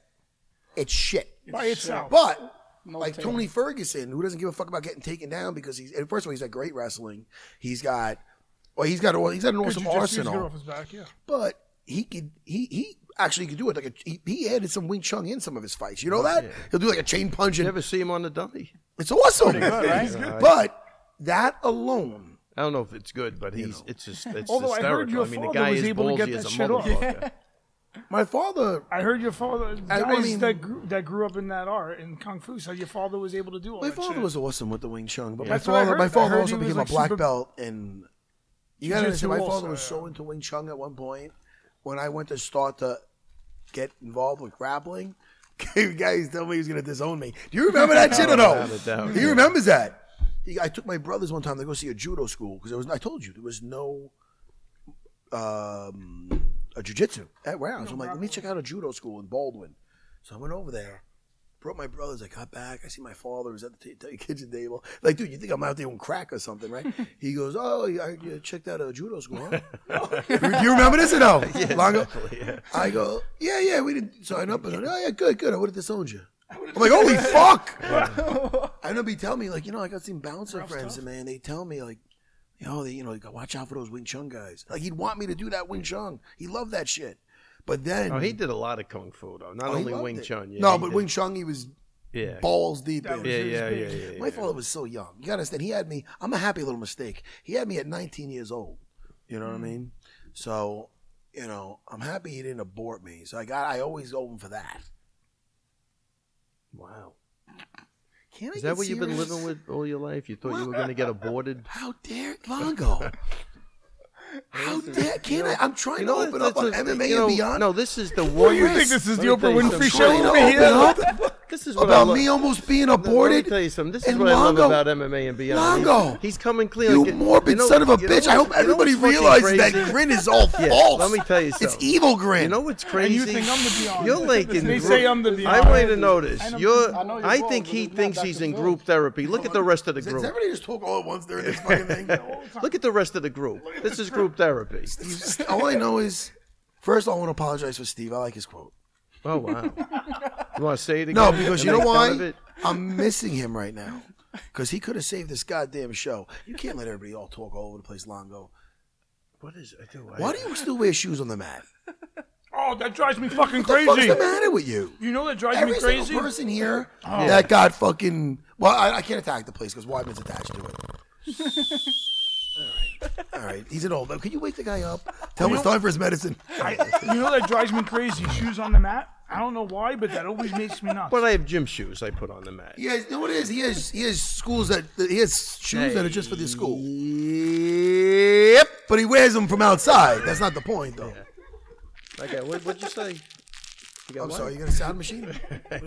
[SPEAKER 3] it's shit.
[SPEAKER 2] by itself.
[SPEAKER 3] But
[SPEAKER 5] No
[SPEAKER 3] like
[SPEAKER 5] tape.
[SPEAKER 3] Tony Ferguson, who doesn't give a fuck about getting taken down because he's and first of all he's got great wrestling. He's got well he's got all he's got an
[SPEAKER 2] Good
[SPEAKER 3] awesome
[SPEAKER 2] jujitsu's good
[SPEAKER 3] arsenal,
[SPEAKER 2] off his back, yeah.
[SPEAKER 3] but he could he he actually could do it like a, he, he added some Wing Chun in some of his fights. You know that he'll do like a chain punch
[SPEAKER 1] You
[SPEAKER 3] and
[SPEAKER 1] ever see him on the dummy?
[SPEAKER 3] it's awesome.
[SPEAKER 5] right?
[SPEAKER 3] But that alone
[SPEAKER 1] I don't know if it's good, but he's it's just it's
[SPEAKER 2] Although I heard
[SPEAKER 1] hysterical.
[SPEAKER 2] your
[SPEAKER 1] I, mean, the
[SPEAKER 2] father
[SPEAKER 1] guy
[SPEAKER 2] was
[SPEAKER 1] is
[SPEAKER 2] able to
[SPEAKER 1] ballsy
[SPEAKER 2] get
[SPEAKER 1] as
[SPEAKER 2] that
[SPEAKER 1] a
[SPEAKER 2] shit off.
[SPEAKER 1] motherfucker.
[SPEAKER 3] My father,
[SPEAKER 2] I heard your father,
[SPEAKER 3] I
[SPEAKER 2] guys
[SPEAKER 3] mean-
[SPEAKER 2] that, grew, that grew up in that art in Kung Fu, so your father was able to do all
[SPEAKER 3] my
[SPEAKER 2] that
[SPEAKER 3] father
[SPEAKER 2] shit.
[SPEAKER 3] was awesome with the Wing Chun, but my
[SPEAKER 2] That's what I
[SPEAKER 3] father,
[SPEAKER 2] heard.
[SPEAKER 3] my
[SPEAKER 2] I
[SPEAKER 3] father
[SPEAKER 2] heard
[SPEAKER 3] also
[SPEAKER 2] he was,
[SPEAKER 3] became
[SPEAKER 2] like,
[SPEAKER 3] a black
[SPEAKER 2] super-
[SPEAKER 3] belt, and you gotta
[SPEAKER 2] Jiu-jitsu
[SPEAKER 3] understand, my
[SPEAKER 2] also,
[SPEAKER 3] father was
[SPEAKER 2] yeah.
[SPEAKER 3] so into Wing Chun at one point. When I went to start to get involved with grappling, (laughs) you guys tell me he was gonna disown me. Do you remember that shit or no?
[SPEAKER 1] Without a doubt.
[SPEAKER 3] He remembers that. He, I took my brothers one time to go see a judo school because there was. I told you there was no um, a jujitsu at where I was. I'm like, let me check out a judo school in Baldwin. So I went over there, brought my brothers. I got back. I see my father was at the ta- (laughs) ta- kitchen table. Like, dude, you think I'm out there on crack or something, right? he goes, oh, I, I checked out a judo school. Huh? (laughs) you, you remember this
[SPEAKER 1] (laughs)
[SPEAKER 3] or no? Long ago. I go, yeah, yeah, we didn't sign up. And I'm like, oh yeah, good, good. I would have disowned you. I'm like, holy (laughs) fuck! I know. He tell me like, you know, I got some bouncer friends, and man, they tell me like, you know, they, you know, you gotta watch out for those Wing Chun guys. Like he'd want me to do that Wing Chun. He loved that shit. But then
[SPEAKER 1] Oh, he did a lot of kung fu though, not
[SPEAKER 3] oh, he
[SPEAKER 1] only
[SPEAKER 3] loved
[SPEAKER 1] Wing
[SPEAKER 3] it.
[SPEAKER 1] Chun. Yeah,
[SPEAKER 3] no,
[SPEAKER 1] he
[SPEAKER 3] but
[SPEAKER 1] did.
[SPEAKER 3] Wing Chun, he was
[SPEAKER 1] Yeah,
[SPEAKER 3] balls deep. in.
[SPEAKER 1] yeah, yeah, yeah, yeah,
[SPEAKER 3] My
[SPEAKER 1] yeah.
[SPEAKER 3] father was so young. You gotta understand. He had me. I'm a happy little mistake. He had me at 19 years old. You know
[SPEAKER 1] Mm.
[SPEAKER 3] what I mean? So, you know, I'm happy he didn't abort me. So I got. I always owe him for that.
[SPEAKER 1] Wow,
[SPEAKER 3] Can I
[SPEAKER 1] is that
[SPEAKER 3] get
[SPEAKER 1] what you've been
[SPEAKER 3] serious?
[SPEAKER 1] living with all your life? You thought you were going to get aborted?
[SPEAKER 3] How dare
[SPEAKER 1] (laughs)
[SPEAKER 3] Longo? How dare can I? I'm trying to open up on
[SPEAKER 1] that's a-
[SPEAKER 3] MMA
[SPEAKER 1] you know,
[SPEAKER 3] and beyond.
[SPEAKER 1] No, this is the one.
[SPEAKER 2] you think this is
[SPEAKER 1] Let
[SPEAKER 2] the
[SPEAKER 1] me
[SPEAKER 2] Oprah
[SPEAKER 1] tell you
[SPEAKER 2] Winfrey
[SPEAKER 1] something.
[SPEAKER 2] show?
[SPEAKER 3] Trying to
[SPEAKER 2] over here?
[SPEAKER 3] open up
[SPEAKER 1] This is what I
[SPEAKER 3] about
[SPEAKER 1] love.
[SPEAKER 3] me almost being
[SPEAKER 1] Let me
[SPEAKER 3] aborted.
[SPEAKER 1] tell you something. This is
[SPEAKER 3] and
[SPEAKER 1] what
[SPEAKER 3] Longo-
[SPEAKER 1] I love about MMA and beyond.
[SPEAKER 3] Longo,
[SPEAKER 1] he's, he's coming clean.
[SPEAKER 3] You
[SPEAKER 1] Like,
[SPEAKER 3] morbid
[SPEAKER 1] know-
[SPEAKER 3] son of a
[SPEAKER 1] you know
[SPEAKER 3] bitch! I hope
[SPEAKER 1] what's- you know what's
[SPEAKER 3] everybody
[SPEAKER 1] fucking
[SPEAKER 3] realizes that
[SPEAKER 1] crazy?
[SPEAKER 3] grin is all
[SPEAKER 1] (laughs) Yeah,
[SPEAKER 3] false.
[SPEAKER 1] let me tell you
[SPEAKER 3] it's
[SPEAKER 1] something.
[SPEAKER 3] evil grin.
[SPEAKER 1] You know what's crazy?
[SPEAKER 2] And you think I'm the beyond.
[SPEAKER 1] You're linking.
[SPEAKER 2] They
[SPEAKER 1] group-
[SPEAKER 2] say I'm the beyond.
[SPEAKER 1] I want you to notice.
[SPEAKER 2] I know-
[SPEAKER 1] You're.
[SPEAKER 5] I know you're
[SPEAKER 1] I
[SPEAKER 5] wrong,
[SPEAKER 1] think
[SPEAKER 5] but
[SPEAKER 1] he
[SPEAKER 5] it's not
[SPEAKER 1] thinks
[SPEAKER 5] Dr.
[SPEAKER 1] he's in
[SPEAKER 5] Phil.
[SPEAKER 1] group therapy. Look at the rest of the
[SPEAKER 3] Does
[SPEAKER 1] group.
[SPEAKER 3] everybody just talk all at once
[SPEAKER 1] (laughs)
[SPEAKER 3] during this fucking thing?
[SPEAKER 1] Look at the rest of the group. This is group therapy.
[SPEAKER 3] You just- all I know is, first, I want to apologize for Steve. I like his quote.
[SPEAKER 1] Oh wow. You want to say it again?
[SPEAKER 3] No, because
[SPEAKER 1] And
[SPEAKER 3] you know
[SPEAKER 1] make fun of
[SPEAKER 3] why?
[SPEAKER 1] it?
[SPEAKER 3] I'm missing him right now. Because he could have saved this goddamn show. You can't let everybody all talk all over the place, Longo.
[SPEAKER 1] What is? I do. I-
[SPEAKER 3] Why do you still wear shoes on the mat?
[SPEAKER 2] Oh, that drives me fucking
[SPEAKER 3] What's (laughs)
[SPEAKER 2] crazy.
[SPEAKER 3] the matter with you?
[SPEAKER 2] You know that drives
[SPEAKER 3] Every
[SPEAKER 2] me
[SPEAKER 3] single
[SPEAKER 2] crazy?
[SPEAKER 3] person here
[SPEAKER 1] Oh.
[SPEAKER 3] that got fucking. Well, I, I can't attack the place because Weidman's attached to it.
[SPEAKER 1] (laughs)
[SPEAKER 3] all right, all right. He's an old man. Can you wake the guy up? Tell him it's time for his medicine.
[SPEAKER 2] I- you know that drives me crazy? Shoes on the mat? I don't know why, but that always makes me nuts.
[SPEAKER 1] But I have gym shoes. I put on the mat.
[SPEAKER 3] He has, you know what it is? He has, he has schools that, he has shoes that are just for the school. Yep. But he wears them from outside. That's not the point, though.
[SPEAKER 1] Okay. What, what'd you say? You got
[SPEAKER 3] I'm
[SPEAKER 1] what?
[SPEAKER 3] sorry, you got a sound machine?
[SPEAKER 1] (laughs)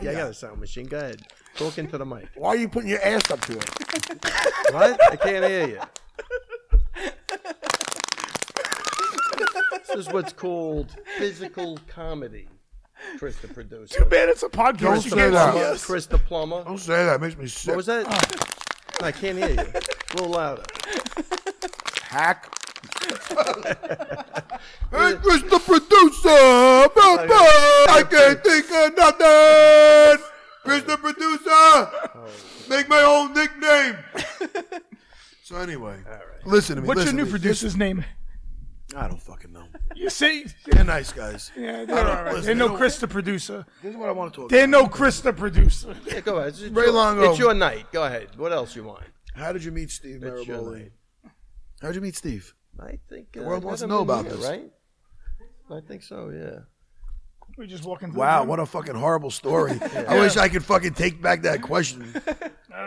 [SPEAKER 1] Yeah, I got a sound machine. Go ahead. Talk into the mic.
[SPEAKER 3] Why are you putting your ass up to it?
[SPEAKER 1] What? I can't hear you. this is what's called physical comedy. Chris the producer.
[SPEAKER 2] Man, it's a podcast.
[SPEAKER 3] Don't
[SPEAKER 2] You
[SPEAKER 3] say
[SPEAKER 2] can't
[SPEAKER 3] that.
[SPEAKER 2] see us.
[SPEAKER 3] Yes.
[SPEAKER 1] Chris the plumber.
[SPEAKER 3] Don't say that. It makes me sick.
[SPEAKER 1] What was that? I can't hear you. A little louder.
[SPEAKER 3] Hack. hey, Mr. Producer! Blah, blah. I can't think of nothing! Mr. Producer! Make my own nickname! so, anyway, listen to me.
[SPEAKER 2] What's your
[SPEAKER 3] listen
[SPEAKER 2] new
[SPEAKER 3] to me.
[SPEAKER 2] producer's name?
[SPEAKER 3] I don't fucking fucking know.
[SPEAKER 2] You see,
[SPEAKER 3] They're nice guys.
[SPEAKER 2] yeah,
[SPEAKER 3] I
[SPEAKER 2] they're
[SPEAKER 3] don't-
[SPEAKER 2] all right.
[SPEAKER 3] listen,
[SPEAKER 2] They
[SPEAKER 3] I
[SPEAKER 2] know
[SPEAKER 3] don't-
[SPEAKER 2] Chris the producer.
[SPEAKER 3] This is what I want to talk.
[SPEAKER 2] They know Chris the producer.
[SPEAKER 1] Yeah, go ahead. It's, it's
[SPEAKER 3] Ray
[SPEAKER 1] your,
[SPEAKER 3] Longo.
[SPEAKER 1] It's your night. Go ahead. What else you want?
[SPEAKER 3] about. How did you meet Steve
[SPEAKER 1] It's your
[SPEAKER 3] Maraboli?
[SPEAKER 1] night.
[SPEAKER 3] How did you meet Steve?
[SPEAKER 1] I think uh,
[SPEAKER 3] world
[SPEAKER 1] I
[SPEAKER 3] wants
[SPEAKER 1] met
[SPEAKER 3] to know
[SPEAKER 1] him in
[SPEAKER 3] about
[SPEAKER 1] here,
[SPEAKER 3] this.
[SPEAKER 1] right? I think so. Yeah.
[SPEAKER 2] We just walk into.
[SPEAKER 3] Wow,
[SPEAKER 2] the
[SPEAKER 3] what a fucking horrible story. (laughs) I wish I could fucking take back that
[SPEAKER 2] (laughs)
[SPEAKER 3] question,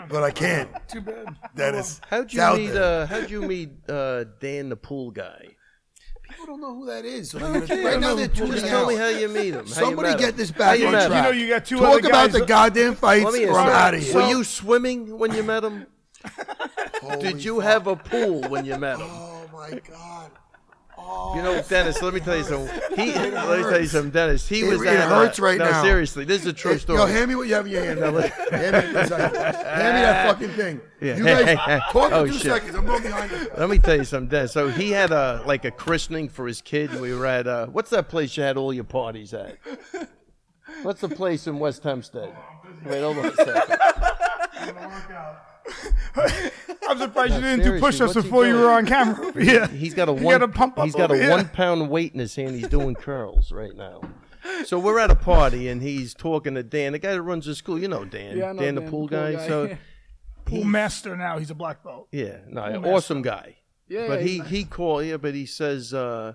[SPEAKER 3] but I can't.
[SPEAKER 2] too bad.
[SPEAKER 3] Dennis,
[SPEAKER 1] How'd
[SPEAKER 3] it's
[SPEAKER 1] you
[SPEAKER 3] out
[SPEAKER 1] meet?
[SPEAKER 3] there.
[SPEAKER 1] Uh,
[SPEAKER 3] (laughs)
[SPEAKER 1] how'd you meet uh, Dan the pool guy?
[SPEAKER 3] People don't know who that is. so they're gonna- right
[SPEAKER 1] I
[SPEAKER 3] now
[SPEAKER 1] know
[SPEAKER 3] they're
[SPEAKER 1] the pool
[SPEAKER 3] tuning
[SPEAKER 1] guy. Tell me
[SPEAKER 3] out.
[SPEAKER 1] how you meet him. how you
[SPEAKER 3] Somebody
[SPEAKER 1] met him.
[SPEAKER 3] get this back
[SPEAKER 1] How you
[SPEAKER 3] on
[SPEAKER 1] met
[SPEAKER 2] You know,
[SPEAKER 1] him.
[SPEAKER 3] track.
[SPEAKER 2] you got two other
[SPEAKER 3] Talk about
[SPEAKER 2] guys.
[SPEAKER 3] the goddamn fights,
[SPEAKER 1] Let me
[SPEAKER 3] or I'm
[SPEAKER 1] ask
[SPEAKER 3] out of
[SPEAKER 1] you,
[SPEAKER 3] here.
[SPEAKER 1] Were you swimming when you met him? Did you have a pool when you met him?
[SPEAKER 3] Oh my god!
[SPEAKER 1] You know, Dennis. Let me tell you something. He, let me tell you something, Dennis. He
[SPEAKER 3] It-
[SPEAKER 1] was.
[SPEAKER 3] it
[SPEAKER 1] at,
[SPEAKER 3] hurts
[SPEAKER 1] uh,
[SPEAKER 3] right
[SPEAKER 1] no,
[SPEAKER 3] now.
[SPEAKER 1] Seriously, this is a true story.
[SPEAKER 3] Yo, hand me what you have in your hand. hand, me, hand me that fucking thing.
[SPEAKER 1] Yeah. (laughs)
[SPEAKER 3] You guys talk
[SPEAKER 1] Oh,
[SPEAKER 3] for two
[SPEAKER 1] shit.
[SPEAKER 3] seconds. I'm going behind you.
[SPEAKER 1] Let me tell you something, Dennis. So he had a like a christening for his kid. and We were at uh, what's that place you had all your parties at? What's the place in West Hempstead? Wait, hold on a second.
[SPEAKER 2] I'm surprised you
[SPEAKER 1] No,
[SPEAKER 2] didn't do
[SPEAKER 1] seriously,
[SPEAKER 2] push-ups
[SPEAKER 1] what's he
[SPEAKER 2] before you
[SPEAKER 1] doing?
[SPEAKER 2] were on camera. (laughs) Yeah,
[SPEAKER 1] He's got a
[SPEAKER 2] You
[SPEAKER 1] one.
[SPEAKER 2] gotta pump up
[SPEAKER 1] he's got a
[SPEAKER 2] over here.
[SPEAKER 1] one pound weight in his hand. He's doing curls right now. So we're at a party and he's talking to Dan, the guy that runs the school. You know Dan,
[SPEAKER 4] Yeah, I know
[SPEAKER 1] Dan, the
[SPEAKER 4] Dan,
[SPEAKER 1] pool guy.
[SPEAKER 5] (laughs)
[SPEAKER 1] So
[SPEAKER 2] pool master now. He's a black belt.
[SPEAKER 1] yeah, no, awesome guy.
[SPEAKER 4] yeah,
[SPEAKER 1] But
[SPEAKER 4] yeah,
[SPEAKER 1] he he called yeah, but he says uh,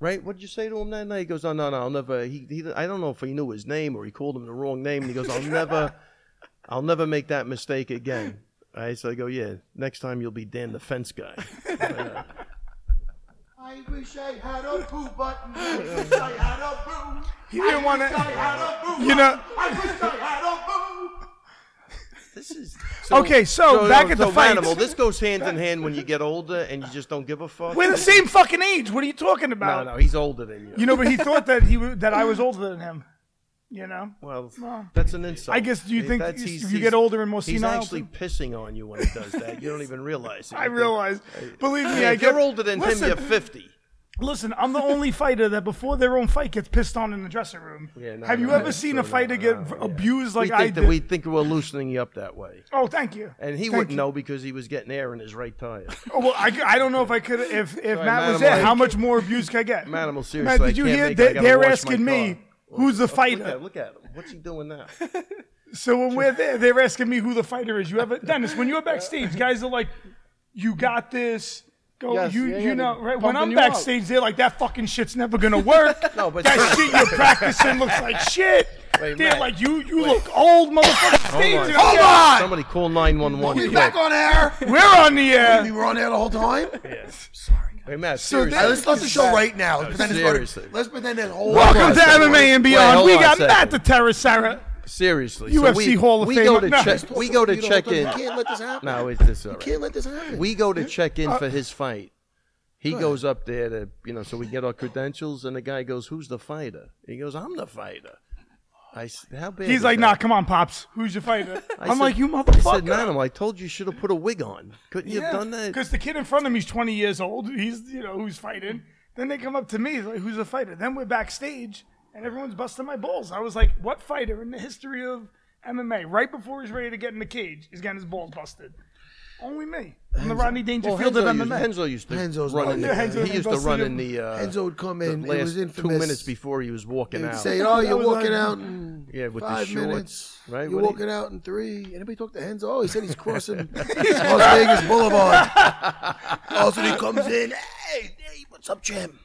[SPEAKER 1] right. What did you say to him that night? He goes, oh, no, no, I'll never. He, he I don't know if he knew his name or he called him the wrong name. And he goes, I'll never, (laughs) I'll never make that mistake again. All right, so I go, yeah. Next time you'll be Dan the fence guy.
[SPEAKER 3] I wish I had a poo button. I wish I had a poo.
[SPEAKER 2] He didn't want to.
[SPEAKER 3] had a poo.
[SPEAKER 2] You know.
[SPEAKER 3] I wish I had a poo.
[SPEAKER 1] (laughs) This is
[SPEAKER 2] Okay, so, Oh, back at the
[SPEAKER 1] so,
[SPEAKER 2] fights.
[SPEAKER 1] Manimal, this goes hand in hand when you get older and you just don't give a fuck.
[SPEAKER 2] We're the same fucking age. What are you talking
[SPEAKER 1] no,
[SPEAKER 2] about?
[SPEAKER 1] no, he's older than you.
[SPEAKER 2] You know, but he thought that he wa- that I was older than him. You know.
[SPEAKER 1] well,
[SPEAKER 2] Well,
[SPEAKER 1] that's an insult.
[SPEAKER 2] I guess. Do you
[SPEAKER 1] If
[SPEAKER 2] think
[SPEAKER 1] that's-
[SPEAKER 2] if
[SPEAKER 1] he's-
[SPEAKER 2] you
[SPEAKER 1] he's-
[SPEAKER 2] get older and more
[SPEAKER 1] He's
[SPEAKER 2] senile?
[SPEAKER 1] actually pissing on you when he does that. You don't even realize it.
[SPEAKER 2] (laughs) I
[SPEAKER 1] You think,
[SPEAKER 2] realize. Believe me, I
[SPEAKER 1] if
[SPEAKER 2] get
[SPEAKER 1] you're older than
[SPEAKER 2] listen,
[SPEAKER 1] him, you're 50.
[SPEAKER 2] Listen, I'm the only fighter that before their own fight gets pissed on in the dressing room.
[SPEAKER 1] Yeah, no,
[SPEAKER 2] Have you
[SPEAKER 1] no,
[SPEAKER 2] ever
[SPEAKER 1] that's
[SPEAKER 2] seen
[SPEAKER 1] true,
[SPEAKER 2] a
[SPEAKER 1] no,
[SPEAKER 2] fighter
[SPEAKER 1] no,
[SPEAKER 2] get
[SPEAKER 1] no,
[SPEAKER 2] v-
[SPEAKER 1] yeah.
[SPEAKER 2] abused
[SPEAKER 1] We
[SPEAKER 2] like I
[SPEAKER 1] think
[SPEAKER 2] did?
[SPEAKER 1] that we think we're loosening you up that way.
[SPEAKER 2] oh, thank you.
[SPEAKER 1] And he
[SPEAKER 2] Thank
[SPEAKER 1] wouldn't
[SPEAKER 2] you.
[SPEAKER 1] know because he was getting air in his right
[SPEAKER 2] (laughs)
[SPEAKER 1] tire.
[SPEAKER 2] Oh, well, I, c- I don't know if I could if if Matt
[SPEAKER 1] Madam,
[SPEAKER 2] was there.
[SPEAKER 1] I-
[SPEAKER 2] How much more abuse could I get?
[SPEAKER 1] Madam, well, seriously,
[SPEAKER 2] Matt,
[SPEAKER 1] I
[SPEAKER 2] did you
[SPEAKER 1] can't
[SPEAKER 2] hear?
[SPEAKER 1] make it. I
[SPEAKER 2] They,
[SPEAKER 1] gotta
[SPEAKER 2] they're
[SPEAKER 1] wash my
[SPEAKER 2] asking me uh,
[SPEAKER 1] car.
[SPEAKER 2] who's the
[SPEAKER 1] Look at,
[SPEAKER 2] fighter.
[SPEAKER 1] look at him. What's he doing
[SPEAKER 2] (laughs)
[SPEAKER 1] now?
[SPEAKER 2] So when we're there, they're asking me who the fighter is. You ever Dennis? When you were backstage, guys are like, "You got this." Go,
[SPEAKER 4] Yes,
[SPEAKER 2] you
[SPEAKER 4] yeah,
[SPEAKER 2] you
[SPEAKER 4] yeah,
[SPEAKER 2] know,
[SPEAKER 4] they're
[SPEAKER 2] right? When
[SPEAKER 4] pumping
[SPEAKER 2] I'm
[SPEAKER 4] you up.
[SPEAKER 2] backstage, they're like, "That fucking shit's never gonna
[SPEAKER 4] (laughs)
[SPEAKER 2] work."
[SPEAKER 1] No, but
[SPEAKER 2] that shit you're practicing looks like shit.
[SPEAKER 1] Wait,
[SPEAKER 2] they're
[SPEAKER 1] Matt.
[SPEAKER 2] like, "You you look old,
[SPEAKER 1] (laughs)
[SPEAKER 2] motherfucker." stage.
[SPEAKER 1] on.
[SPEAKER 2] And I'm
[SPEAKER 3] Hold
[SPEAKER 2] like,
[SPEAKER 3] on.
[SPEAKER 1] Somebody call 911.
[SPEAKER 3] We
[SPEAKER 1] quick.
[SPEAKER 3] back on air.
[SPEAKER 2] We're on the
[SPEAKER 3] We
[SPEAKER 2] air.
[SPEAKER 3] were on air the whole time.
[SPEAKER 1] Hey, Matt,
[SPEAKER 2] So
[SPEAKER 1] seriously.
[SPEAKER 3] All right, let's start the show right now. Let's pretend it's part of-
[SPEAKER 1] seriously.
[SPEAKER 3] Let's pretend that whole.
[SPEAKER 2] Welcome to
[SPEAKER 1] Hold on a
[SPEAKER 2] MMA and
[SPEAKER 1] second.
[SPEAKER 2] Beyond.
[SPEAKER 1] Wait,
[SPEAKER 2] we
[SPEAKER 1] hold on
[SPEAKER 2] got
[SPEAKER 1] a
[SPEAKER 2] Matt
[SPEAKER 1] second.
[SPEAKER 2] the Terror Sarah.
[SPEAKER 1] Seriously.
[SPEAKER 2] UFC
[SPEAKER 1] we,
[SPEAKER 2] Hall of
[SPEAKER 1] we
[SPEAKER 2] Fame.
[SPEAKER 1] Go to
[SPEAKER 2] No.
[SPEAKER 1] check, we go to
[SPEAKER 3] You know,
[SPEAKER 1] check
[SPEAKER 3] you
[SPEAKER 1] in.
[SPEAKER 3] can't let this happen.
[SPEAKER 1] No, it's this all right.
[SPEAKER 3] Can't let this happen.
[SPEAKER 1] We go to check in
[SPEAKER 2] Uh,
[SPEAKER 1] for his fight. He goes up there to, you know, so we get our credentials, and the guy goes, Who's the fighter? He goes, I'm the fighter. I s- how bad
[SPEAKER 2] He's
[SPEAKER 1] is
[SPEAKER 2] like,
[SPEAKER 1] that?
[SPEAKER 2] "Nah, come on, pops. Who's your fighter?"
[SPEAKER 1] I
[SPEAKER 2] I'm
[SPEAKER 1] said-
[SPEAKER 2] like, "You
[SPEAKER 1] I said,
[SPEAKER 2] motherfucker."
[SPEAKER 1] Madam, I told you you should have put a wig on. Couldn't you have done that?
[SPEAKER 2] Because the kid in front of me is 20 years old. He's, you know, who's fighting. Then they come up to me, like, who's a fighter? Then we're backstage, and everyone's busting my balls. I was like, what fighter in the history of MMA, right before he's ready to get in the cage, is getting his balls busted? Only me. I'm the Rodney Dangerfield of
[SPEAKER 1] Henzo, used,
[SPEAKER 2] MMA.
[SPEAKER 1] Henzo used to
[SPEAKER 3] Henzo's
[SPEAKER 1] run in the,
[SPEAKER 3] not- Yeah,
[SPEAKER 2] Henzo
[SPEAKER 1] he used to
[SPEAKER 2] busted
[SPEAKER 1] run
[SPEAKER 2] him.
[SPEAKER 1] in the uh,
[SPEAKER 3] Enzo would come
[SPEAKER 1] the
[SPEAKER 3] in.
[SPEAKER 1] last
[SPEAKER 3] it was
[SPEAKER 1] two
[SPEAKER 3] infamous.
[SPEAKER 1] minutes before he was walking
[SPEAKER 3] He'd
[SPEAKER 1] out.
[SPEAKER 3] say, "Oh, you're
[SPEAKER 2] was
[SPEAKER 3] walking
[SPEAKER 2] like-
[SPEAKER 3] out in
[SPEAKER 1] yeah, with
[SPEAKER 3] five
[SPEAKER 1] the shorts,
[SPEAKER 3] minutes.
[SPEAKER 1] right?
[SPEAKER 3] You're
[SPEAKER 1] What do you-
[SPEAKER 3] walking out in three. Anybody talk to Enzo? He said he's crossing Las Vegas Boulevard. Also, he comes in. Hey, hey, what's up, Jim?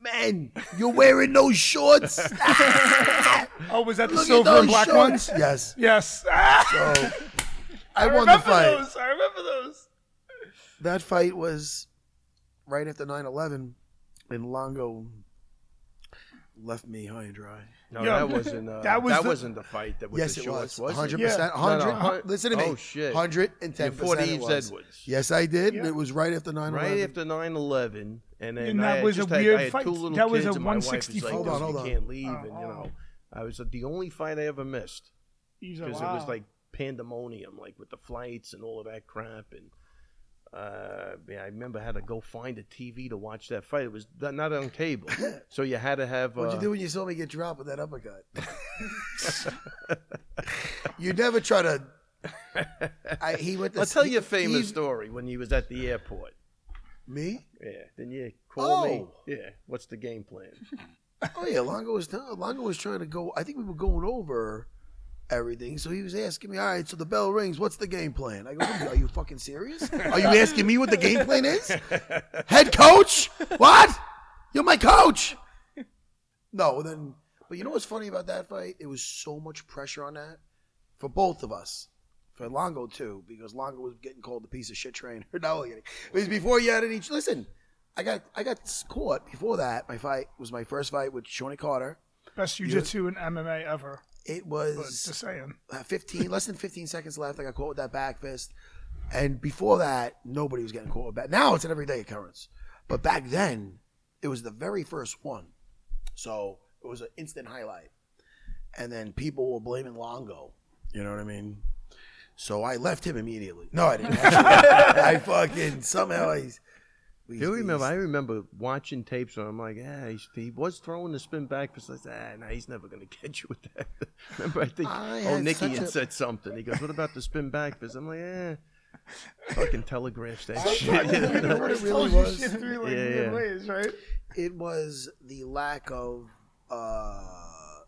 [SPEAKER 3] Man, you're wearing those shorts. Ah,
[SPEAKER 2] (laughs) Oh, was that the
[SPEAKER 3] Look at
[SPEAKER 2] silver
[SPEAKER 3] those
[SPEAKER 2] and black
[SPEAKER 3] shorts.
[SPEAKER 2] ones?
[SPEAKER 3] Yes.
[SPEAKER 2] Yes. (laughs) Ah,
[SPEAKER 3] So, I,
[SPEAKER 2] I
[SPEAKER 3] won the
[SPEAKER 2] remember
[SPEAKER 3] fight.
[SPEAKER 2] those. I remember those.
[SPEAKER 3] That fight was right after 9/11, and Longo left me high and dry.
[SPEAKER 1] No,
[SPEAKER 2] Yeah.
[SPEAKER 1] that wasn't. Uh,
[SPEAKER 2] That
[SPEAKER 1] that,
[SPEAKER 2] was the-
[SPEAKER 1] wasn't the fight. That was
[SPEAKER 3] Yes,
[SPEAKER 1] the
[SPEAKER 3] it
[SPEAKER 1] shorts,
[SPEAKER 3] was.
[SPEAKER 1] was.
[SPEAKER 3] 100%.
[SPEAKER 1] it?
[SPEAKER 2] Yeah.
[SPEAKER 3] 100.
[SPEAKER 1] No, no, hun-
[SPEAKER 3] Listen to me.
[SPEAKER 1] oh, shit.
[SPEAKER 3] 110%.
[SPEAKER 1] You fought
[SPEAKER 3] it
[SPEAKER 1] Eves
[SPEAKER 3] was.
[SPEAKER 1] Edwards.
[SPEAKER 3] Yes, I did. and
[SPEAKER 2] Yeah.
[SPEAKER 3] It was right after 9
[SPEAKER 1] Right
[SPEAKER 3] 11.
[SPEAKER 1] after 9-11, and then
[SPEAKER 2] And
[SPEAKER 1] I
[SPEAKER 2] that
[SPEAKER 1] had
[SPEAKER 2] was a
[SPEAKER 1] just had,
[SPEAKER 2] weird
[SPEAKER 1] I had
[SPEAKER 2] fight.
[SPEAKER 1] two little
[SPEAKER 2] That was
[SPEAKER 1] kids
[SPEAKER 2] a
[SPEAKER 1] and my wife was
[SPEAKER 2] 164.
[SPEAKER 1] like,
[SPEAKER 3] Hold on,
[SPEAKER 1] "Listen,
[SPEAKER 3] hold on.
[SPEAKER 1] you can't leave,
[SPEAKER 2] Oh,
[SPEAKER 1] and you know,
[SPEAKER 2] oh.
[SPEAKER 1] I was the only fight I ever missed
[SPEAKER 3] Oh,
[SPEAKER 1] because it was like pandemonium, like with the flights and all of that crap. And uh, yeah, I remember I had to go find a TV to watch that fight. It was th- not on cable,
[SPEAKER 3] (laughs)
[SPEAKER 1] so you had to have. Uh,
[SPEAKER 3] What'd you do when you saw me get dropped with that uppercut? (laughs) you never try to. I, he went to
[SPEAKER 1] I'll tell you a
[SPEAKER 3] he-
[SPEAKER 1] famous
[SPEAKER 3] he-
[SPEAKER 1] story when he was at the airport.
[SPEAKER 3] Me?
[SPEAKER 1] Yeah. Then yeah, call me.
[SPEAKER 3] Oh.
[SPEAKER 1] Yeah. What's the game
[SPEAKER 3] (laughs)
[SPEAKER 1] plan? (laughs)
[SPEAKER 3] Oh yeah, Longo was tell- Longo was trying to go. I think we were going over everything, so he was asking me, "All right, so the bell rings. What's the game plan?" I go, "What are you- "Are you fucking serious? Are you asking me what the game plan is, head coach? What? You're my coach." No, then. But you know what's funny about that fight? It was so much pressure on that for both of us. For Longo too, because Longo was getting called the piece of shit trainer. (laughs) No, he- because before you had any. Listen, I got I got caught before that. My fight was my first fight with Shawnee Carter.
[SPEAKER 2] Best jujitsu in MMA ever.
[SPEAKER 3] It
[SPEAKER 2] But
[SPEAKER 3] was
[SPEAKER 2] just
[SPEAKER 3] (laughs)
[SPEAKER 2] saying.
[SPEAKER 3] uh, 15, less than 15 seconds left. I got caught with that back fist. And before that, nobody was getting caught with back. Now it's an everyday occurrence. But back then, it was the very first one. So it was an instant highlight. And then people were blaming Longo. You know what I mean? So I left him immediately. No, I didn't. actually. (laughs) I fucking somehow I. we-
[SPEAKER 1] Do you
[SPEAKER 3] we-
[SPEAKER 1] remember? I remember watching tapes and I'm like, ah, he's, he was throwing the spin back fist. I said, ah, nah, he's never going to (laughs) catch you with that. remember, I think
[SPEAKER 3] I
[SPEAKER 1] oh,
[SPEAKER 3] had
[SPEAKER 1] Nicky
[SPEAKER 3] such
[SPEAKER 1] had
[SPEAKER 3] a-
[SPEAKER 1] said something. He goes, what about the spin back fist? I'm like,
[SPEAKER 3] (laughs)
[SPEAKER 1] eh, fucking telegraphs that shit. you (laughs)
[SPEAKER 2] The
[SPEAKER 1] know?
[SPEAKER 2] universe
[SPEAKER 3] it really
[SPEAKER 2] tells you
[SPEAKER 3] was.
[SPEAKER 2] shit three like
[SPEAKER 1] Yeah,
[SPEAKER 2] weird
[SPEAKER 1] yeah.
[SPEAKER 2] ways, right?
[SPEAKER 3] it was the lack of uh,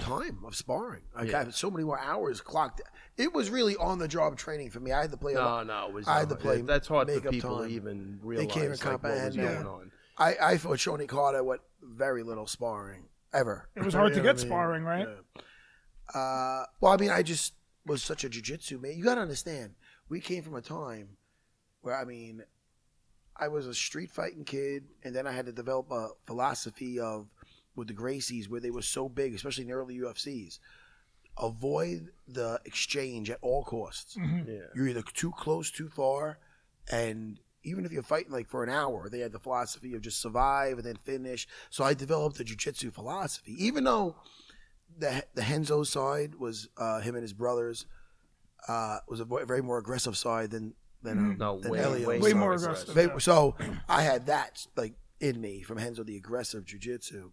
[SPEAKER 3] time of sparring. Like, I
[SPEAKER 1] Yeah.
[SPEAKER 3] had so many more hours clocked. It was really on the job training for me. I had (laughs) to play. a
[SPEAKER 1] No,
[SPEAKER 3] lot.
[SPEAKER 1] no, it was.
[SPEAKER 3] I had to
[SPEAKER 1] uh,
[SPEAKER 3] play
[SPEAKER 1] That's hard for
[SPEAKER 3] makeup
[SPEAKER 1] people
[SPEAKER 3] time.
[SPEAKER 1] to even
[SPEAKER 3] They
[SPEAKER 1] realize
[SPEAKER 3] can't
[SPEAKER 1] like, what
[SPEAKER 3] even
[SPEAKER 1] was
[SPEAKER 3] comprehend that.
[SPEAKER 1] going on.
[SPEAKER 3] I, I fought Shawnee Carter with very little sparring ever.
[SPEAKER 2] It was hard to
[SPEAKER 3] You know
[SPEAKER 2] get
[SPEAKER 3] what I mean?
[SPEAKER 2] sparring, right?
[SPEAKER 3] Yeah. Uh, well, I mean, I just was such a jujitsu man. You got to understand, we came from a time where, I mean, I was a street fighting kid, and then I had to develop a philosophy of with the Gracies, where they were so big, especially in the early UFCs, avoid the exchange at all costs.
[SPEAKER 2] Mm-hmm.
[SPEAKER 1] Yeah.
[SPEAKER 3] You're either too close, too far, and even if you're fighting like for an hour, they had the philosophy of just survive and then finish. So I developed the jujitsu philosophy, even though the the Henzo side was uh, him and his brothers uh, was a vo- very more aggressive side than than um,
[SPEAKER 1] No,
[SPEAKER 3] than
[SPEAKER 1] way,
[SPEAKER 3] Elio's
[SPEAKER 1] way,
[SPEAKER 2] Way
[SPEAKER 3] side.
[SPEAKER 2] more
[SPEAKER 1] sorry,
[SPEAKER 2] aggressive.
[SPEAKER 1] sorry.
[SPEAKER 3] They- so I had that like in me from Henzo the aggressive jujitsu,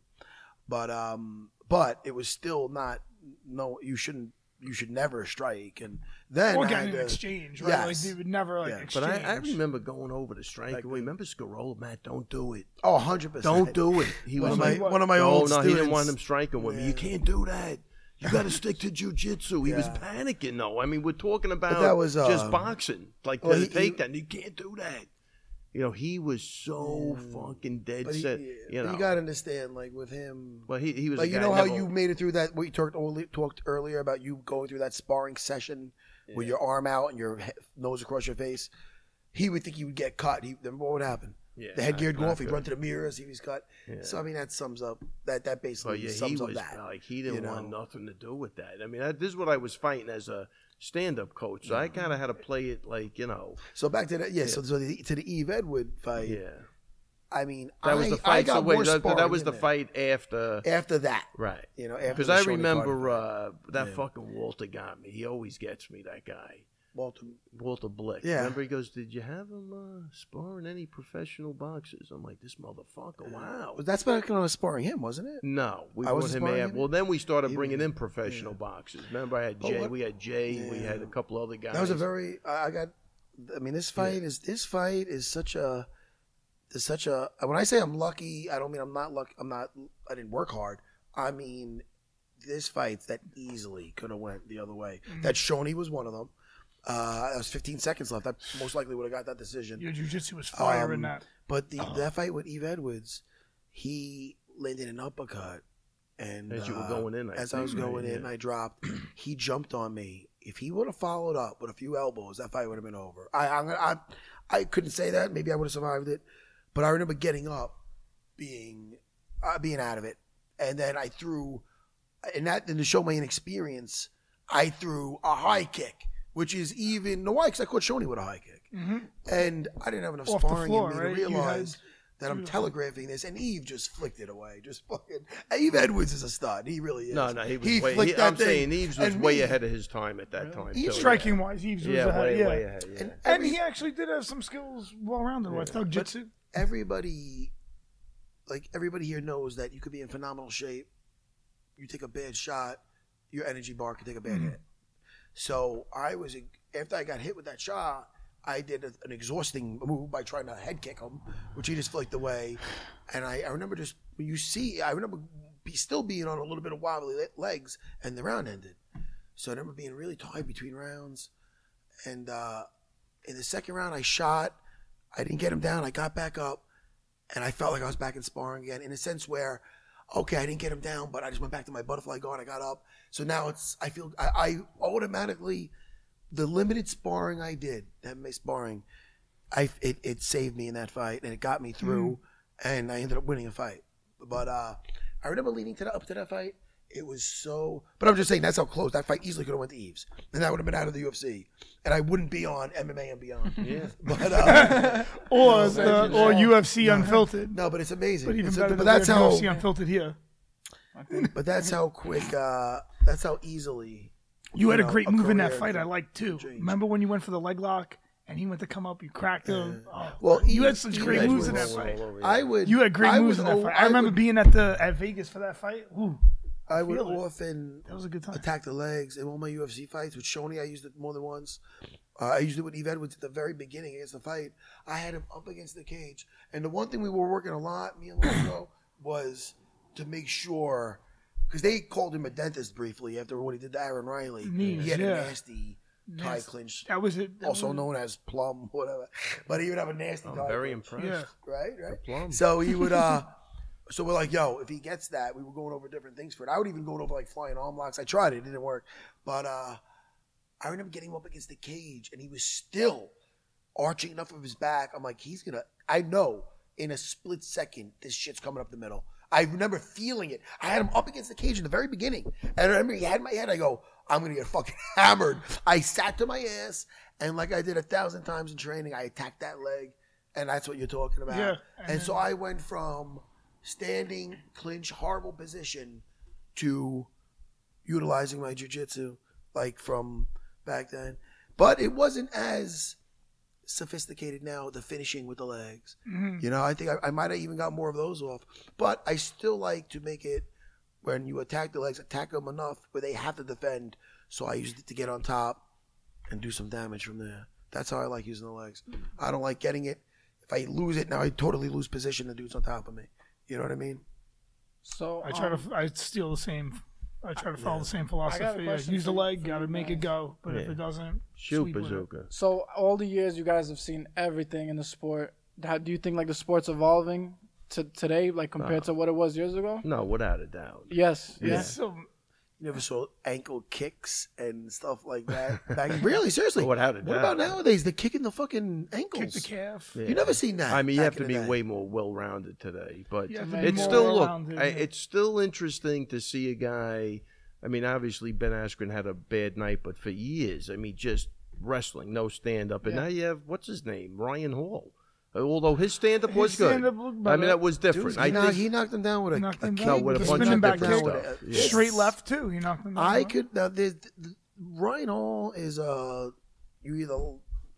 [SPEAKER 3] but um, but it was still not. No, you shouldn't. You should never strike. And then
[SPEAKER 2] Or
[SPEAKER 3] I
[SPEAKER 2] get
[SPEAKER 3] had
[SPEAKER 2] an
[SPEAKER 3] to-
[SPEAKER 2] exchange, right? Like
[SPEAKER 3] Yes.
[SPEAKER 2] they would never like
[SPEAKER 3] Yeah. But
[SPEAKER 1] But
[SPEAKER 2] exchange.
[SPEAKER 1] I, I remember going over to strike. away. remember Scarola, Matt? Don't do it.
[SPEAKER 3] Oh, 100 percent.
[SPEAKER 1] Don't do it. He
[SPEAKER 3] One
[SPEAKER 1] was
[SPEAKER 3] of my
[SPEAKER 1] like,
[SPEAKER 3] one of my
[SPEAKER 1] no,
[SPEAKER 3] old
[SPEAKER 1] no,
[SPEAKER 3] students.
[SPEAKER 1] he didn't want him striking with me. You
[SPEAKER 3] Yeah.
[SPEAKER 1] can't do that. You
[SPEAKER 3] (laughs)
[SPEAKER 1] got to stick to jujitsu. He was
[SPEAKER 3] Yeah.
[SPEAKER 1] panicking though. I mean, we're talking about
[SPEAKER 3] that was,
[SPEAKER 1] just
[SPEAKER 3] um,
[SPEAKER 1] boxing, like
[SPEAKER 3] well,
[SPEAKER 1] the
[SPEAKER 3] he- he-
[SPEAKER 1] takedown. You can't do that. You know, he was so fucking dead
[SPEAKER 3] But he,
[SPEAKER 1] set. you
[SPEAKER 3] but
[SPEAKER 1] know,
[SPEAKER 3] you gotta understand, like with him,
[SPEAKER 1] but he he was
[SPEAKER 3] like
[SPEAKER 1] a
[SPEAKER 3] you
[SPEAKER 1] guy
[SPEAKER 3] know how
[SPEAKER 1] never-
[SPEAKER 3] you made it through that. We talked only- talked earlier about you going through that sparring session with your arm out and your he- nose across your face. He would think he would get cut. He, then what would happen?
[SPEAKER 1] Yeah,
[SPEAKER 3] the head
[SPEAKER 1] not-
[SPEAKER 3] geared
[SPEAKER 1] not
[SPEAKER 3] off. He'd
[SPEAKER 1] good.
[SPEAKER 3] run to the mirror, see if he's cut. So I mean, that sums up that that
[SPEAKER 1] But
[SPEAKER 3] basically
[SPEAKER 1] yeah, he
[SPEAKER 3] sums up
[SPEAKER 1] was
[SPEAKER 3] that.
[SPEAKER 1] like he didn't
[SPEAKER 3] you know?
[SPEAKER 1] want nothing to do with that. I mean, I, this is what I was fighting as a stand-up coach. So I kind of had to play it like you know,
[SPEAKER 3] So back to that, yeah. So, so the, to the Eve Edward fight.
[SPEAKER 1] yeah.
[SPEAKER 3] I mean,
[SPEAKER 1] That
[SPEAKER 3] I,
[SPEAKER 1] was the
[SPEAKER 3] I
[SPEAKER 1] fight.
[SPEAKER 3] got
[SPEAKER 1] So
[SPEAKER 3] more
[SPEAKER 1] wait, that, that
[SPEAKER 3] sparring
[SPEAKER 1] was
[SPEAKER 3] in
[SPEAKER 1] the
[SPEAKER 3] there.
[SPEAKER 1] fight after,
[SPEAKER 3] after that,
[SPEAKER 1] right?
[SPEAKER 3] you know, after
[SPEAKER 1] Because
[SPEAKER 3] the
[SPEAKER 1] I
[SPEAKER 3] Shawnee
[SPEAKER 1] remember
[SPEAKER 3] Carter fight.
[SPEAKER 1] uh, that
[SPEAKER 3] Yeah.
[SPEAKER 1] fucking Walter got me. He always gets me. That guy,
[SPEAKER 3] Walter.
[SPEAKER 1] Walter Blick.
[SPEAKER 3] Yeah.
[SPEAKER 1] Remember, he goes, "Did you have him uh, sparring any professional boxers?" I'm like, "This motherfucker! Wow."
[SPEAKER 3] That's back when I was sparring him, wasn't it?
[SPEAKER 1] No, we
[SPEAKER 3] I
[SPEAKER 1] brought him
[SPEAKER 3] wasn't sparring
[SPEAKER 1] in.
[SPEAKER 3] him?
[SPEAKER 1] Well, then we started bringing in professional boxers. Remember, I had
[SPEAKER 3] But
[SPEAKER 1] Jay.
[SPEAKER 3] Oh, what-
[SPEAKER 1] We had Jay. We had a couple other guys.
[SPEAKER 3] That was a very. I I got. I mean, this fight is this fight is such a. Is such a. When I say I'm lucky, I don't mean I'm not lucky. I'm not. I didn't work hard. I mean, this fight that easily could have went the other way.
[SPEAKER 2] Mm-hmm.
[SPEAKER 3] That Shoney was one of them. Uh, that was 15 seconds left. I most likely would have got that decision.
[SPEAKER 2] Your jujitsu was fire in
[SPEAKER 3] Um,
[SPEAKER 2] that.
[SPEAKER 3] But the, that fight with Eve Edwards, he landed an uppercut, and
[SPEAKER 1] As you were
[SPEAKER 3] uh,
[SPEAKER 1] going in, I
[SPEAKER 3] as I was
[SPEAKER 1] think, right?
[SPEAKER 3] going in,
[SPEAKER 1] Yeah.
[SPEAKER 3] I dropped. He jumped on me. If he would have followed up with a few elbows, that fight would have been over. I I'm gonna- I, I, couldn't say that. Maybe I would have survived it, but I remember getting up, being uh, being out of it, and then I threw, and that and to show my inexperience, I threw a high kick, which is even no why because I caught Shoney with a high kick, and I didn't have enough
[SPEAKER 2] Mm-hmm. Off the
[SPEAKER 3] sparring
[SPEAKER 2] floor,
[SPEAKER 3] in me
[SPEAKER 2] right?
[SPEAKER 3] to
[SPEAKER 2] You had-
[SPEAKER 3] realize that I'm telegraphing this, and Eve just flicked it away. Just fucking Eve Edwards is a stud. He really is.
[SPEAKER 1] no, no. He was way.
[SPEAKER 3] flicked
[SPEAKER 1] he- I'm
[SPEAKER 3] thing,
[SPEAKER 1] saying Eves was
[SPEAKER 3] and
[SPEAKER 1] way
[SPEAKER 3] me-
[SPEAKER 1] ahead of his time at that time.
[SPEAKER 3] Eves
[SPEAKER 1] too.
[SPEAKER 2] Striking wise, Eves was
[SPEAKER 1] yeah,
[SPEAKER 2] ahead.
[SPEAKER 1] way,
[SPEAKER 2] yeah.
[SPEAKER 1] way ahead. Yeah.
[SPEAKER 3] And
[SPEAKER 2] And
[SPEAKER 3] every,
[SPEAKER 2] he actually did have some skills well rounded with thug jitsu.
[SPEAKER 3] everybody, like everybody here, knows that you could be in phenomenal shape. You take a bad shot, your energy bar could take a bad hit. So I was after I got hit with that shot, I did a, an exhausting move by trying to head kick him, which he just flicked away. And I, I remember just when you see, I remember be, still being on a little bit of wobbly le- legs, and the round ended. So I remember being really tired between rounds. And uh, in the second round, I shot. I didn't get him down. I got back up, and I felt like I was back in sparring again. In a sense where, okay, I didn't get him down, but I just went back to my butterfly guard. I got up. So now it's I feel I, I automatically the limited sparring I did, MMA sparring, I it, it saved me in that fight and it got me through, and I ended up winning a fight. But uh, I remember leading to the, up to that fight. It was so, but I'm just saying that's how close that fight easily could have went to Eves, and I would have been out of the UFC, and I wouldn't be on MMA and beyond.
[SPEAKER 1] Yeah.
[SPEAKER 3] But uh,
[SPEAKER 2] Or the, or UFC unfiltered.
[SPEAKER 3] no, but it's amazing.
[SPEAKER 2] But even
[SPEAKER 3] It's a-
[SPEAKER 2] better
[SPEAKER 3] but
[SPEAKER 2] than
[SPEAKER 3] that's
[SPEAKER 2] the
[SPEAKER 3] how.
[SPEAKER 2] UFC unfiltered here.
[SPEAKER 3] (laughs) But that's how quick. Uh, that's how easily.
[SPEAKER 2] You had a
[SPEAKER 3] know,
[SPEAKER 2] great
[SPEAKER 3] a
[SPEAKER 2] move in that
[SPEAKER 3] career
[SPEAKER 2] fight.
[SPEAKER 3] that
[SPEAKER 2] I liked too. Remember when you went for the leg lock and he went to come up, you cracked him. Oh,
[SPEAKER 3] Well,
[SPEAKER 2] you
[SPEAKER 3] Eves-
[SPEAKER 2] had such great
[SPEAKER 3] Eves was-
[SPEAKER 2] moves in that
[SPEAKER 1] All
[SPEAKER 2] fight.
[SPEAKER 1] over, yeah.
[SPEAKER 3] I would.
[SPEAKER 2] You had great
[SPEAKER 3] I
[SPEAKER 2] moves in
[SPEAKER 3] would
[SPEAKER 2] that
[SPEAKER 3] al-
[SPEAKER 2] fight. I remember
[SPEAKER 3] would-
[SPEAKER 2] being at the at Vegas for that fight. Ooh,
[SPEAKER 3] I would
[SPEAKER 2] feel it.
[SPEAKER 3] often
[SPEAKER 2] that was a good time.
[SPEAKER 3] attack the legs in all my UFC fights with Shoney. I used it more than once. Uh, I used it with Eve Edwards at the very beginning against the fight. I had him up against the cage, and the one thing we were working a lot, me and Lonzo, was to make sure because they called him a dentist briefly after what he did to Aaron Riley.
[SPEAKER 2] Knees,
[SPEAKER 3] he had
[SPEAKER 2] yeah.
[SPEAKER 3] a nasty tie
[SPEAKER 2] Nasty.
[SPEAKER 3] clinch,
[SPEAKER 2] That was it. That
[SPEAKER 3] also
[SPEAKER 2] was-
[SPEAKER 3] known as plum, (laughs) whatever. But he would have a nasty
[SPEAKER 1] I'm
[SPEAKER 3] tie
[SPEAKER 1] very
[SPEAKER 3] clinch,
[SPEAKER 1] impressed.
[SPEAKER 2] Yeah.
[SPEAKER 3] right? Right.
[SPEAKER 1] Plum.
[SPEAKER 3] So he would uh so we're like, yo, if he gets that, we were going over different things for it. I would even go over like flying arm locks. I tried it, it didn't work. But uh I remember getting him up against the cage and he was still arching enough of his back. I'm like, he's gonna I know in a split second this shit's coming up the middle. I remember feeling it. I had him up against the cage in the very beginning. And I remember he had my head, I go, I'm gonna get fucking (laughs) hammered. I sat to my ass and like I did a thousand times in training, I attacked that leg, and that's what you're talking about.
[SPEAKER 2] Yeah,
[SPEAKER 3] And, so I went from standing, clinch, horrible position to utilizing my jujitsu, like from back then. But it wasn't as sophisticated now, the finishing with the legs. You know, I think I, I might have even got more of those off. But I still like to make it when you attack the legs, attack them enough where they have to defend. So I used it to get on top and do some damage from there. That's how I like using the legs. I don't like getting it. If I lose it now, I totally lose position. The dude's on top of me. You know what I mean?
[SPEAKER 5] So
[SPEAKER 2] I try to.
[SPEAKER 5] um,
[SPEAKER 2] I steal the same. I try to follow the same
[SPEAKER 5] I got
[SPEAKER 2] philosophy.
[SPEAKER 5] a
[SPEAKER 2] Yeah,
[SPEAKER 5] question
[SPEAKER 2] use the
[SPEAKER 5] for-
[SPEAKER 2] leg,
[SPEAKER 5] for
[SPEAKER 2] got to
[SPEAKER 5] you
[SPEAKER 2] make it
[SPEAKER 5] guys.
[SPEAKER 2] go. But if
[SPEAKER 1] Yeah.
[SPEAKER 2] it doesn't,
[SPEAKER 1] Shoot,
[SPEAKER 2] sweep with it.
[SPEAKER 1] bazooka.
[SPEAKER 5] So all the years you guys have seen everything in the sport. How do you think like the sport's evolving to today, like compared to what it was years ago?
[SPEAKER 1] No, without a doubt.
[SPEAKER 5] Yes.
[SPEAKER 1] Yeah.
[SPEAKER 5] Yes.
[SPEAKER 2] So
[SPEAKER 3] You never saw ankle kicks and stuff like
[SPEAKER 1] (laughs)
[SPEAKER 3] that. Back, really, seriously.
[SPEAKER 1] Without a
[SPEAKER 3] What
[SPEAKER 1] doubt.
[SPEAKER 3] about nowadays? They're kicking the fucking
[SPEAKER 2] kick
[SPEAKER 3] ankles.
[SPEAKER 2] the calf.
[SPEAKER 1] Yeah.
[SPEAKER 3] You never seen that.
[SPEAKER 1] I mean, you
[SPEAKER 3] back
[SPEAKER 1] have to
[SPEAKER 3] in the
[SPEAKER 1] be
[SPEAKER 3] day.
[SPEAKER 1] way more well-rounded today, but
[SPEAKER 2] You have to be
[SPEAKER 1] it's
[SPEAKER 2] more
[SPEAKER 1] still look.
[SPEAKER 2] well-rounded,
[SPEAKER 1] I,
[SPEAKER 2] yeah.
[SPEAKER 1] it's still interesting to see a guy. I mean, obviously Ben Askren had a bad night, but for years, I mean, just wrestling, no stand-up, and
[SPEAKER 5] Yeah.
[SPEAKER 1] now you have what's his name, Ryan Hall. Although his stand-up was
[SPEAKER 2] His
[SPEAKER 1] good.
[SPEAKER 2] stand-up looked
[SPEAKER 1] I
[SPEAKER 2] better.
[SPEAKER 1] mean, that was different.
[SPEAKER 3] Dude,
[SPEAKER 1] I
[SPEAKER 3] he, knocked,
[SPEAKER 1] think
[SPEAKER 3] he knocked him down with a,
[SPEAKER 2] Knocked
[SPEAKER 3] a
[SPEAKER 2] him
[SPEAKER 3] kick.
[SPEAKER 2] down. No,
[SPEAKER 1] with a
[SPEAKER 3] He
[SPEAKER 1] bunch
[SPEAKER 2] spinning
[SPEAKER 1] of
[SPEAKER 2] back
[SPEAKER 1] different
[SPEAKER 2] kick.
[SPEAKER 1] stuff.
[SPEAKER 3] With a-
[SPEAKER 1] Yeah.
[SPEAKER 2] Straight left too. You knocked him. down.
[SPEAKER 1] Uh-huh.
[SPEAKER 3] I could now. There's, the, Ryan Hall is uh, you either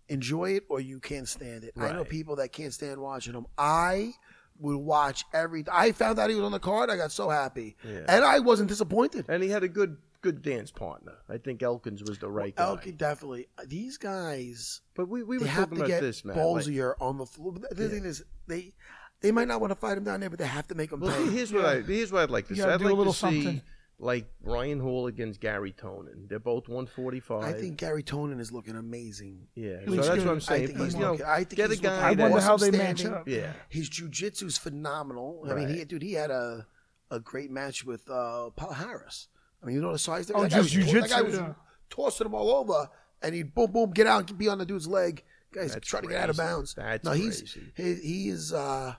[SPEAKER 3] enjoy it or you can't stand it. I know
[SPEAKER 1] Right.
[SPEAKER 3] people that can't stand watching him. I would watch every. I found out he was on the card. I got so happy,
[SPEAKER 1] Yeah.
[SPEAKER 3] and I wasn't disappointed.
[SPEAKER 1] and he had a good good dance partner. I think Elkins was the right guy.
[SPEAKER 3] Elke definitely. These guys,
[SPEAKER 1] But we, we
[SPEAKER 3] they
[SPEAKER 1] were
[SPEAKER 3] have
[SPEAKER 1] talking
[SPEAKER 3] to
[SPEAKER 1] about
[SPEAKER 3] get
[SPEAKER 1] this, man. like-
[SPEAKER 3] ballsier on the floor. The the thing is, they they might not want to fight him down there, but they have to make him
[SPEAKER 1] Well,
[SPEAKER 3] pay.
[SPEAKER 1] here's what I here's what I'd like to
[SPEAKER 2] You
[SPEAKER 1] see.
[SPEAKER 2] gotta
[SPEAKER 1] I'd
[SPEAKER 2] do a
[SPEAKER 1] like
[SPEAKER 2] little
[SPEAKER 1] to see
[SPEAKER 2] something.
[SPEAKER 1] like Ryan Hall against Gary Tonin. They're both 145.
[SPEAKER 3] I think Gary Tonin is looking amazing.
[SPEAKER 1] Yeah, so
[SPEAKER 2] looks
[SPEAKER 1] that's
[SPEAKER 2] good.
[SPEAKER 1] what I'm
[SPEAKER 3] I
[SPEAKER 1] saying.
[SPEAKER 3] think
[SPEAKER 1] But,
[SPEAKER 3] he's
[SPEAKER 1] you know,
[SPEAKER 3] looking. I think
[SPEAKER 1] get a
[SPEAKER 3] he's looking
[SPEAKER 1] guy
[SPEAKER 2] I wonder
[SPEAKER 1] that-
[SPEAKER 2] how
[SPEAKER 3] awesome
[SPEAKER 2] they match
[SPEAKER 3] standing.
[SPEAKER 2] up.
[SPEAKER 1] Yeah,
[SPEAKER 3] His jujitsu's phenomenal. I mean,
[SPEAKER 1] Right.
[SPEAKER 3] he dude, he had a a great match with uh, Paul Harris. I mean, you know the size.
[SPEAKER 2] Oh,
[SPEAKER 3] that guy
[SPEAKER 2] just
[SPEAKER 3] was- That
[SPEAKER 2] jujitsu,
[SPEAKER 3] guy was
[SPEAKER 2] yeah.
[SPEAKER 3] tossing him all over, and he'd boom, boom, get out, and be on the dude's leg. Guys,
[SPEAKER 1] That's
[SPEAKER 3] trying to get out of
[SPEAKER 1] crazy.
[SPEAKER 3] bounds.
[SPEAKER 1] That's
[SPEAKER 3] no, he's
[SPEAKER 1] crazy.
[SPEAKER 3] he, he is uh,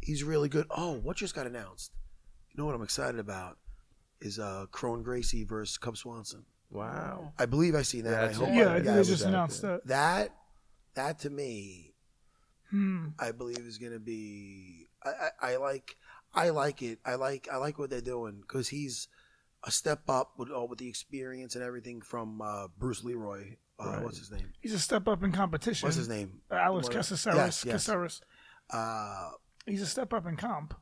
[SPEAKER 3] he's really good. Oh, what just got announced? You know what I'm excited about is uh, Crone Gracie versus Cub Swanson.
[SPEAKER 1] wow.
[SPEAKER 3] I believe I see that.
[SPEAKER 1] That's
[SPEAKER 3] I hope
[SPEAKER 1] it.
[SPEAKER 2] Yeah, I
[SPEAKER 1] that
[SPEAKER 2] think
[SPEAKER 1] guy
[SPEAKER 2] they
[SPEAKER 1] was
[SPEAKER 2] just
[SPEAKER 1] out
[SPEAKER 2] announced
[SPEAKER 1] there.
[SPEAKER 2] that.
[SPEAKER 3] that that to me
[SPEAKER 2] Hmm.
[SPEAKER 3] I believe is going to be. I, I, I like. I like it. I like. I like what they're doing because he's a step up with all with the experience and everything from uh, Bruce Leroy. Uh,
[SPEAKER 1] Right.
[SPEAKER 3] What's his name?
[SPEAKER 2] He's a step up in competition.
[SPEAKER 3] What's his name?
[SPEAKER 2] Alex
[SPEAKER 3] What-
[SPEAKER 2] Casares.
[SPEAKER 3] Yes, yes.
[SPEAKER 2] Casares.
[SPEAKER 3] Uh,
[SPEAKER 2] He's a step up in comp.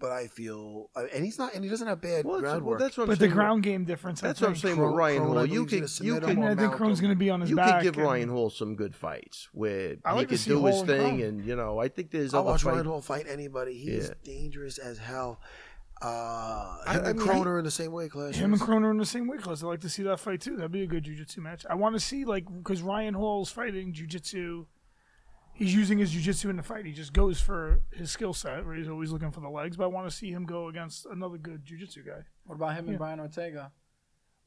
[SPEAKER 3] but I feel, uh, and he's not, and he doesn't have bad
[SPEAKER 1] Well, that's,
[SPEAKER 3] ground
[SPEAKER 1] well,
[SPEAKER 3] work.
[SPEAKER 1] that's what I'm
[SPEAKER 2] But the
[SPEAKER 1] saying.
[SPEAKER 2] ground game difference.
[SPEAKER 1] That's
[SPEAKER 2] I
[SPEAKER 1] what I'm
[SPEAKER 2] think.
[SPEAKER 1] saying with
[SPEAKER 3] Cro-
[SPEAKER 1] Ryan
[SPEAKER 3] Cronenberg
[SPEAKER 1] Hall. You
[SPEAKER 3] was gonna
[SPEAKER 1] could
[SPEAKER 3] submit
[SPEAKER 1] you
[SPEAKER 3] him
[SPEAKER 1] could
[SPEAKER 3] or
[SPEAKER 2] I think
[SPEAKER 3] Malcolm.
[SPEAKER 2] Crone's going to be on his
[SPEAKER 1] you
[SPEAKER 2] back.
[SPEAKER 1] could give
[SPEAKER 2] and-
[SPEAKER 1] Ryan Hall some good fights where
[SPEAKER 2] I like
[SPEAKER 1] he
[SPEAKER 2] to
[SPEAKER 1] could
[SPEAKER 2] see
[SPEAKER 1] do his
[SPEAKER 2] Hall and
[SPEAKER 1] thing,
[SPEAKER 2] Cron.
[SPEAKER 1] and you know, I think there's
[SPEAKER 3] I'll
[SPEAKER 1] other
[SPEAKER 3] watch Ryan
[SPEAKER 1] fights.
[SPEAKER 3] Hall fight anybody. He's
[SPEAKER 1] Yeah.
[SPEAKER 3] dangerous as hell. Uh,
[SPEAKER 1] I-
[SPEAKER 3] him
[SPEAKER 1] I
[SPEAKER 3] and
[SPEAKER 1] mean,
[SPEAKER 3] Croner in the same way class.
[SPEAKER 2] Him and Croner in the same weight class. I'd like to see that fight too. That'd be a good jujitsu match. I want to see like because Ryan Hall's fighting jujitsu. He's using his jujitsu in the fight. He just goes for his skill set. Where he's always looking for the legs. But I want to see him go against another good jujitsu guy.
[SPEAKER 5] What about him and
[SPEAKER 2] Yeah.
[SPEAKER 5] Brian Ortega?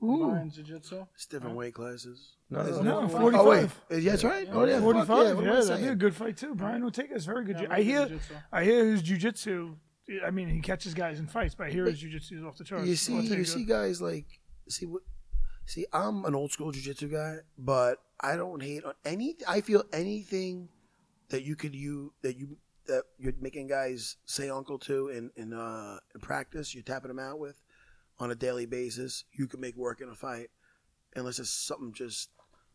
[SPEAKER 2] Ooh,
[SPEAKER 5] Brian Jiu Jitsu.
[SPEAKER 3] It's different weight classes.
[SPEAKER 1] No, no,
[SPEAKER 2] no,
[SPEAKER 1] no.
[SPEAKER 2] forty-five.
[SPEAKER 3] Oh wait, Uh, yeah, that's right. Oh yeah, fuck, Yeah,
[SPEAKER 2] Forty-five. Yeah,
[SPEAKER 3] what am I
[SPEAKER 2] that'd be a
[SPEAKER 3] saying?
[SPEAKER 2] good fight too. Brian Ortega is very good.
[SPEAKER 5] Yeah,
[SPEAKER 2] ju-
[SPEAKER 5] I
[SPEAKER 2] I,
[SPEAKER 5] like
[SPEAKER 2] hear.
[SPEAKER 5] jiu-jitsu.
[SPEAKER 2] I hear his jujitsu. I mean, he catches guys in fights, but I hear his jujitsu is off the charts.
[SPEAKER 3] You see, you
[SPEAKER 2] Ortega.
[SPEAKER 3] see guys like see what. See, I'm an old school jujitsu guy, but I don't hate on any. I feel anything that you could you that you that you're making guys say uncle to in in, uh, in practice. You're tapping them out with on a daily basis. You can make work in a fight, unless it's something just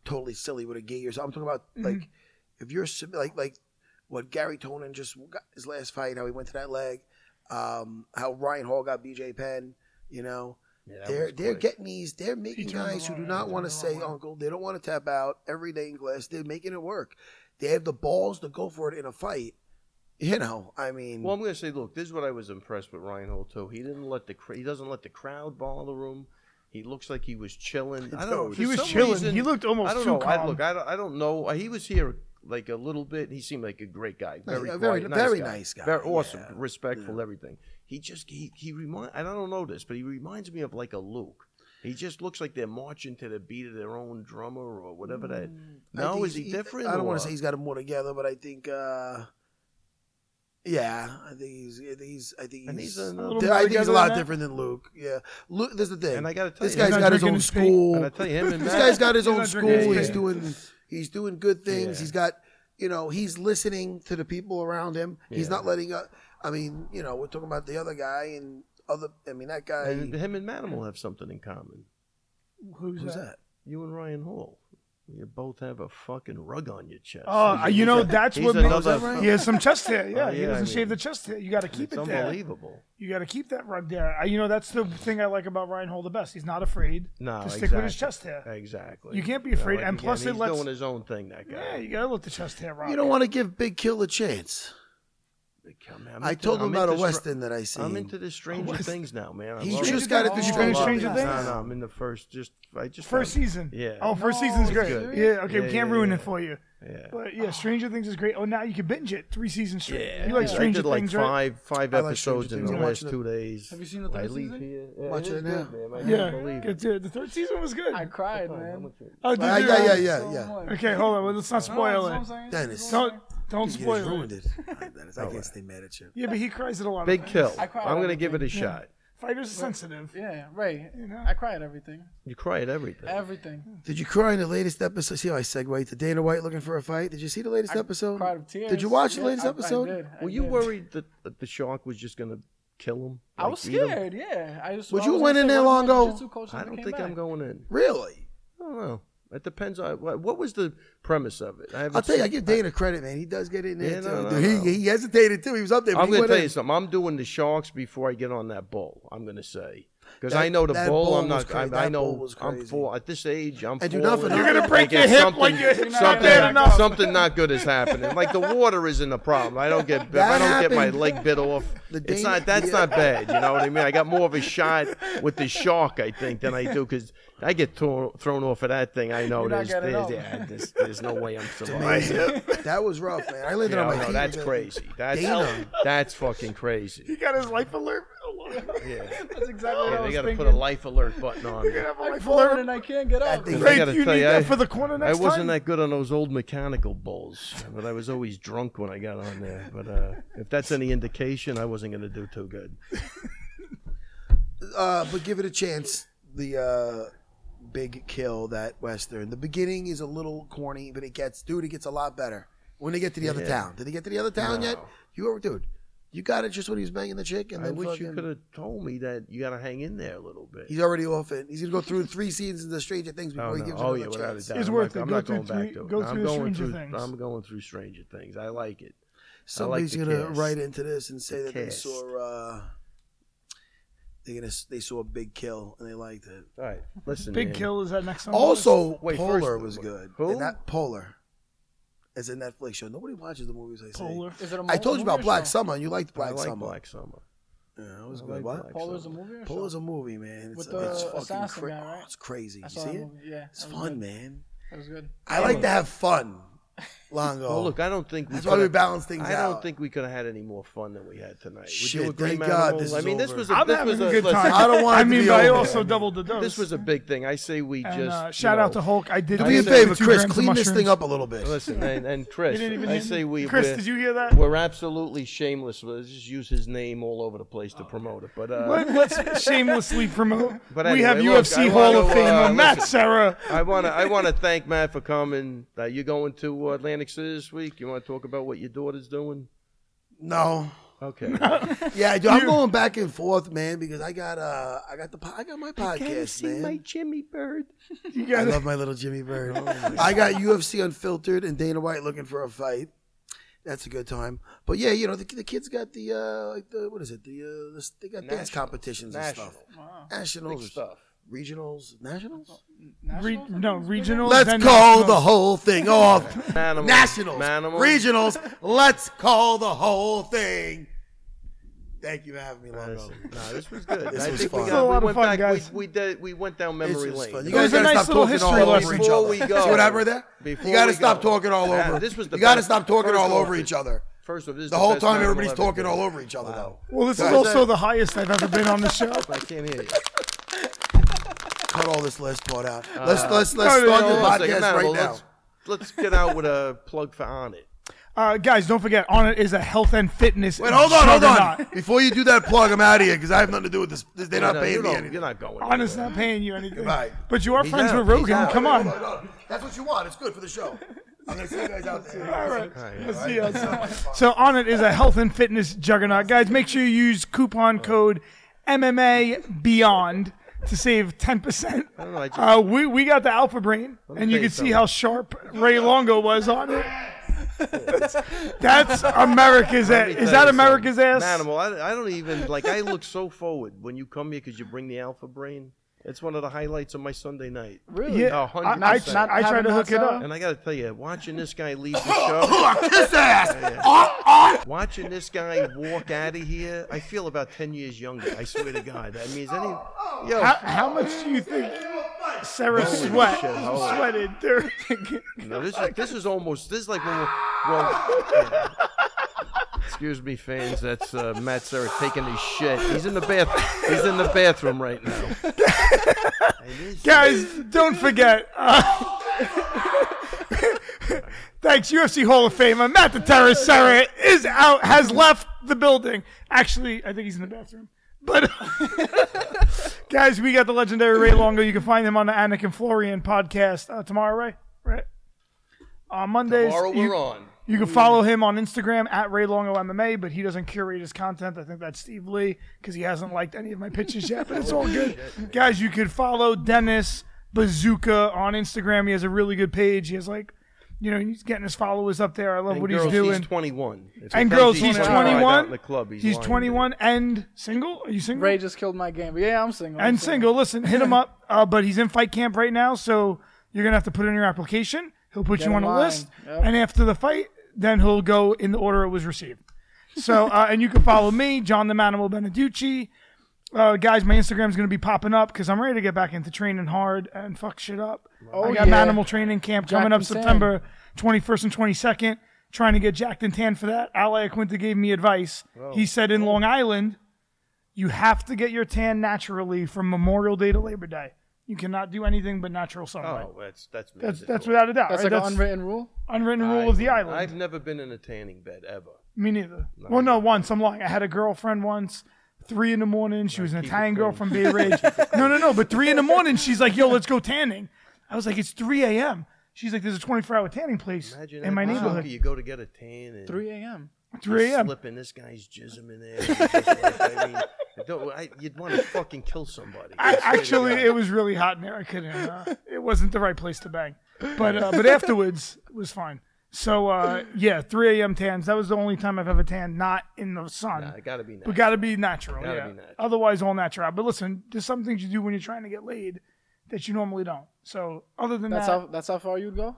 [SPEAKER 3] totally silly with a gi or something. I'm talking about like if you're sub- like like what Gary Tonin just got his last fight, how he went to that leg, um, how Ryan Hall got BJ Penn. You know,
[SPEAKER 1] Yeah, that
[SPEAKER 3] they're
[SPEAKER 1] was
[SPEAKER 3] they're
[SPEAKER 1] quick.
[SPEAKER 3] getting these. They're making
[SPEAKER 2] turned the
[SPEAKER 3] guys who
[SPEAKER 2] wrong-
[SPEAKER 3] do
[SPEAKER 2] he
[SPEAKER 3] not
[SPEAKER 2] turned
[SPEAKER 3] want to
[SPEAKER 2] the
[SPEAKER 3] say
[SPEAKER 2] wrong way.
[SPEAKER 3] uncle. They don't want to tap out every day in class. They're making it work. They have the balls to go for it in a fight. You know, I mean,
[SPEAKER 1] Well, I'm going to say, look, this is what I was impressed with Ryan Hall too. He didn't let the cra- he doesn't let the crowd bother him. He looks like he was chilling. I don't know.
[SPEAKER 3] Dude.
[SPEAKER 1] for
[SPEAKER 2] He was
[SPEAKER 1] some
[SPEAKER 2] chilling.
[SPEAKER 1] reason-
[SPEAKER 2] He looked almost
[SPEAKER 1] I don't
[SPEAKER 2] too
[SPEAKER 1] know. I,
[SPEAKER 2] calm.
[SPEAKER 1] look, I don't, I don't know. He was here like a little bit. He seemed like a great guy.
[SPEAKER 3] Nice-
[SPEAKER 1] Very,
[SPEAKER 3] a very-
[SPEAKER 1] very, nice
[SPEAKER 3] very
[SPEAKER 1] guy.
[SPEAKER 3] nice guy,
[SPEAKER 1] Very awesome,
[SPEAKER 3] yeah.
[SPEAKER 1] respectful, everything. He just he he remind. I don't know this, but he reminds me of like a Luke. He just looks like they're marching to the beat of their own drummer or whatever that.
[SPEAKER 3] Mm. I
[SPEAKER 1] uh, No,
[SPEAKER 3] think
[SPEAKER 1] is he
[SPEAKER 3] he's-
[SPEAKER 1] different?
[SPEAKER 3] I don't want
[SPEAKER 1] or-
[SPEAKER 3] to say he's got him more together, but I think, uh yeah, I think he's, I think he's, I think
[SPEAKER 1] And
[SPEAKER 3] Mm, he's,
[SPEAKER 1] he's a
[SPEAKER 3] I
[SPEAKER 1] little
[SPEAKER 2] more
[SPEAKER 3] think he's
[SPEAKER 2] together
[SPEAKER 3] a lot
[SPEAKER 2] than that.
[SPEAKER 3] different than Luke. Yeah, Luke. There's the thing.
[SPEAKER 1] And I got to tell
[SPEAKER 3] this
[SPEAKER 1] you,
[SPEAKER 3] guy's
[SPEAKER 2] not
[SPEAKER 3] got his
[SPEAKER 2] drinking
[SPEAKER 3] own
[SPEAKER 2] his pink.
[SPEAKER 1] and I
[SPEAKER 3] school.
[SPEAKER 1] tell you, him and
[SPEAKER 3] This
[SPEAKER 1] Matt-
[SPEAKER 3] guy's got his
[SPEAKER 2] He's
[SPEAKER 3] own
[SPEAKER 2] not
[SPEAKER 3] school.
[SPEAKER 2] drinking
[SPEAKER 1] his
[SPEAKER 3] He's
[SPEAKER 1] pink.
[SPEAKER 3] doing, he's doing good things.
[SPEAKER 1] Yeah.
[SPEAKER 3] He's got, you know, he's listening to the people around him. He's
[SPEAKER 1] Yeah.
[SPEAKER 3] not letting up. I mean, you know, we're talking about the other guy and other. I mean, that guy.
[SPEAKER 1] and him and Manimal have something in common.
[SPEAKER 2] Who's,
[SPEAKER 3] who's
[SPEAKER 2] that?
[SPEAKER 3] that?
[SPEAKER 1] You and Ryan Hall. You both have a fucking rug on your chest.
[SPEAKER 2] Oh, you know that's
[SPEAKER 1] He's
[SPEAKER 2] what
[SPEAKER 1] another- (laughs)
[SPEAKER 2] makes he has some chest hair. Yeah,
[SPEAKER 1] Oh,
[SPEAKER 2] he
[SPEAKER 1] yeah, I
[SPEAKER 2] doesn't shave
[SPEAKER 1] mean,
[SPEAKER 2] the chest hair. You got to keep
[SPEAKER 1] it's
[SPEAKER 2] it there.
[SPEAKER 1] unbelievable.
[SPEAKER 2] You got to keep that rug there. I, you know that's the thing I like about Ryan Hall the best. He's not afraid
[SPEAKER 1] No,
[SPEAKER 2] to stick with his
[SPEAKER 1] exactly.
[SPEAKER 2] chest hair.
[SPEAKER 1] Exactly.
[SPEAKER 2] You can't be afraid,
[SPEAKER 1] like,
[SPEAKER 2] and
[SPEAKER 1] again,
[SPEAKER 2] plus it
[SPEAKER 1] he's
[SPEAKER 2] lets-
[SPEAKER 1] doing his own thing. That
[SPEAKER 2] Yeah,
[SPEAKER 1] guy.
[SPEAKER 2] you got to let the chest hair rock.
[SPEAKER 3] You don't want to give Big Kill a chance.
[SPEAKER 1] Come, I'm
[SPEAKER 3] I
[SPEAKER 1] into-
[SPEAKER 3] told
[SPEAKER 1] I'm
[SPEAKER 3] him about a
[SPEAKER 1] into Str-
[SPEAKER 3] Western that I seen.
[SPEAKER 1] I'm into the Stranger
[SPEAKER 2] West-
[SPEAKER 1] Things now, man. I
[SPEAKER 3] He's
[SPEAKER 1] love it.
[SPEAKER 3] just got it.
[SPEAKER 5] Did you
[SPEAKER 1] I
[SPEAKER 5] finish
[SPEAKER 1] love
[SPEAKER 2] Stranger
[SPEAKER 1] it.
[SPEAKER 2] Things?
[SPEAKER 1] No, no, I'm in the first. Just I just
[SPEAKER 2] first
[SPEAKER 1] found-
[SPEAKER 2] season.
[SPEAKER 1] Yeah.
[SPEAKER 2] Oh, first
[SPEAKER 5] No,
[SPEAKER 2] season's
[SPEAKER 5] it's
[SPEAKER 2] great.
[SPEAKER 1] good.
[SPEAKER 2] Yeah. Okay,
[SPEAKER 1] Yeah,
[SPEAKER 2] we
[SPEAKER 1] yeah,
[SPEAKER 2] can't ruin
[SPEAKER 1] yeah.
[SPEAKER 2] it for you.
[SPEAKER 1] Yeah.
[SPEAKER 2] But yeah, Stranger Things is great. Oh, now you can binge it three seasons straight.
[SPEAKER 1] Yeah,
[SPEAKER 2] you like Stranger
[SPEAKER 1] I did like
[SPEAKER 2] Things, right?
[SPEAKER 1] five five
[SPEAKER 3] I like
[SPEAKER 1] episodes
[SPEAKER 3] Stranger
[SPEAKER 1] in
[SPEAKER 3] Things.
[SPEAKER 1] the
[SPEAKER 3] I'm
[SPEAKER 1] last
[SPEAKER 3] watching
[SPEAKER 1] two days.
[SPEAKER 5] Have you seen the
[SPEAKER 1] I
[SPEAKER 5] third
[SPEAKER 1] leave
[SPEAKER 5] season?
[SPEAKER 1] here. Yeah,
[SPEAKER 3] Watching
[SPEAKER 1] was
[SPEAKER 3] it now.
[SPEAKER 1] good, man. I
[SPEAKER 2] Yeah,
[SPEAKER 1] can't believe
[SPEAKER 2] good,
[SPEAKER 1] it.
[SPEAKER 2] dude. The third season was good.
[SPEAKER 5] I cried,
[SPEAKER 1] How
[SPEAKER 5] man.
[SPEAKER 1] much it-
[SPEAKER 2] oh, did
[SPEAKER 3] Uh,
[SPEAKER 2] you?
[SPEAKER 3] yeah, yeah, yeah,
[SPEAKER 5] So
[SPEAKER 3] yeah.
[SPEAKER 5] much.
[SPEAKER 2] Okay, hold on. well, Let's not
[SPEAKER 5] No,
[SPEAKER 2] spoil
[SPEAKER 5] that's what I'm
[SPEAKER 2] it.
[SPEAKER 5] saying.
[SPEAKER 3] Dennis.
[SPEAKER 2] Don't don't
[SPEAKER 3] You just
[SPEAKER 2] spoil it.
[SPEAKER 3] ruined it. Dennis, I can't stay mad at you.
[SPEAKER 2] Yeah, but he cries at a lot.
[SPEAKER 1] Big
[SPEAKER 2] of times.
[SPEAKER 1] kill.
[SPEAKER 5] I cried
[SPEAKER 1] I'm
[SPEAKER 5] at
[SPEAKER 1] gonna give it a
[SPEAKER 5] everything.
[SPEAKER 1] shot.
[SPEAKER 2] Fighters are sensitive.
[SPEAKER 5] Yeah, Ray.
[SPEAKER 2] know?
[SPEAKER 5] I cry at everything.
[SPEAKER 1] You cry at everything.
[SPEAKER 5] Everything.
[SPEAKER 3] Did you cry in the latest episode? See how I segued to Dana White looking for a fight? Did you see the latest episode?
[SPEAKER 5] Cried of tears.
[SPEAKER 3] Did you watch the
[SPEAKER 5] Yeah,
[SPEAKER 3] latest
[SPEAKER 5] I- I
[SPEAKER 3] episode?
[SPEAKER 5] did, I
[SPEAKER 1] Were you
[SPEAKER 5] did.
[SPEAKER 1] worried that, that the shark was just gonna kill him?
[SPEAKER 5] I
[SPEAKER 1] Like,
[SPEAKER 5] was
[SPEAKER 1] eat him?
[SPEAKER 5] scared. Yeah. I just.
[SPEAKER 3] Would
[SPEAKER 5] I
[SPEAKER 3] you
[SPEAKER 5] was
[SPEAKER 3] went
[SPEAKER 5] gonna
[SPEAKER 3] in
[SPEAKER 5] say,
[SPEAKER 3] there
[SPEAKER 5] what if my
[SPEAKER 3] long ago?
[SPEAKER 5] jiu-jitsu coach
[SPEAKER 1] I
[SPEAKER 5] never
[SPEAKER 1] don't
[SPEAKER 5] came
[SPEAKER 1] think I'm
[SPEAKER 5] back?
[SPEAKER 1] going in.
[SPEAKER 3] Really?
[SPEAKER 1] I don't know. It depends on what, what was the premise of it. I haven't
[SPEAKER 3] I'll tell you, I
[SPEAKER 1] seen-
[SPEAKER 3] give Dana credit, man. He does get in there
[SPEAKER 1] Yeah,
[SPEAKER 3] too.
[SPEAKER 1] no, no,
[SPEAKER 3] dude.
[SPEAKER 1] no.
[SPEAKER 3] He, he hesitated too. He was up there. but
[SPEAKER 1] I'm
[SPEAKER 3] he
[SPEAKER 1] going to
[SPEAKER 3] went
[SPEAKER 1] tell
[SPEAKER 3] in.
[SPEAKER 1] you something. I'm doing the sharks before I get on that bull. I'm going to say because
[SPEAKER 3] That-
[SPEAKER 1] I know the
[SPEAKER 3] that
[SPEAKER 1] bull.
[SPEAKER 3] bull
[SPEAKER 1] I'm
[SPEAKER 3] was
[SPEAKER 1] not.
[SPEAKER 3] cra-
[SPEAKER 1] I,
[SPEAKER 3] that
[SPEAKER 1] I know.
[SPEAKER 3] bull was
[SPEAKER 1] I'm
[SPEAKER 3] crazy.
[SPEAKER 1] full at this age. I'm.
[SPEAKER 3] And do not
[SPEAKER 1] falling.
[SPEAKER 3] forget- You're gonna
[SPEAKER 2] break
[SPEAKER 1] Again,
[SPEAKER 2] your (laughs) hip
[SPEAKER 1] something-
[SPEAKER 2] when you're-
[SPEAKER 1] something,
[SPEAKER 2] You're not bad enough.
[SPEAKER 1] something not good is happening. Like the water isn't a problem. I don't get. If I
[SPEAKER 3] That
[SPEAKER 1] don't get my
[SPEAKER 3] happened.
[SPEAKER 1] leg bit off,
[SPEAKER 3] The
[SPEAKER 1] it's
[SPEAKER 3] Dana-
[SPEAKER 1] not. That's
[SPEAKER 3] yeah.
[SPEAKER 1] not bad. You know what I mean? I got more of a shot with the shark, I think, than I do because I get thrown thrown off of that thing. I know
[SPEAKER 5] You're not
[SPEAKER 1] there's
[SPEAKER 5] getting
[SPEAKER 1] there's,
[SPEAKER 5] over.
[SPEAKER 1] yeah, there's there's no way I'm surviving.
[SPEAKER 3] Amazing. (laughs) that was rough, man. I landed
[SPEAKER 1] Yeah,
[SPEAKER 3] on my
[SPEAKER 1] no,
[SPEAKER 3] feet.
[SPEAKER 1] that's
[SPEAKER 3] man.
[SPEAKER 1] crazy. That's
[SPEAKER 3] Dana.
[SPEAKER 1] that's fucking crazy.
[SPEAKER 2] He got his life alert. (laughs)
[SPEAKER 1] Yeah.
[SPEAKER 5] That's
[SPEAKER 1] Yeah, they
[SPEAKER 5] exactly what I was
[SPEAKER 1] got to
[SPEAKER 5] thinking.
[SPEAKER 1] put a life alert button on.
[SPEAKER 2] You
[SPEAKER 1] it.
[SPEAKER 2] have a life
[SPEAKER 5] Falling
[SPEAKER 2] alert.
[SPEAKER 5] and I can't get up.
[SPEAKER 3] think-
[SPEAKER 1] I
[SPEAKER 2] Great,
[SPEAKER 1] gotta
[SPEAKER 2] you
[SPEAKER 1] tell
[SPEAKER 2] need
[SPEAKER 1] you,
[SPEAKER 2] that
[SPEAKER 1] I-
[SPEAKER 2] for the corner
[SPEAKER 1] I
[SPEAKER 2] next
[SPEAKER 1] wasn't
[SPEAKER 2] time.
[SPEAKER 1] that good on those old mechanical bulls, but I was always drunk when I got on there. But uh, if that's any indication, I wasn't going to do too good.
[SPEAKER 3] Uh, but give it a chance. The uh, big kill that Western. The beginning is a little corny, but it gets dude. It gets a lot better when they get to the other
[SPEAKER 1] Yeah.
[SPEAKER 3] town. Did he get to the other town yet?
[SPEAKER 1] No.
[SPEAKER 3] You ever, dude? You got it just when he was banging the chick, and
[SPEAKER 1] I
[SPEAKER 3] then
[SPEAKER 1] wish you
[SPEAKER 3] fucking-
[SPEAKER 1] could have told me that you got to hang in there a little bit.
[SPEAKER 3] He's already off it. He's gonna go through three seasons of the Stranger Things before
[SPEAKER 1] Oh,
[SPEAKER 3] he
[SPEAKER 1] no.
[SPEAKER 3] gives
[SPEAKER 1] Oh,
[SPEAKER 3] it
[SPEAKER 1] yeah,
[SPEAKER 3] another
[SPEAKER 1] without a
[SPEAKER 3] chance.
[SPEAKER 1] doubt.
[SPEAKER 2] It's
[SPEAKER 1] I'm
[SPEAKER 2] worth
[SPEAKER 1] not,
[SPEAKER 2] it.
[SPEAKER 1] I'm
[SPEAKER 2] Go
[SPEAKER 1] not
[SPEAKER 2] through
[SPEAKER 1] going back
[SPEAKER 2] three-
[SPEAKER 1] to it.
[SPEAKER 2] go
[SPEAKER 1] No, I'm
[SPEAKER 2] through
[SPEAKER 1] going
[SPEAKER 2] Stranger
[SPEAKER 1] through.
[SPEAKER 2] Things.
[SPEAKER 1] I'm going through Stranger Things. I like it.
[SPEAKER 3] Somebody's
[SPEAKER 1] the
[SPEAKER 3] gonna
[SPEAKER 1] cast.
[SPEAKER 3] write into this and say that they
[SPEAKER 1] cast.
[SPEAKER 3] saw uh, they gonna s- they saw a big kill and they liked it.
[SPEAKER 1] All right, listen.
[SPEAKER 2] Big
[SPEAKER 1] man.
[SPEAKER 2] kill is that next one?
[SPEAKER 3] Also,
[SPEAKER 1] Wait,
[SPEAKER 3] Polar
[SPEAKER 1] first-
[SPEAKER 3] was good.
[SPEAKER 1] Who?
[SPEAKER 3] And that Polar is a Netflix show. Nobody watches the movies I say.
[SPEAKER 2] polar.
[SPEAKER 5] Is it a
[SPEAKER 3] I
[SPEAKER 5] mo-
[SPEAKER 3] told you
[SPEAKER 5] movie
[SPEAKER 3] about
[SPEAKER 5] or
[SPEAKER 3] Black
[SPEAKER 5] show?
[SPEAKER 3] Summer. and You liked
[SPEAKER 1] I
[SPEAKER 3] Black
[SPEAKER 1] like
[SPEAKER 3] Summer.
[SPEAKER 1] Black Summer.
[SPEAKER 3] Yeah, it was
[SPEAKER 1] I
[SPEAKER 3] good.
[SPEAKER 1] like
[SPEAKER 3] What?
[SPEAKER 1] Black
[SPEAKER 5] Polar's a
[SPEAKER 1] Summer.
[SPEAKER 5] movie or
[SPEAKER 3] Polar's
[SPEAKER 5] show?
[SPEAKER 3] a movie, man. It's,
[SPEAKER 5] With the
[SPEAKER 3] it's fucking
[SPEAKER 5] assassin
[SPEAKER 3] cra-
[SPEAKER 5] guy, right?
[SPEAKER 3] oh, it's crazy.
[SPEAKER 5] I
[SPEAKER 3] You
[SPEAKER 5] saw
[SPEAKER 3] see
[SPEAKER 5] that
[SPEAKER 3] it?
[SPEAKER 5] movie. Yeah,
[SPEAKER 3] It's
[SPEAKER 5] that was
[SPEAKER 3] fun,
[SPEAKER 5] good.
[SPEAKER 3] man.
[SPEAKER 5] That was good.
[SPEAKER 3] I like to have fun. Longo.
[SPEAKER 1] Well, look, I don't think we
[SPEAKER 3] Oh. That's why we
[SPEAKER 1] coulda-
[SPEAKER 3] balance things
[SPEAKER 1] I don't
[SPEAKER 3] out.
[SPEAKER 1] think we could have had any more fun than we had tonight. Would
[SPEAKER 3] Shit,
[SPEAKER 1] you agree,
[SPEAKER 3] thank
[SPEAKER 1] Manimal?
[SPEAKER 3] God this
[SPEAKER 1] I
[SPEAKER 3] is
[SPEAKER 1] mean, this
[SPEAKER 3] over.
[SPEAKER 1] was a,
[SPEAKER 2] I'm
[SPEAKER 1] this
[SPEAKER 2] having
[SPEAKER 1] was
[SPEAKER 2] a good
[SPEAKER 1] listen,
[SPEAKER 2] time.
[SPEAKER 3] I don't want it
[SPEAKER 2] I
[SPEAKER 3] to
[SPEAKER 2] mean,
[SPEAKER 3] be
[SPEAKER 2] but I
[SPEAKER 3] over.
[SPEAKER 2] also doubled the dose.
[SPEAKER 1] This was a big thing. I say we
[SPEAKER 2] and,
[SPEAKER 1] just
[SPEAKER 2] uh,
[SPEAKER 1] you
[SPEAKER 2] shout out
[SPEAKER 1] know,
[SPEAKER 2] to Hulk. I did.
[SPEAKER 3] Do me a
[SPEAKER 2] just save
[SPEAKER 3] favor,
[SPEAKER 2] two
[SPEAKER 3] Chris.
[SPEAKER 2] grams of
[SPEAKER 3] Clean this
[SPEAKER 2] mushrooms.
[SPEAKER 3] thing up a little bit.
[SPEAKER 1] Listen, and, and Chris,
[SPEAKER 2] (laughs) You didn't even
[SPEAKER 1] I
[SPEAKER 2] hear me?
[SPEAKER 1] say we.
[SPEAKER 2] Chris,
[SPEAKER 1] we're,
[SPEAKER 2] did you hear that?
[SPEAKER 1] We're absolutely shameless. Let's just use his name all over the place
[SPEAKER 3] Oh,
[SPEAKER 1] to promote it. But uh,
[SPEAKER 2] Let, let's shamelessly promote.
[SPEAKER 1] But
[SPEAKER 2] we have
[SPEAKER 1] anyway, look,
[SPEAKER 2] UFC
[SPEAKER 1] I
[SPEAKER 2] Hall
[SPEAKER 1] wanna,
[SPEAKER 2] of
[SPEAKER 1] uh,
[SPEAKER 2] Famer Matt
[SPEAKER 1] listen.
[SPEAKER 2] Sarah.
[SPEAKER 1] I want to I want to thank Matt for coming. Uh, you going to Atlantic City this week? You want to talk about what your daughter's doing?
[SPEAKER 3] No.
[SPEAKER 2] (laughs)
[SPEAKER 1] Okay.
[SPEAKER 3] Yeah, I do. I'm going back and forth, man, because I got uh, I got the po- I got my podcast, man.
[SPEAKER 1] Jimmy Bird.
[SPEAKER 2] You
[SPEAKER 3] I
[SPEAKER 2] got it.
[SPEAKER 3] love my little Jimmy Bird. I got UFC Unfiltered and Dana White looking for a fight. That's a good time. But yeah, you know the, the kids got the uh, like the what is it? The uh, this, they got dance
[SPEAKER 1] Nationals.
[SPEAKER 3] competitions and stuff,
[SPEAKER 5] Wow.
[SPEAKER 3] nationals,
[SPEAKER 1] Big
[SPEAKER 3] and
[SPEAKER 1] stuff.
[SPEAKER 3] regionals, nationals.
[SPEAKER 2] Re- no, regional.
[SPEAKER 3] Let's
[SPEAKER 2] then
[SPEAKER 3] call
[SPEAKER 2] national.
[SPEAKER 3] the whole thing off.
[SPEAKER 1] Manimal.
[SPEAKER 3] Nationals,
[SPEAKER 1] Manimal.
[SPEAKER 3] regionals. Let's call the whole thing. Thank you for having me, Longo.
[SPEAKER 1] No, this was good.
[SPEAKER 3] This
[SPEAKER 1] I
[SPEAKER 3] was
[SPEAKER 1] think
[SPEAKER 3] fun.
[SPEAKER 1] we,
[SPEAKER 3] This was
[SPEAKER 2] a
[SPEAKER 1] got,
[SPEAKER 2] lot
[SPEAKER 1] we
[SPEAKER 2] of
[SPEAKER 1] went
[SPEAKER 2] fun,
[SPEAKER 1] back.
[SPEAKER 2] guys.
[SPEAKER 1] We, we did. We went down
[SPEAKER 3] It's
[SPEAKER 1] memory
[SPEAKER 3] just
[SPEAKER 1] lane.
[SPEAKER 3] fun. You
[SPEAKER 2] It
[SPEAKER 3] guys
[SPEAKER 2] was a
[SPEAKER 3] gotta
[SPEAKER 2] nice
[SPEAKER 3] stop
[SPEAKER 2] little
[SPEAKER 3] talking
[SPEAKER 2] history
[SPEAKER 3] all over
[SPEAKER 2] lesson.
[SPEAKER 3] each other.
[SPEAKER 1] Before we go-
[SPEAKER 3] See what happened right there?
[SPEAKER 1] Before
[SPEAKER 3] you gotta
[SPEAKER 1] we
[SPEAKER 3] stop
[SPEAKER 1] go.
[SPEAKER 3] talking all
[SPEAKER 1] Yeah,
[SPEAKER 3] over.
[SPEAKER 1] this was the
[SPEAKER 3] you gotta
[SPEAKER 1] best-
[SPEAKER 3] stop talking
[SPEAKER 1] first
[SPEAKER 3] all
[SPEAKER 1] of all,
[SPEAKER 3] over each other.
[SPEAKER 1] First of all, this is
[SPEAKER 3] The whole
[SPEAKER 1] best
[SPEAKER 3] time
[SPEAKER 1] Manimal
[SPEAKER 3] everybody's
[SPEAKER 1] I've
[SPEAKER 3] talking
[SPEAKER 1] ever
[SPEAKER 3] all
[SPEAKER 1] done.
[SPEAKER 3] over each other though.
[SPEAKER 2] Well, this is
[SPEAKER 3] Guys,
[SPEAKER 2] also the highest I've ever been on the show.
[SPEAKER 1] I can't hear you.
[SPEAKER 3] (laughs) Cut all this last part out. let's let's let's
[SPEAKER 2] no, no,
[SPEAKER 3] start
[SPEAKER 2] no,
[SPEAKER 1] Uh, Hold on a
[SPEAKER 3] the
[SPEAKER 1] second,
[SPEAKER 3] podcast right
[SPEAKER 1] Manimal,
[SPEAKER 3] now.
[SPEAKER 1] let's- Let's get out with a plug for On It.
[SPEAKER 2] Uh, guys, don't forget, on it is a health and fitness.
[SPEAKER 3] Wait, hold on, hold on.
[SPEAKER 2] juggernaut.
[SPEAKER 3] Before you do that plug, I'm out of here because I have nothing to do with this. this- They're not
[SPEAKER 1] No, you
[SPEAKER 3] paying me
[SPEAKER 1] don't-
[SPEAKER 3] anything.
[SPEAKER 1] You're not going.
[SPEAKER 2] Honest,
[SPEAKER 1] anywhere.
[SPEAKER 2] not paying you anything.
[SPEAKER 3] Goodbye.
[SPEAKER 2] But you are
[SPEAKER 1] He's
[SPEAKER 2] friends
[SPEAKER 1] out,
[SPEAKER 2] with
[SPEAKER 1] he's
[SPEAKER 2] Rogan.
[SPEAKER 1] out.
[SPEAKER 2] Come
[SPEAKER 3] Hold
[SPEAKER 2] on.
[SPEAKER 3] hold hold That's what you want. It's good for the show. I'm gonna see you guys out there.
[SPEAKER 2] All right.
[SPEAKER 1] right.
[SPEAKER 2] Let's (laughs) see
[SPEAKER 1] (laughs)
[SPEAKER 2] you outside. So on it is a health and fitness juggernaut. Guys, make sure you use coupon code MMA Beyond to save 10%.
[SPEAKER 1] don't know, I just-
[SPEAKER 2] Uh, we, we got the Alpha Brain, and you
[SPEAKER 1] tell you
[SPEAKER 2] can see
[SPEAKER 1] something.
[SPEAKER 2] how sharp Ray Longo was on it. (laughs)
[SPEAKER 1] (laughs)
[SPEAKER 2] That's America's ass. Is that America's ass?
[SPEAKER 1] Animal. I, I don't even like. I look so forward when you come here because you bring the alpha brain. It's one of the highlights of my Sunday night.
[SPEAKER 5] Really?
[SPEAKER 2] Yeah,
[SPEAKER 1] A hundred
[SPEAKER 2] I, I,
[SPEAKER 1] percent.
[SPEAKER 2] I tried to
[SPEAKER 5] Not
[SPEAKER 2] hook it
[SPEAKER 5] having
[SPEAKER 2] up.
[SPEAKER 1] And I got to tell you, watching this guy leave the show,
[SPEAKER 3] Kiss ass.
[SPEAKER 1] watching this guy walk out of here, I feel about ten years younger. I swear to God. I mean, is any yo?
[SPEAKER 2] How, how much do you think Sarah
[SPEAKER 1] Holy
[SPEAKER 2] sweat,
[SPEAKER 1] shit, hold on.
[SPEAKER 2] sweated during?
[SPEAKER 1] no, (laughs) this is this is almost this is like when we're. well, Excuse me, fans. That's uh, Matt Sarah taking his shit. He's in the bath. He's in the bathroom right now.
[SPEAKER 2] Guys, don't forget. Uh, (laughs) thanks, UFC Hall of Famer Matt the Terror Sarah is out, has left the building. Actually, I think he's in the bathroom. But (laughs) guys, we got the legendary Ray Longo. You can find him on the Anakin Florian podcast uh, tomorrow, Ray. Right on Mondays.
[SPEAKER 1] Tomorrow
[SPEAKER 2] you-
[SPEAKER 1] we're on.
[SPEAKER 2] You can follow him on Instagram at Ray Longo MMA, but he doesn't curate his content. I think that's Steve Lee because he hasn't liked any of my pictures yet, but it's all good. Guys, you could follow Dennis Bazooka on Instagram. He has a really good page. He has like, you know, he's getting his followers up there. I love
[SPEAKER 1] And
[SPEAKER 2] what
[SPEAKER 1] girls,
[SPEAKER 2] he's doing.
[SPEAKER 1] He's 21. If
[SPEAKER 2] And
[SPEAKER 1] it
[SPEAKER 2] girls,
[SPEAKER 1] comes to
[SPEAKER 2] he's
[SPEAKER 1] 25 out
[SPEAKER 2] 21.
[SPEAKER 1] in the club, he's
[SPEAKER 2] He's
[SPEAKER 1] lying.
[SPEAKER 2] 21 and single. Are you single?
[SPEAKER 5] Ray just killed my game. But yeah, I'm single. I'm
[SPEAKER 2] and single. Listen, hit
[SPEAKER 5] (laughs)
[SPEAKER 2] him up. Uh, but he's in fight camp right now, so you're gonna have to put in your application. He'll put you
[SPEAKER 5] in
[SPEAKER 2] on a
[SPEAKER 5] line.
[SPEAKER 2] list,
[SPEAKER 5] Yep.
[SPEAKER 2] and after the fight, then he'll go in the order it was received. So, uh, and you can follow me, John the Manimal Beneducci. Uh, guys, my Instagram's gonna be popping up because I'm ready to get back into training hard and fuck shit up. I got
[SPEAKER 5] Oh, yeah.
[SPEAKER 2] Manimal Training Camp
[SPEAKER 5] Jack
[SPEAKER 2] coming up
[SPEAKER 5] and Sam.
[SPEAKER 2] September 21st and 22nd. Trying to get jacked and tan for that. Ali Quinta gave me advice. He said in Long Island, you have to get your tan naturally from Memorial Day to Labor Day. You cannot do anything but natural sunlight.
[SPEAKER 1] Oh, that's that's
[SPEAKER 2] that's that's
[SPEAKER 1] mandatory.
[SPEAKER 2] without a doubt.
[SPEAKER 5] That's
[SPEAKER 2] right?
[SPEAKER 5] like an unwritten rule.
[SPEAKER 2] unwritten rule of the island.
[SPEAKER 1] I've never been in a tanning bed ever.
[SPEAKER 2] Me neither. well, no, once I'm lying. I had a girlfriend once. Three in the morning, she was an Italian girl from Bay Ridge. no, no, no. But three in the morning, she's like, "Yo, let's go tanning." I was like, "It's three a.m." She's like, "There's a 24-hour tanning place
[SPEAKER 1] Imagine
[SPEAKER 2] in my
[SPEAKER 1] that.
[SPEAKER 2] neighborhood."
[SPEAKER 1] You go to get a tan and
[SPEAKER 5] 3 a.m.
[SPEAKER 2] Three a.m.
[SPEAKER 1] slipping this guy's jism in there. It's just like, I mean, (laughs) I don't, I, you'd want to fucking kill somebody.
[SPEAKER 2] I, actually, it was really hot in there. I couldn't. Uh, it wasn't the right place to bang, but uh, but afterwards it was fine. So uh, yeah, 3 a.m. tans. That was the only time I've ever tanned not in the sun.
[SPEAKER 1] Nah, it gotta be nice.
[SPEAKER 2] But gotta be natural.
[SPEAKER 1] Gotta
[SPEAKER 2] yeah.
[SPEAKER 1] be natural.
[SPEAKER 2] Otherwise, all natural. But listen, there's some things you do when you're trying to get laid that you normally don't. So other than
[SPEAKER 5] That's
[SPEAKER 2] that,
[SPEAKER 5] how that's how far you'd go.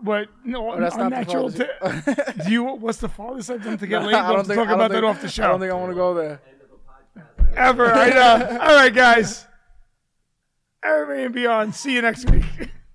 [SPEAKER 2] but no,
[SPEAKER 5] Or that's not the
[SPEAKER 2] unnatural.
[SPEAKER 5] (laughs) farthest you-
[SPEAKER 2] ta- (laughs) do you? What's the farthest I've done to get laid?
[SPEAKER 5] (laughs) I
[SPEAKER 2] We'll
[SPEAKER 5] don't
[SPEAKER 2] have to
[SPEAKER 5] think,
[SPEAKER 2] talk
[SPEAKER 5] I don't
[SPEAKER 2] about
[SPEAKER 5] think-
[SPEAKER 2] that off the
[SPEAKER 5] I
[SPEAKER 2] show. uh,
[SPEAKER 5] don't think I want to go there.
[SPEAKER 2] Ever. I know. all right, guys. Everybody and beyond. See you next week. (laughs)